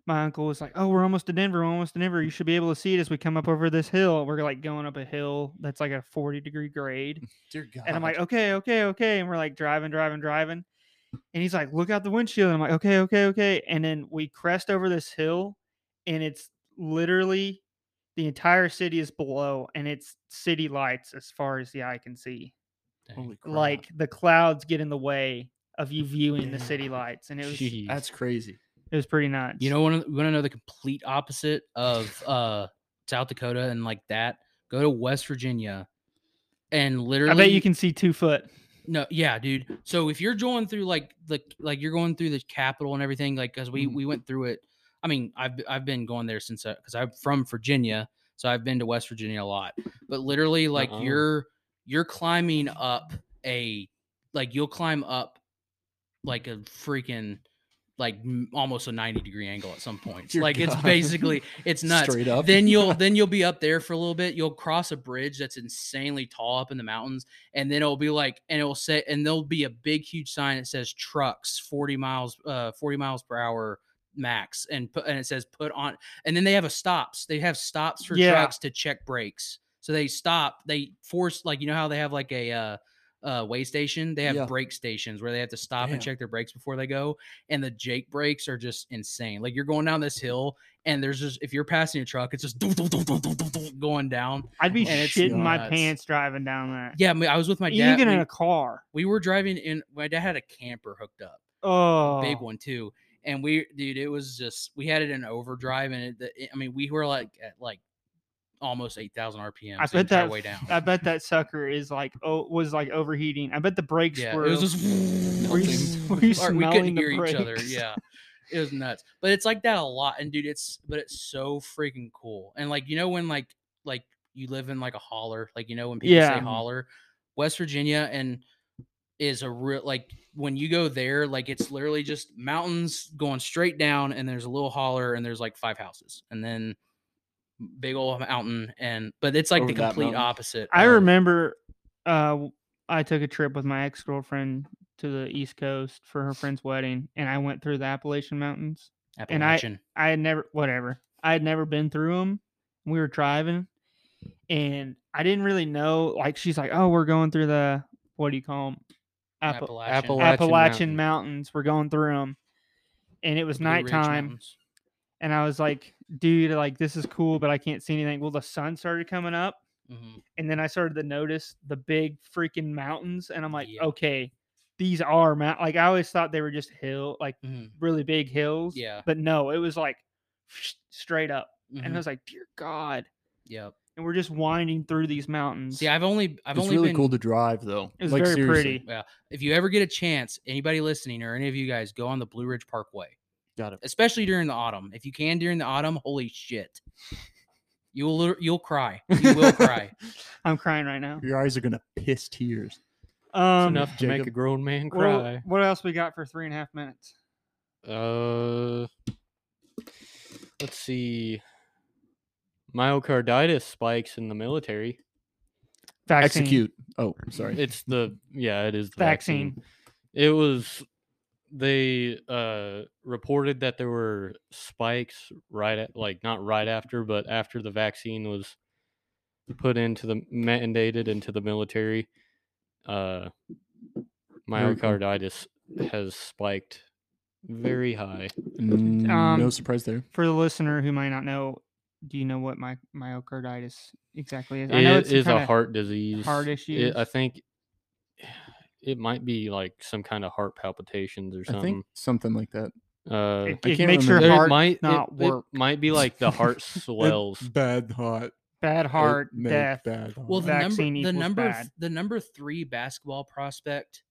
S3: my uncle was like, "Oh, we're almost to Denver. We're almost to Denver. You should be able to see it as we come up over this hill." We're like going up a hill that's like a forty degree grade,
S6: Dear God.
S3: and I'm like,
S5: <laughs>
S3: okay, okay, okay. And we're like driving, driving, driving. And he's like, look out the windshield. And I'm like, okay, okay, okay. And then we crest over this hill, and it's literally the entire city is below, and it's city lights as far as the eye can see.
S6: Holy crap.
S3: Like the clouds get in the way of you viewing the city lights, and it was um,
S2: Jeez.
S6: that's crazy.
S3: it was pretty nuts.
S5: You know, want to want to know the complete opposite of uh South Dakota and like that? Go to West Virginia, and literally,
S3: I bet you can see two foot.
S5: No, yeah, dude. So if you're going through like the like you're going through the capital and everything, like because we
S6: Mhm.
S5: we went through it. I mean, I've b- I've been going there since because I'm from Virginia, so I've been to West Virginia a lot. But literally, like
S2: Uh-uh.
S5: you're you're climbing up a like you'll climb up like a freaking like m- almost a 90 degree angle at some
S6: <laughs>
S5: point.
S6: Dear
S5: like it's
S6: God.
S5: basically
S6: <laughs>
S5: it's nuts
S6: Straight up. <laughs>
S5: then you'll then you'll be up there for a little bit. You'll cross a bridge that's insanely tall up in the mountains, and then it'll be like, and it'll say, and there'll be a big huge sign that says trucks forty miles, uh, forty miles per hour max, and put and it says put on, and then they have a stops. They have stops for
S3: Yeah.
S5: trucks to check brakes. So they stop. They force like you know how they have like a uh, uh, way station. They have
S6: Yeah.
S5: brake stations where they have to stop
S6: Damn.
S5: and check their brakes before they go. And the Jake brakes are just insane. Like you're going down
S3: Mm-hmm.
S5: this hill and there's just if you're passing a truck, it's just doo, doo, doo, doo, doo, doo, doo, going down.
S3: I'd be
S5: And it's
S3: shitting my
S5: nuts.
S3: pants driving down that.
S5: Yeah, I, mean, I was with my dad.
S3: Even
S5: we,
S3: in a car.
S5: we were driving in. My dad had a camper hooked up
S3: Oh,
S5: big one too. And we, dude, it was just we had it in overdrive, and it, the, I mean, we were like at like almost eight thousand RPM.
S3: I bet that
S5: way down.
S3: I bet that sucker is like oh was like overheating. I bet the brakes
S5: yeah,
S3: were.
S5: it was
S3: <laughs>
S5: just.
S3: were you, s- were you
S5: or
S3: smelling
S5: we couldn't
S3: the
S5: hear each other.
S3: brakes?
S5: Yeah, it was nuts. But it's like that a lot, and dude, it's but it's so freaking cool. And like you know when like like you live in like a holler, like you know when people
S3: Yeah.
S5: say holler, West Virginia and is a real like when you go there, like it's literally just mountains going straight down, and there's a little holler, and there's like five houses, and then big old mountain, and but it's like
S6: Over
S5: the
S6: that
S5: complete
S6: mountain.
S5: opposite.
S3: I
S5: of-
S3: remember uh, w- I took a trip with my ex girlfriend to the East Coast for her friend's wedding, and I went through the Appalachian Mountains. and I-
S5: Appalachian.
S3: I had never, whatever, I had never been through them. We were driving, and I didn't really know. Like, she's like, "Oh, we're going through the what do you call them?
S6: Appala-
S5: Appalachian.
S3: Appalachian,
S6: Appalachian
S3: Mountains.
S6: Mountain.
S3: We're going through them." And it was
S5: Blue Ridge
S3: nighttime,
S5: Mountains.
S3: and I was like, "Dude, like this is cool, but I can't see anything." Well, the sun started coming up,
S5: Mhm.
S3: and then I started to notice the big freaking mountains, and I'm like,
S5: Yeah.
S3: okay, these are mount. Like I always thought they were just hill, like
S5: Mhm.
S3: really big hills.
S5: Yeah.
S3: But no, it was like straight up, and
S5: Mhm.
S3: I was like, dear God.
S5: Yep.
S3: And we're just winding through these mountains.
S5: See, I've only I've
S6: it's
S5: only
S6: really
S5: been
S6: cool to drive though.
S3: it was
S6: Like,
S3: very
S6: seriously.
S3: pretty.
S5: if you ever get a chance, anybody listening or any of you guys go on the Blue Ridge Parkway.
S6: Got it.
S5: Especially during the autumn. If you can during the autumn, holy shit. You will lit-
S6: <laughs>
S5: you'll cry. You will cry.
S3: I'm crying right now.
S6: Your eyes are gonna piss tears.
S2: It's
S3: Um,
S2: enough to make a
S6: Jacob.
S2: grown man
S3: what, el-
S2: cry.
S3: what else we got for three and a half minutes?
S2: Uh, let's see. Myocarditis spikes in the military.
S3: Vaccine.
S6: Execute. Oh, I'm sorry.
S2: It's the yeah, it is the
S3: Vaccine.
S2: It was they uh reported that there were spikes right at like not right after, but after the vaccine was put into the mandated into the military. Uh myocarditis has spiked very high.
S6: Mm, no
S3: Um,
S6: surprise there.
S3: For the listener who might not know, do you know what my- myocarditis exactly is?
S2: It
S3: some
S2: is a
S3: kinda-
S2: heart disease.
S3: heart
S2: It- I
S3: issues.
S2: think <sighs> it might be like some kind of heart palpitations or
S6: I
S2: something.
S6: think something like that.
S3: It,
S2: uh,
S6: I
S3: it
S6: can't
S3: makes your
S2: There-
S6: remember.
S3: heart
S2: it might it-
S3: not
S2: it,
S3: work.
S2: might be like the
S5: <laughs>
S2: heart swells.
S6: Bad hot.
S3: bad heart
S6: make
S3: death.
S6: bad hot.
S5: Well, the
S3: Vaccine
S5: number the
S3: equals
S5: number th-
S3: bad.
S5: the number 3 basketball prospect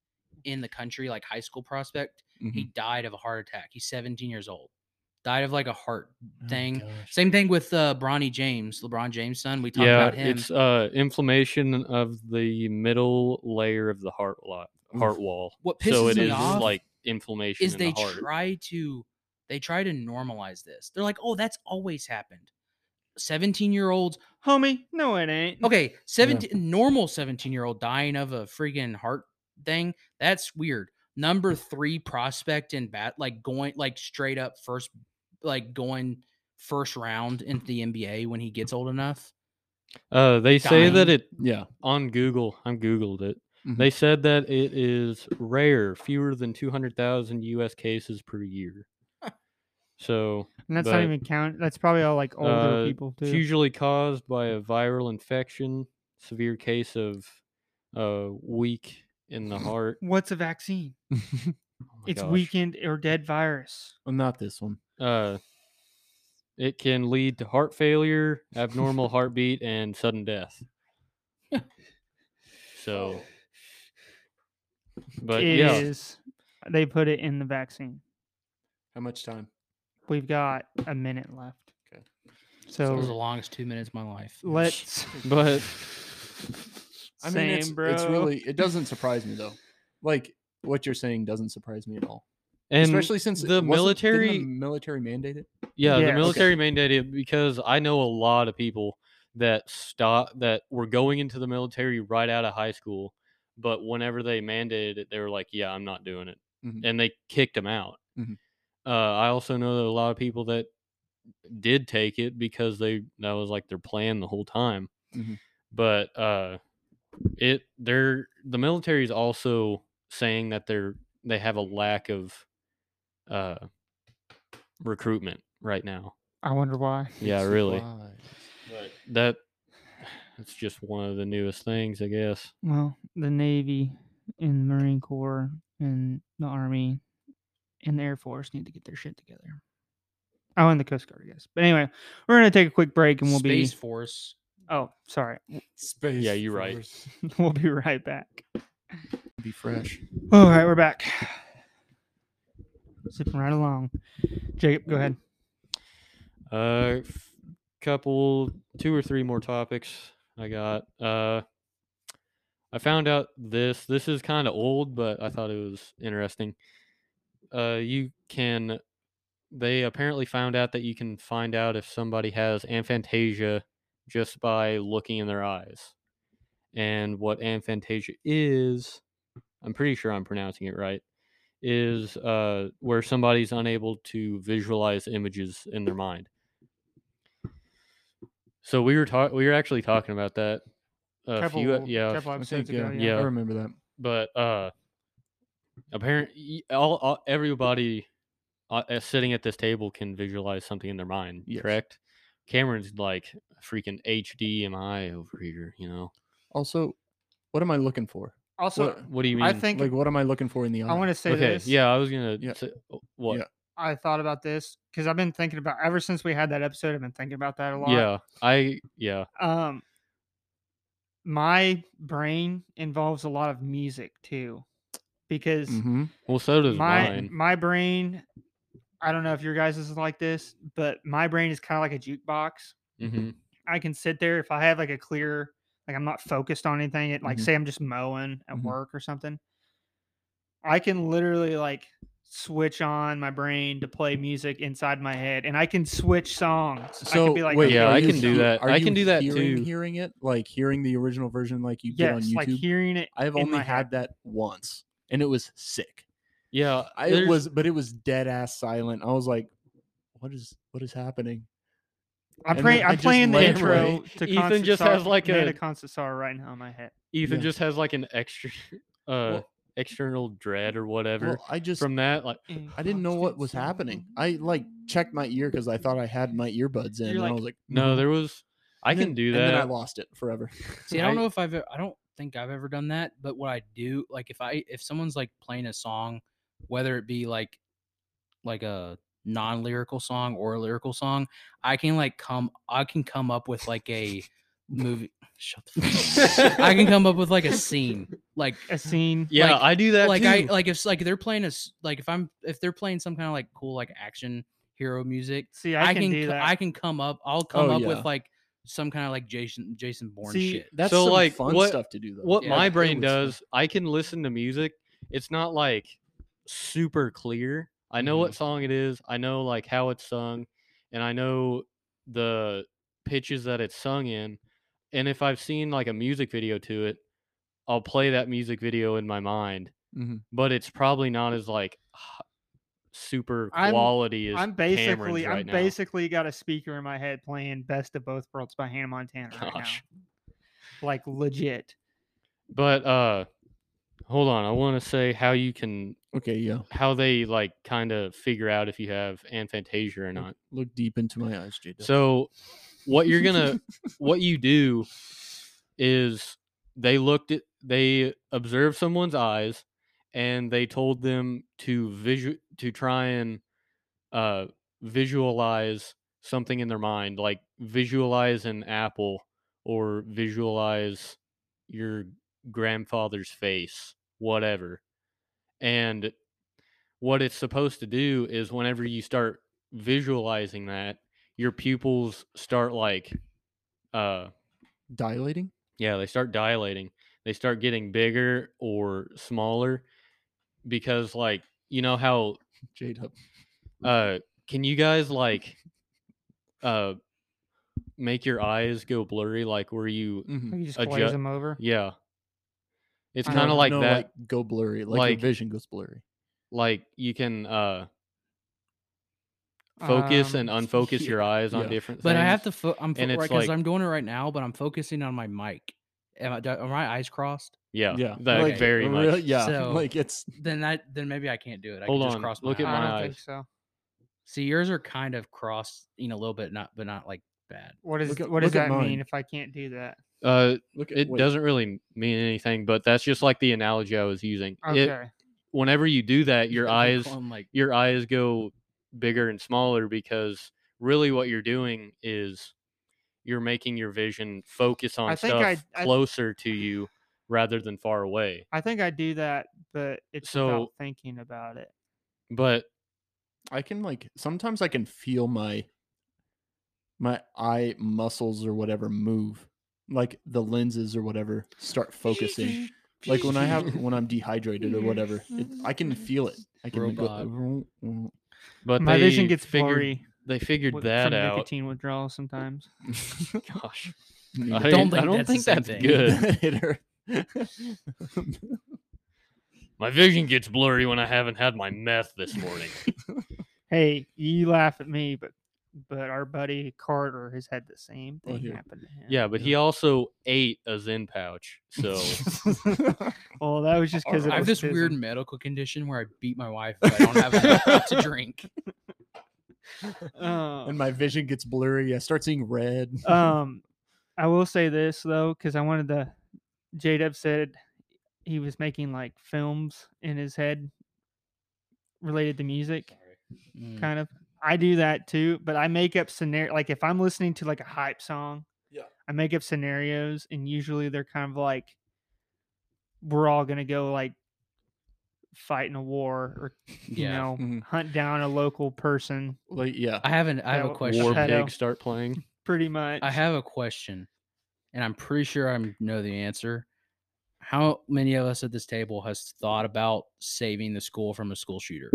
S5: in the country, like high school prospect,
S6: Mm-hmm.
S5: he
S6: Hmm.
S5: died of a heart attack. He's 17 years old. Died of like a heart thing. Same thing with uh, Bronny James, LeBron James' son. We talked
S2: yeah,
S5: about him.
S2: it's uh, inflammation of the middle layer of the heart lot, heart wall.
S5: What pisses
S2: So it
S5: me
S2: is
S5: off
S2: like inflammation
S5: is
S2: in
S5: they
S2: the heart.
S5: try to they try to normalize this. They're like, oh, that's always happened. 17 year olds,
S3: Homie, no, it
S2: Hmm.
S3: ain't.
S5: okay, 17 normal 17 year old dying of a freaking heart thing. That's weird.
S2: <laughs>
S5: Number three prospect in bat, like going like straight up first, like going first round into the NBA when he gets old enough.
S2: uh, they say that
S5: dying. Mm-hmm.
S2: it
S6: Yeah.
S2: on Google. I googled it.
S6: Mhm.
S2: They said that it is rare, fewer than two hundred thousand U.S. cases per year. so
S3: And that's
S2: but,
S3: not even count. That's probably all like older
S2: uh,
S3: people too.
S2: It's usually caused by a viral infection, severe case of uh, weak in
S5: <clears throat>
S2: the heart.
S3: What's a vaccine?
S2: Oh my
S3: it's
S2: gosh.
S3: weakened or dead virus.
S6: Well, not this one.
S2: Uh, it can lead to heart failure, abnormal heartbeat, and sudden <laughs> death. so, but
S3: It
S2: yeah,
S3: is- They put it in the vaccine.
S6: How much time?
S3: We've got a minute left.
S6: Okay.
S5: That was the
S3: So
S5: longest two minutes of my life.
S3: let's.
S2: <laughs> but
S6: I mean, it's,
S3: Same, bro.
S6: it's really it doesn't surprise me though. Like what you're saying doesn't surprise me at all.
S2: and
S6: Especially since
S2: the
S6: wasn't- didn't
S2: military-
S6: the military mandated.
S3: Yeah,
S2: Yeah, the
S3: okay.
S2: military mandated it because I know a lot of people that stop that were going into the military right out of high school, but whenever they mandated it, they were like, "Yeah, I'm not doing it,"
S3: Mm-hmm.
S6: Mhm.
S2: and they kicked them out.
S6: Mhm.
S2: Uh, I also know that a lot of people that did take it because they that was like their plan the whole time.
S3: Mm-hmm.
S6: Mhm.
S2: but uh it they're the military is also saying that they're they have a lack of uh recruitment right now
S3: I wonder why. <laughs>
S2: yeah
S6: It's
S2: really
S6: why.
S2: but that that's just one of the newest things i guess
S3: Well, the Navy and the Marine Corps and the Army and the Air Force need to get their shit together. Oh, and the Coast Guard, I guess. But anyway, we're gonna take a quick break and we'll
S5: Space
S3: be.
S5: Force.
S3: Oh, sorry. <laughs>
S6: Space.
S2: Yeah, you're right.
S6: Force. <laughs>
S3: we'll be right back.
S6: Be fresh.
S3: All right, we're back. Zipping right along. Jacob, go ahead.
S2: Uh, f- couple, two or three more topics I got. Uh, I found out this. This is kind of old, but I thought it was interesting. Uh, you can. They apparently found out that you can find out if somebody has aphantasia just by looking in their eyes. And what aphantasia is, I'm pretty sure I'm pronouncing it right, is uh, where somebody's unable to visualize images in their mind. So we were talking. We were actually talking about that. A few, e- yeah, a
S3: couple
S6: I
S3: episodes
S6: think, yeah,
S3: ago,
S2: yeah.
S6: I remember that.
S2: but uh apparently all, all everybody uh, uh, sitting at this table can visualize something in their mind
S6: Yes.
S2: correct cameron's like freaking hdmi over here you know
S6: Also, what am I looking for?
S3: Also,
S6: What-
S2: what do you mean
S3: I think
S6: Like, what am I looking for in the eye?
S3: I want to say
S2: okay
S3: this.
S2: yeah i was gonna
S6: Yeah.
S2: say, oh, what
S6: Yeah.
S3: I thought about this because I've been thinking about ever since we had that episode. I've been thinking about that a lot.
S2: yeah i yeah
S3: Um, my brain involves a lot of music too, because
S6: hmm
S2: well Mm-hmm. so does
S3: my
S2: mine
S3: my brain. I don't know if your guys is like this, but my brain is kind of like a jukebox.
S2: hmm
S3: I can sit there if I have like a clear, like I'm not focused on anything. It, like
S2: Mm-hmm.
S6: Mhm.
S3: say I'm just mowing at
S6: Mhm.
S3: work or something. I can literally like switch on my brain to play music inside my head, and I can switch songs. I
S6: So
S3: can be like,
S6: wait,
S2: Yeah,
S6: are
S2: I
S6: you
S2: can do
S6: he-
S2: that.
S6: are
S2: I can
S6: you
S2: do that
S6: hearing,
S2: too.
S6: Hearing it, like hearing the original version, like you get on
S3: yes,
S6: YouTube.
S3: like hearing it.
S6: I've
S3: in
S6: only
S3: my head.
S6: had that once, and it was sick.
S2: yeah
S6: I, it
S2: there's-
S6: was, but it was dead ass silent. I was like, "What is what is happening?"
S3: I'm,
S6: And
S3: playing.
S6: then I
S3: I'm
S6: just
S3: playing the
S2: lay
S3: intro
S2: awake.
S3: <laughs> to
S2: Ethan
S3: Concert
S2: just
S3: Star-
S2: has like
S3: Man
S2: a-
S3: of Concert Star right now in my head.
S2: ethan
S6: yeah.
S2: just has like an extra <laughs> uh
S6: Well-
S2: external dread or whatever
S6: Well, I just
S2: from that like
S6: I didn't know what was happening. I like checked my ear because I thought I had my earbuds in,
S3: You're
S6: and I
S3: like,
S6: was like,
S2: no there was i
S6: Mm-hmm. and
S2: can
S6: then-
S2: do that
S6: And then I lost it forever. <laughs>
S5: See, I don't
S2: I-
S5: know if I've e- I don't think I've ever done that, but what I do, like if I if someone's like playing a song, whether it be like like a non-lyrical song or a lyrical song, I can like come I can come up with like a movie shut the fuck up. I can come up with like a scene. Like
S3: A scene.
S2: yeah
S5: like-
S2: i do that
S5: like
S2: too.
S5: I uh, like if s- like they're playing a s- like if I'm if they're playing some kind of like cool like action hero music,
S3: See, I,
S5: I, can,
S3: do
S5: co-
S3: that.
S5: I can come up I'll come
S6: Oh,
S5: up
S6: yeah.
S5: with like some kind of like Jason Jason Bourne
S3: See,
S5: shit.
S6: That's
S2: So,
S6: some
S2: like,
S6: fun
S2: what-
S6: stuff to do though.
S2: what
S5: Yeah.
S2: my
S6: It
S2: brain
S6: was fun.
S2: does i can listen to music it's not like super clear i know what song it is i know like how it's sung and i know the pitches that it's sung in and if i've seen like a music video to it i'll play that music video in my mind
S6: Mhm.
S2: but it's probably not as like h- super
S3: I'm-
S2: quality as
S3: I'm
S2: Cameron's
S3: basically.
S2: right
S3: I'm
S2: now.
S3: basically got a speaker in my head playing "Best of Both Worlds" by Hannah Montana right
S2: Gosh.
S3: now. Like legit.
S2: but uh hold on i want to say how you can
S6: Okay, yeah.
S2: how they like kind of figure out if you have aphantasia or not.
S6: Look deep into my eyes, J.
S2: So what you're gonna what you do is they looked at they observed someone's eyes and they told them to visual to try and uh visualize something in their mind like visualize an apple or visualize your grandfather's face whatever and what it's supposed to do is whenever you start visualizing that your pupils start like uh
S6: <laughs> dilating.
S2: yeah, they start dilating. They start getting bigger or smaller because like you know how <laughs>
S6: J Dub.
S2: uh can you guys like uh make your eyes go blurry like where you
S3: You just
S2: Adju-
S3: glaze them over.
S2: yeah. It's
S3: I
S2: kind
S3: don't
S2: of like that like,
S6: Like go blurry. Like,
S2: like-
S6: your vision goes blurry.
S2: you can uh focus
S3: Um, <laughs>
S2: and unfocus your eyes on
S6: yeah.
S2: different
S5: But
S2: things.
S5: I have to. Fo- I'm
S2: and it's
S5: because
S2: like-
S5: I'm doing it right now, but I'm focusing on my mic. Am, I, do- are my eyes crossed?
S2: yeah,
S6: yeah,
S2: like,
S5: like,
S2: very much.
S6: Really- yeah, <laughs>
S5: So-
S6: like it's
S5: Then that. Then maybe I can't do it. I
S2: Hold
S5: can just
S2: on,
S5: Cross my
S2: look
S3: I
S2: at
S5: eyes.
S2: my
S3: don't think
S2: eyes.
S3: so.
S5: See, yours are kind of crossed, you know, a little bit, not but not like bad.
S3: What is
S6: Look at-
S3: what does
S6: look at
S3: that
S6: mine.
S3: mean if I can't do that?
S2: Uh,
S6: look at
S2: it
S6: wait,
S2: doesn't really mean anything, but that's just like the analogy I was using.
S3: Okay.
S2: It, whenever you do that, your
S5: You're
S2: eyes
S5: going like
S2: your eyes go bigger and smaller because really what you're doing is you're making your vision focus on
S3: I think
S2: stuff
S3: I- I-
S2: closer to you rather than far away.
S3: I think I do that, but it's
S2: So-
S3: without thinking about it.
S2: But
S6: I can like sometimes I can feel my my eye muscles or whatever move, like the lenses or whatever start focusing. like when I
S2: <laughs>
S6: have when I'm dehydrated or whatever, it, I can feel it. I can <laughs> go.
S2: but
S3: my vision
S2: they
S3: gets
S2: figured,
S3: blurry
S2: They figured
S3: with-
S2: that
S3: from
S2: out.
S3: nicotine withdrawal sometimes.
S2: Gosh,
S6: Yeah.
S2: I
S5: don't
S2: don't, I
S5: think
S2: don't
S5: that's the
S2: think
S5: same
S2: that's
S5: thing.
S2: good.
S6: <laughs> It hurt.
S2: My vision gets blurry when I haven't had my meth
S3: <laughs>
S2: this morning.
S3: Hey, you laugh at me, but but our buddy Carter has had the same
S6: Right
S3: thing
S6: here.
S3: happen to him.
S2: yeah, but he also ate a Zen pouch.
S3: <laughs>
S2: So Oh.
S6: <laughs>
S3: Well, that was just because
S5: I have this weird medical condition where I beat my wife if I don't have
S2: <laughs>
S5: enough to drink.
S3: Um,
S6: and my vision gets blurry. I start seeing red.
S3: Oh. <laughs>
S2: Uh,
S3: um, I will say this though, because I wanted to. J Dub said he was making like films in his head related to music,
S5: Mm.
S3: kind of. I do that too, but I make up scenario. Like if I'm listening to like a hype song,
S6: Yeah.
S3: I make up scenarios, and usually they're kind of like, we're all gonna go like fight in a war or <laughs> you
S5: Yeah.
S3: know
S6: Mhm.
S3: hunt down a local person.
S6: <laughs> Like yeah,
S5: I haven't. I have
S3: That
S5: a
S3: w-
S5: question.
S2: war
S3: Shadow.
S2: pigs start playing.
S3: Pretty much.
S5: I have a question, and I'm pretty sure I know the answer. How many of us at this table has thought about saving the school from a school shooter?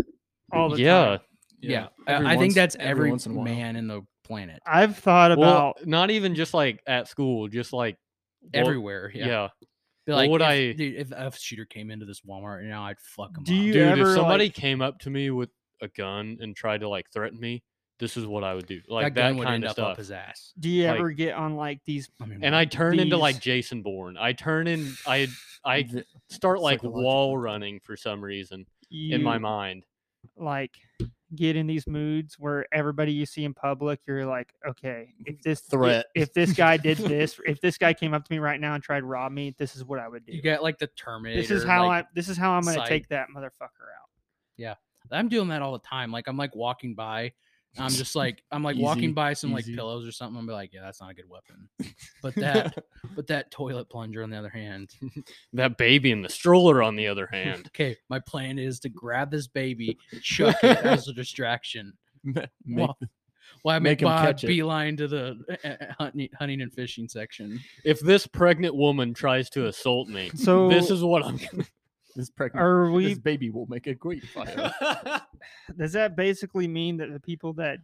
S3: all the
S2: yeah,
S3: time.
S5: Yeah,
S6: Every
S5: I, I
S6: once-
S5: think that's every,
S6: once in a while.
S5: man in the planet,
S3: I've thought about
S2: well, not even just like at school, just like what-
S5: everywhere. Yeah,
S2: Yeah.
S5: Be
S2: What would
S5: if,
S2: I-
S5: dude, if a shooter came into this Walmart right now, I'd fuck him
S3: Do
S5: up.
S3: you
S2: dude,
S3: ever,
S2: if somebody
S3: like-
S2: came up to me with a gun and tried to like threaten me, this is what I would do, like
S5: that,
S2: that,
S5: gun would
S2: kind
S5: end
S2: of
S5: up
S2: stuff.
S5: up his ass.
S3: do you
S2: like-
S3: ever get on like these
S5: I mean,
S2: and I turn into like
S3: these-
S2: Jason Bourne. I turn in, I, I <laughs>
S6: The-
S2: start like
S6: psychological
S2: wall
S6: thing.
S2: running for some reason
S3: you
S2: in my mind.
S3: like get in these moods where everybody you see in public you're like okay if this i-
S6: Threat.
S3: if, this guy
S2: <laughs>
S3: did this if this guy came up to me right now and tried to rob me this is what i would do
S5: you got like the Terminator.
S3: this is how
S5: like,
S3: i this is how i'm going to
S5: psych.
S3: take that motherfucker out
S5: I'm doing that all the time. Like I'm like walking by. I'm just like I'm like walking
S6: Easy,
S5: by some like
S6: easy.
S5: pillows or something. I'm be like, yeah, that's not a good weapon. But that but that toilet plunger on the other hand. <laughs>
S2: That baby in the stroller, on the other
S3: <laughs>
S2: hand,
S5: Okay, my plan is to grab this baby, chuck it as a distraction.
S6: <laughs> Ma- make
S5: Well, Why I make,
S6: make 'em
S5: my
S6: catch it.
S5: beeline to the uh, uh, hunting, hunting and fishing section.
S2: if this pregnant woman tries to assault me,
S3: so
S2: <laughs> this is what I'm.
S6: this pregnant
S3: are
S6: this
S3: we
S6: baby will make
S2: <laughs>
S6: a great fire.
S3: <sighs>
S5: <laughs>
S3: does that basically mean that the people that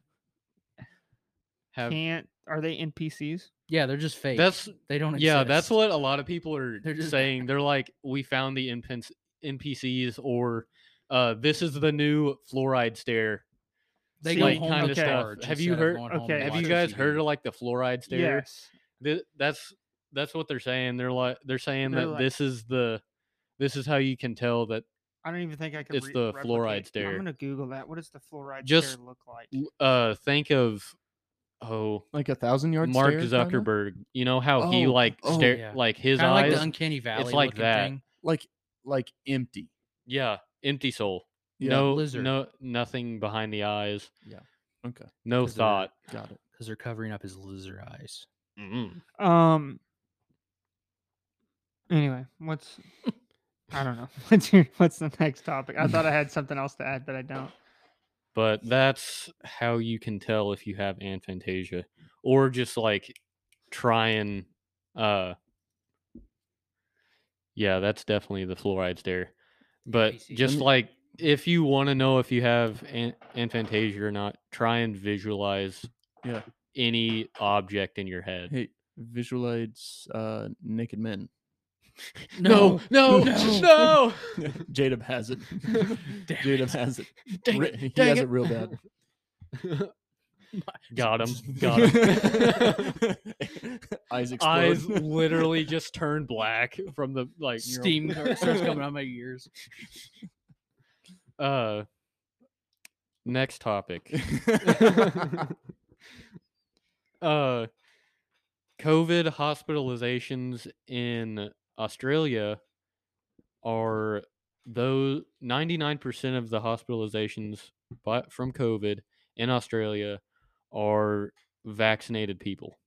S2: Have.
S3: can't are they npcs
S5: Yeah, they're just fake.
S2: That's
S5: they don't. Exist.
S2: yeah that's what a lot of people are
S5: They're just-
S2: saying they're like we found the NPC npcs or uh this is the new fluoride stare
S5: they
S3: See,
S5: go
S3: like,
S5: home
S2: kinda
S5: with
S2: stuff.
S5: charge
S2: Have you
S5: instead of
S2: heard-
S5: going home
S3: okay,
S5: and
S2: have you
S5: watching
S2: guys heard
S5: TV.
S2: of like the fluoride stare
S3: yes
S2: Th- that's that's what they're saying they're like they're saying
S3: They're
S2: that
S3: like-
S2: this is the this is how you can tell that
S3: i don't even think i can
S2: It's the fluoride
S3: i'm
S2: stare.
S3: going to google that what does the fluoride
S2: Just-
S3: stare look like
S2: uh think of oh
S6: like a thousand yard
S2: mark
S6: stare, kinda?
S2: zuckerberg you know how he
S6: Oh,
S2: like
S6: oh,
S2: stare
S5: yeah.
S2: like his
S5: Kinda like
S2: eyes
S5: the uncanny valley?
S2: like
S5: looking
S2: that.
S5: Thing.
S6: like like empty.
S2: yeah empty soul
S6: Yeah.
S2: no
S5: Lizard.
S2: no nothing behind the eyes
S6: Okay,
S2: no
S5: 'Cause they're-
S2: thought
S6: got it.
S5: because they're covering up his lizard eyes.
S2: Mm.
S3: Um. Anyway, what's I don't know. <laughs> What's your What's the next topic? I thought I had something else to add, but I don't.
S2: but that's how you can tell if you have aphantasia or just like try and uh yeah that's definitely the fluoride stare but
S5: PC.
S2: just
S6: Mm.
S2: like if you want to know if you have an- aphantasia or not try and visualize
S6: Yeah.
S2: any object in your
S6: <laughs>
S2: head
S6: Hey, visualize uh, naked men.
S2: <laughs> no
S5: No.
S6: Jadab has it.
S2: <laughs>
S5: Damn
S6: Jadab has it.
S5: Dang
S6: Re-
S5: it,
S6: he
S5: <laughs> dang
S6: has
S5: it.
S6: it real bad.
S2: <laughs> Got
S6: <laughs>
S2: him. Got him.
S6: Eyes explode. <laughs>
S2: Eyes <laughs> literally just turn black from the like neural-
S5: <laughs> Steam starts coming out of my ears.
S2: Uh, next topic. uh, COVID hospitalizations in Australia are those 99% of the hospitalizations by, from COVID in Australia are vaccinated people.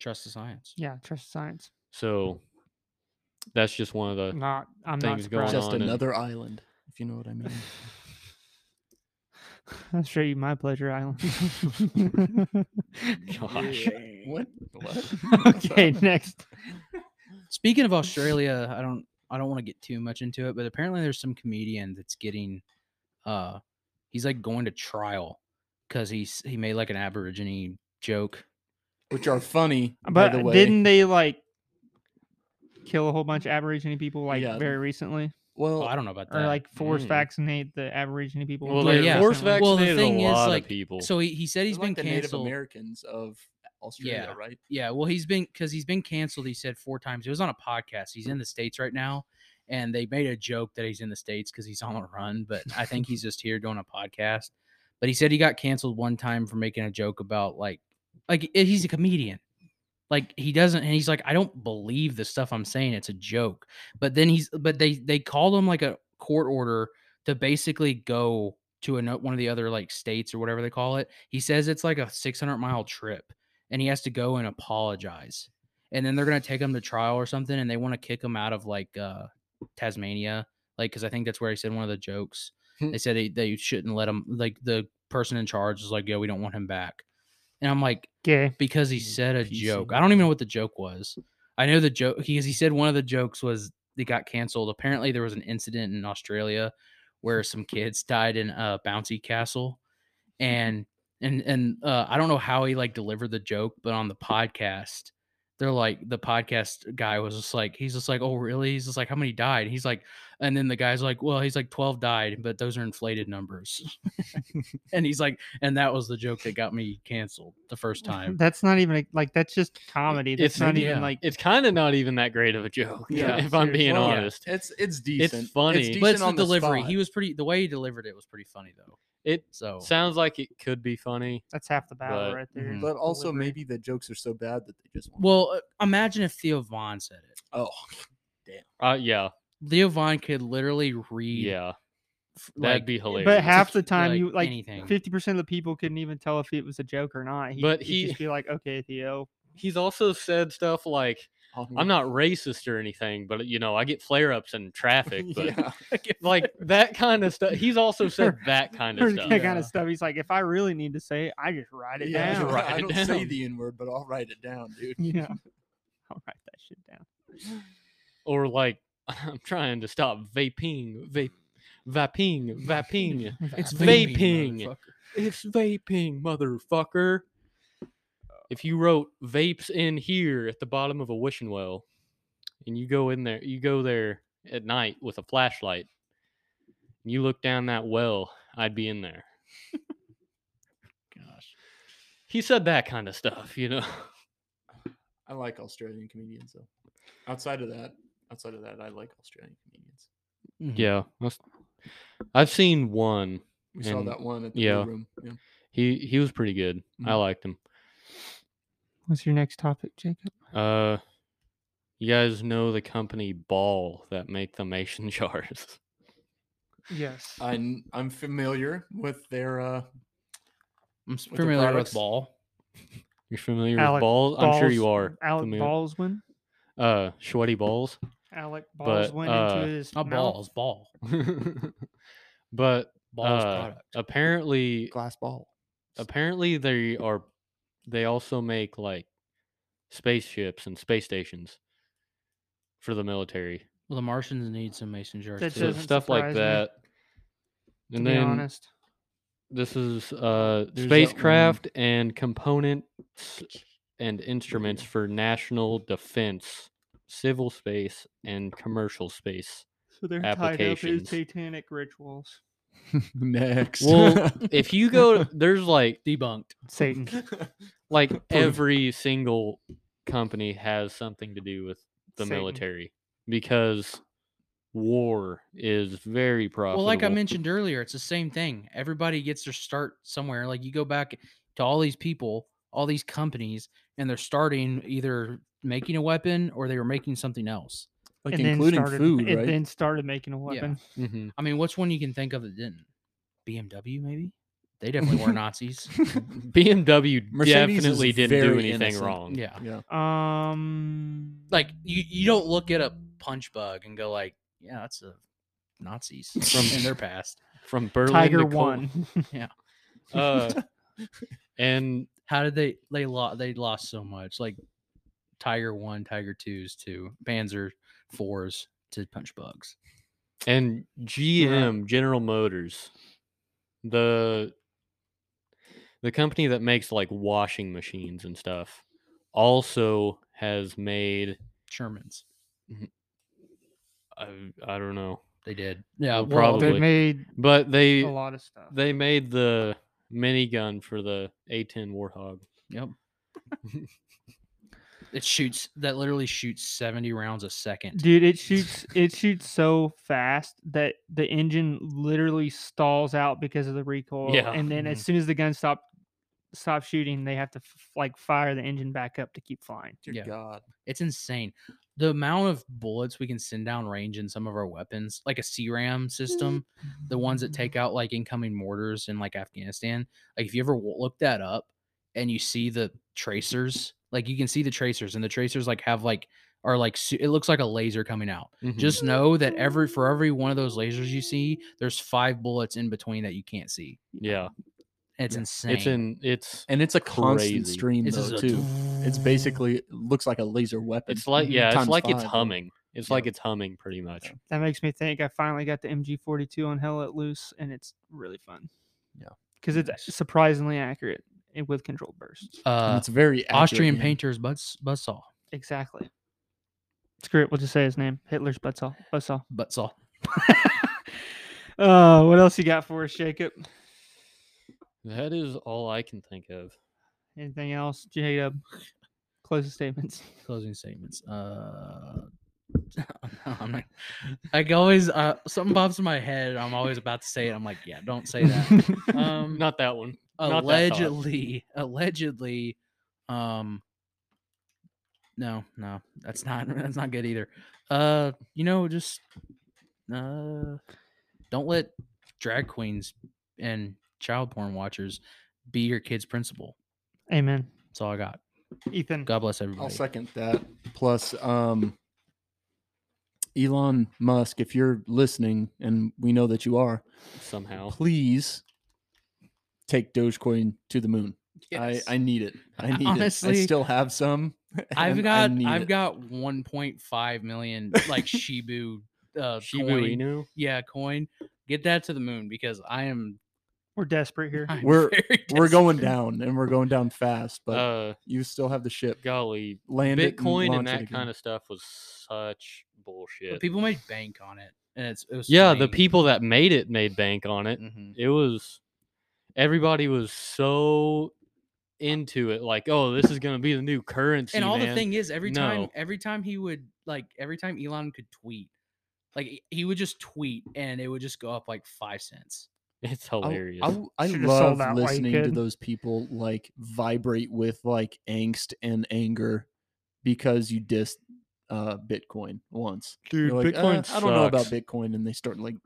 S5: Trust the science.
S3: Yeah, trust science.
S2: So that's just one of the
S3: Not I'm not
S2: Uh, Things going
S3: surprised.
S6: Just
S2: on and-
S6: another island, if you know what I mean.
S3: <laughs> I'll show you my pleasure island.
S2: <laughs> gosh.
S6: what? What?
S3: <laughs>
S6: <laughs>
S3: okay, next.
S5: Speaking of Australia, I don't I don't want to get too much into it, but apparently there's some comedian that's getting uh he's like going to trial cuz he's he made like an aborigine joke.
S6: Which are funny,
S3: But
S6: by the way.
S3: didn't they like kill a whole bunch of Aborigine people like
S6: Yeah.
S3: very recently,
S6: well,
S5: Oh, I don't know about that.
S3: or like force
S2: Mm.
S3: vaccinate the Aborigine people?
S2: Well,
S5: Yeah,
S2: they
S5: yeah.
S2: force
S3: recently?
S5: Well, the
S2: vaccinated
S5: thing
S2: a
S5: is,
S2: lot
S5: like,
S2: of people.
S5: so he, he said he's
S6: they're
S5: been
S6: like the Native
S5: canceled.
S6: Americans of Australia,
S5: Yeah.
S6: right?
S5: Yeah, well, he's been because he's been canceled. He said four times. He was on a podcast. He's in the states right now, and they made a joke that he's in the states because he's on a run. But I think he's just here doing a podcast. But he said he got canceled one time for making a joke about like, like i- he's a comedian. Like he doesn't, and he's like, I don't believe the stuff I'm saying. It's a joke. But then he's, but they they called him like a court order to basically go to ano- one of the other like states or whatever they call it. He says it's like a 600 mile trip and he has to go and apologize. And then they're gonna take him to trial or something, and they want to kick him out of like uh, Tasmania, like because I think that's where he said one of the jokes.
S6: Hmm.
S5: they said they, they shouldn't let him. Like the person in charge is like, "Yeah, we don't want him back." And I'm like,
S3: Okay.
S5: because he
S6: Mm,
S5: said a
S6: PC.
S5: joke. I don't even know what the joke was. I know the joke because he said one of the jokes was they got canceled. Apparently, there was an incident in Australia where some kids died in a bouncy castle, and and and uh, I don't know how he like delivered the joke, but on the podcast, they're like the podcast guy was just like he's just like oh really he's just like how many died he's like and then the guy's like well he's like 12 died but those are inflated numbers <laughs> and he's like and that was the joke that got me canceled the first time
S3: That's not even a- like that's just comedy. That's
S2: It's-
S3: not
S5: yeah.
S3: even like
S2: it's kind of not even that great of a joke, <laughs>
S6: Yeah,
S2: if I'm being
S6: seriously. Yeah.
S2: honest.
S6: It's it's
S2: funny.
S6: decent.
S2: But
S6: decent
S5: but it's the
S6: on
S5: delivery.
S6: spot.
S5: he was pretty. The way he delivered it was pretty funny though.
S2: It
S5: So
S2: sounds like it could be funny.
S3: that's half the battle
S2: But- mm-hmm.
S3: right there.
S5: Mhm.
S6: but also
S3: delivery.
S6: maybe the jokes are so bad that they just. Want
S5: well, uh, imagine if Theo Vaughn said it.
S6: <laughs> oh,
S2: Uh, yeah,
S5: Theo Vaughn could literally read.
S2: yeah,
S5: f-
S2: that'd
S5: like- eh,
S2: be hilarious.
S3: But half the
S5: like,
S3: time, you like
S5: anything.
S3: fifty percent of the people couldn't even tell if it was a joke or not. He,
S2: But
S3: would
S2: he-
S3: just be like, "Okay,
S2: <laughs>
S3: Theo,
S2: He's also said stuff like,
S6: Oh.
S2: "I'm not racist or anything, but you know, I get flare-ups in traffic."
S6: <laughs>
S2: But
S6: yeah.
S2: <laughs> like that kind of stuff. He's also said that kind of
S3: that
S2: stuff.
S3: kind
S6: Yeah.
S3: of stuff." He's like, "If I really need to say, it, I just write it
S6: Yeah,
S3: down."
S2: write
S6: <laughs> I
S2: it
S6: don't say
S2: down.
S6: the N word, but I'll write it down, dude. <laughs>
S3: Yeah, <laughs> I'll write that shit down.
S2: Or like, <laughs> "I'm trying to stop vaping, vape, vaping, vaping.
S5: It's
S2: vaping,
S5: motherfucker.
S2: it's vaping, motherfucker." If you wrote vapes in here at the bottom of a wishing well, and you go in there, you go there at night with a flashlight, and you look down that well, I'd be in there.
S6: Gosh,
S2: He said that kind of stuff, you know.
S6: I like Australian comedians though. Outside of that, outside of that, I like Australian comedians.
S3: Mm-hmm.
S5: Mhm.
S2: Yeah, that's- I've seen one.
S6: We saw
S2: And-
S6: that one at the
S2: yeah.
S6: Blue room. Yeah.
S2: He he was pretty good. I
S3: Mm-hmm.
S6: Mhm.
S2: liked him.
S3: What's your next topic, Jacob?
S2: Uh, you guys know the company Ball that make the mason <laughs> jars.
S3: Yes.
S6: I'm I'm familiar with their uh
S5: I'm s-
S6: the
S5: familiar with
S6: products.
S5: ball.
S2: You're familiar
S3: Alec
S2: with balls? I'm sure you
S3: Balls-
S2: are.
S3: Alec
S2: familiar-
S3: Baldwin.
S2: Uh, sweaty balls. <laughs>
S3: Alec
S2: But,
S3: Baldwin went
S2: uh,
S3: into his
S5: Not
S3: mouth.
S5: balls, ball.
S2: but
S5: Ball's
S2: uh,
S5: product.
S2: apparently,
S6: glass ball.
S2: apparently they are. They also make like spaceships and space stations for the military.
S5: Well, the Martians need some mason jars.
S3: That
S5: too.
S2: So
S3: doesn't
S2: stuff like
S3: surprise me,
S2: that.
S3: To
S2: And
S3: be
S2: then
S3: honest,
S2: this is uh
S6: There's that one.
S2: spacecraft and components and instruments for national defense, civil space, and commercial space.
S3: so they're tied up in
S2: applications.
S3: satanic rituals.
S6: <laughs> Next.
S2: Well, if you go, there's like
S5: Debunked.
S3: Satan.
S2: like every single company has something to do with the
S3: Satan.
S2: military because war is very profitable.
S5: Well, like I mentioned earlier, it's the same thing. Everybody gets their start somewhere. Like you go back to all these people, all these companies, and they're starting either making a weapon or they were making something else.
S6: like
S3: and then
S6: including
S3: started,
S6: food,
S3: it
S6: right?
S3: then started making a weapon.
S2: Mhm.
S5: I mean, what's one you can think of that didn't? BMW, maybe?
S2: <laughs>
S5: They definitely were
S6: <laughs>
S5: Nazis.
S2: BMW
S6: Mercedes is
S2: definitely didn't do
S6: very
S2: anything
S6: innocent.
S2: wrong.
S5: Yeah.
S6: yeah.
S3: Um,
S5: Like you, you don't look at a punch bug and go like, yeah, that's a Nazis
S2: <laughs>
S5: from in their past.
S2: From Berlin,
S3: Tiger
S2: to Col- <laughs>
S3: one. <laughs>
S2: Uh, and
S5: How did they they lost they lost so much? Like Tiger one, Tiger twos to Panzer fours to punch bugs.
S2: and GM General Motors, the the company that makes like washing machines and stuff, also has made
S5: Shermans.
S2: I, I don't know,
S5: They did. Yeah,
S2: Well,
S5: we're all-
S2: probably.
S3: They made
S2: but
S3: a
S2: they
S3: lot of stuff.
S2: they made the minigun for the A10 Warthog.
S5: Yep. it shoots that literally shoots 70 rounds a second.
S3: Dude, it shoots it shoots so fast that the engine literally stalls out because of the recoil.
S2: Yeah.
S3: And then as soon as the gun stop stop shooting, they have to f- like fire the engine back up to keep flying.
S6: Dear
S5: Yeah.
S6: God.
S5: It's insane. The amount of bullets we can send down range in some of our weapons, like a CRAM system, the ones that take out like incoming mortars in like Afghanistan. Like if you ever w- look that up and you see the tracers, like you can see the tracers and the tracers like have like are like su- it looks like a laser coming out.
S2: Mm-hmm.
S5: Just know that every for every one of those lasers you see, there's five bullets in between that you can't see.
S2: yeah,
S5: It's
S6: Yeah.
S5: insane.
S2: it's in it's
S6: And it's a
S2: Crazy.
S6: constant stream
S5: This
S6: though,
S5: is a-
S6: too. It's basically looks like a laser weapon.
S2: it's like yeah, it's
S6: times
S2: like it's
S6: five.
S2: humming. It's
S6: Yeah.
S2: like it's humming pretty much.
S6: Yeah.
S3: That makes me think I finally got the MG42 on Hell Let Loose and it's really fun.
S6: Yeah.
S3: Because it's
S5: Nice.
S3: surprisingly accurate and with controlled bursts.
S6: And
S5: uh,
S6: it's very accurate
S5: Austrian
S6: game.
S5: painter's buzz buzzsaw.
S3: Exactly. Screw it. We'll just say his name Hitler's Butzel. Butzel.
S5: Buzzsaw.
S3: <laughs> Uh, what else you got for us, Jacob?
S2: That is all I can think of.
S3: Anything else, Jacob? Closing statements.
S5: closing statements. Uh, I'm not, <laughs> like always, uh, something pops in my head. I'm always about to say it. I'm like, yeah, don't
S3: <laughs>
S5: say that. Um,
S2: Not that one. not that thought.
S5: allegedly, allegedly, um, no, no, that's not <laughs> that's not good either. Uh, you know, just uh, don't let drag queens and child porn watchers be your kid's principal.
S3: Amen.
S5: That's all I got.
S3: Ethan.
S5: God bless everybody.
S6: I'll second that. Plus, um, Elon Musk, if you're listening, and we know that you are,
S2: Somehow.
S6: please take Dogecoin to the moon.
S5: Yes.
S6: I, I need
S5: <laughs>
S6: it. I need it. I
S5: Honestly,
S6: still have some. <laughs>
S5: I've
S6: and
S5: got
S6: I need
S5: I've
S6: it.
S5: got 1.5 million
S6: <laughs>
S5: like Shibu uh
S2: Shibu
S5: coin.
S2: Inu.
S5: Yeah, coin. Get that to the moon because I am <laughs>
S3: We're desperate here.
S5: I'm
S6: We're-
S5: very
S6: We're going
S5: <laughs> desperate.
S6: down, and we're going down fast. But
S2: Uh,
S6: you still have the ship.
S2: golly,
S6: Land it
S2: Bitcoin and
S6: launch it
S2: that
S6: again.
S2: kind of stuff was such
S5: But
S2: bullshit.
S5: people made bank on it and it's it was
S2: yeah, the
S5: funny.
S2: people that made it made bank on it.
S5: Mhm.
S2: It was everybody was so into it, like, oh, this is gonna be the new currency.
S5: And all the
S2: man.
S5: thing is every time
S2: No.
S5: every time he would like every time Elon could tweet like he- he would just tweet and it would just go up like 5 cents.
S2: <laughs> it's
S6: I-
S2: hilarious.
S6: I, I
S3: Should've sold
S6: love
S3: that while you
S6: listening to
S3: could.
S6: those people like vibrate with like angst and anger because you dissed uh, Bitcoin once.
S2: Dude,
S6: You're like,
S2: Bitcoin
S6: "Uh, I don't know about
S2: sucks."
S6: Bitcoin, and they start like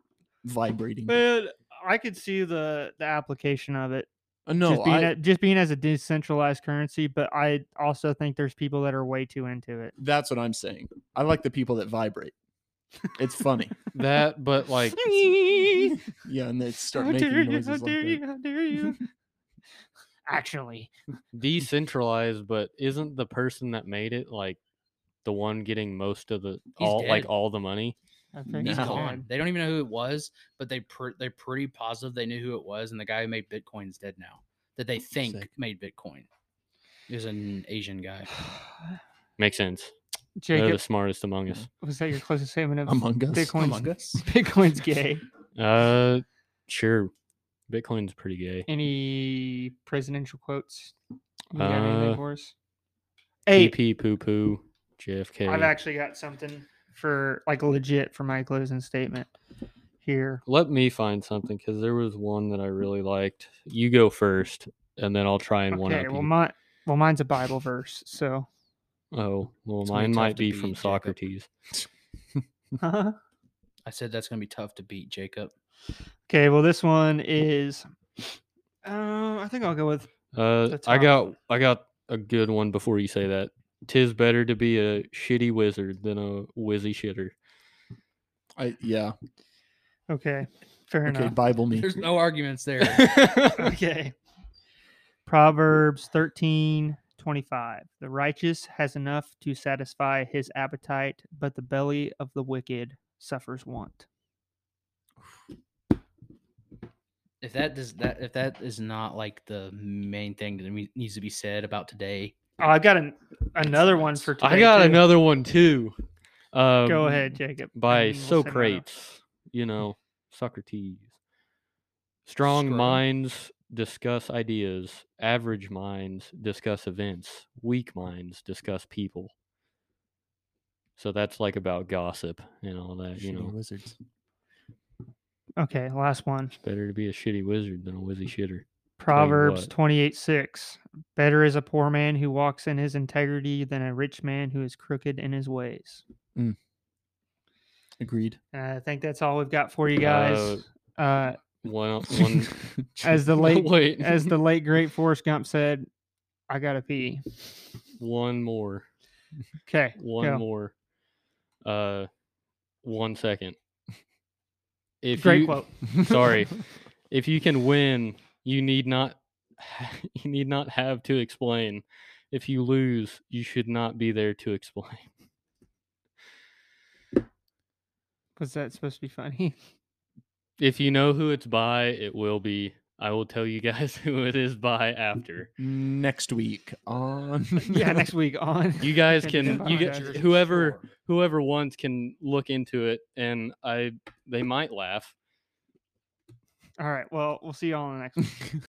S6: vibrating.
S3: Man, I could see the the application of it.
S6: Uh, no,
S3: just being
S6: I,
S3: a- just being as a decentralized currency, but I also think there's people that are way too into it.
S6: that's what I'm saying. I like the people that vibrate. It's funny.
S2: that,
S3: <laughs>
S2: but like,
S6: yeah, and <laughs> they start
S3: how dare
S6: making
S3: you? How
S6: noises like
S3: dare you?
S6: that.
S3: How dare
S6: <laughs>
S3: you? Actually,
S2: decentralized, but isn't the person that made it like the one getting most of the
S5: He's
S2: all like
S5: dead.
S2: all the money?
S3: I think
S5: He's
S6: No.
S5: gone. They don't even know who it was, but they pr- they're pretty positive they knew who it was, and the guy who made Bitcoin's dead now. That
S2: Oh,
S5: they think
S6: Sick.
S5: made Bitcoin. He was an
S3: <sighs>
S5: Asian guy.
S2: Makes sense. They're the
S3: Jacob,
S2: smartest among us.
S3: was that your closest statement of
S6: Among Us.
S3: <laughs> Bitcoin's
S5: Among Us.
S3: Bitcoin's gay?
S2: Uh, sure Bitcoin's pretty gay.
S3: Any presidential quotes? You got anything
S2: Uh, E
S3: for us? Hey,
S2: PP poo poo JFK.
S3: I've actually got something for like legit for my closing statement here.
S2: Let me find something because there was one that I really liked. You go first, and then I'll try and one up
S3: Okay, well
S2: you.
S3: my well mine's a Bible verse,
S2: <laughs>
S3: so <laughs>
S2: oh, well,
S5: It's gonna be
S2: mine
S5: tough
S2: might
S5: to
S2: be
S5: beat,
S2: from
S5: Jacob.
S2: Socrates.
S3: okay,
S5: I said that's gonna be tough to beat, Jacob.
S2: <laughs>
S3: well this one is um I think I'll go with
S2: Uh,
S3: That's
S2: I
S3: how-
S2: got I got a good one before you say that. Tis better to be a shitty wizard than a whizzy shitter.
S6: I yeah.
S3: okay, fair
S6: Okay,
S3: enough.
S6: Bible
S3: <laughs>
S6: me.
S5: There's no
S2: <laughs>
S5: arguments there.
S3: okay. <laughs> Proverbs thirteen twenty five. The righteous has enough to satisfy his appetite, but the belly of the wicked suffers want.
S5: if that does that, if that is not like the main thing that me- needs to be said about today,
S3: Oh, I've got an, another one for today.
S2: I got
S3: too.
S2: another one too. Um,
S3: Go ahead, Jacob.
S2: By
S3: and we'll send mine out. Hmm.
S2: Socrates, you know, Socrates. Strong
S5: Scrum.
S2: minds discuss ideas. Average minds discuss events. Weak minds discuss people. So that's like about gossip and all that. You know,
S6: wizards.
S3: Okay, last one.
S2: better to be a shitty wizard than a wizzy
S3: Hmm.
S2: shitter.
S3: Proverbs
S2: what.
S3: 28 6. Better is a poor man who walks in his integrity than a rich man who is crooked in his ways.
S6: Agreed.
S3: And I think that's all we've got for you guys. Uh,
S2: One,
S6: <laughs>
S2: one
S3: as the <laughs> late
S2: <laughs> wait,
S3: as the late great Forrest Gump said, I gotta pee.
S2: one more.
S3: Okay.
S2: one
S3: go.
S2: more uh one
S3: <laughs>
S2: second if
S3: Great
S2: you,
S3: quote.
S2: <laughs> sorry if you can win you need not <laughs> you need not have to explain if you lose you should not be there to explain
S3: <laughs>
S2: <laughs>
S3: Was that supposed to be
S2: <laughs>
S3: funny?
S2: if you know who it's by it will be i will tell you <laughs> guys who it is by after
S6: Next week on
S3: <laughs> yeah, next week <laughs> on.
S2: you guys
S3: Okay,
S2: can you get
S3: apologize.
S2: whoever whoever wants can look into it and i they might laugh
S3: All right. Well, we'll see y'all in the next one.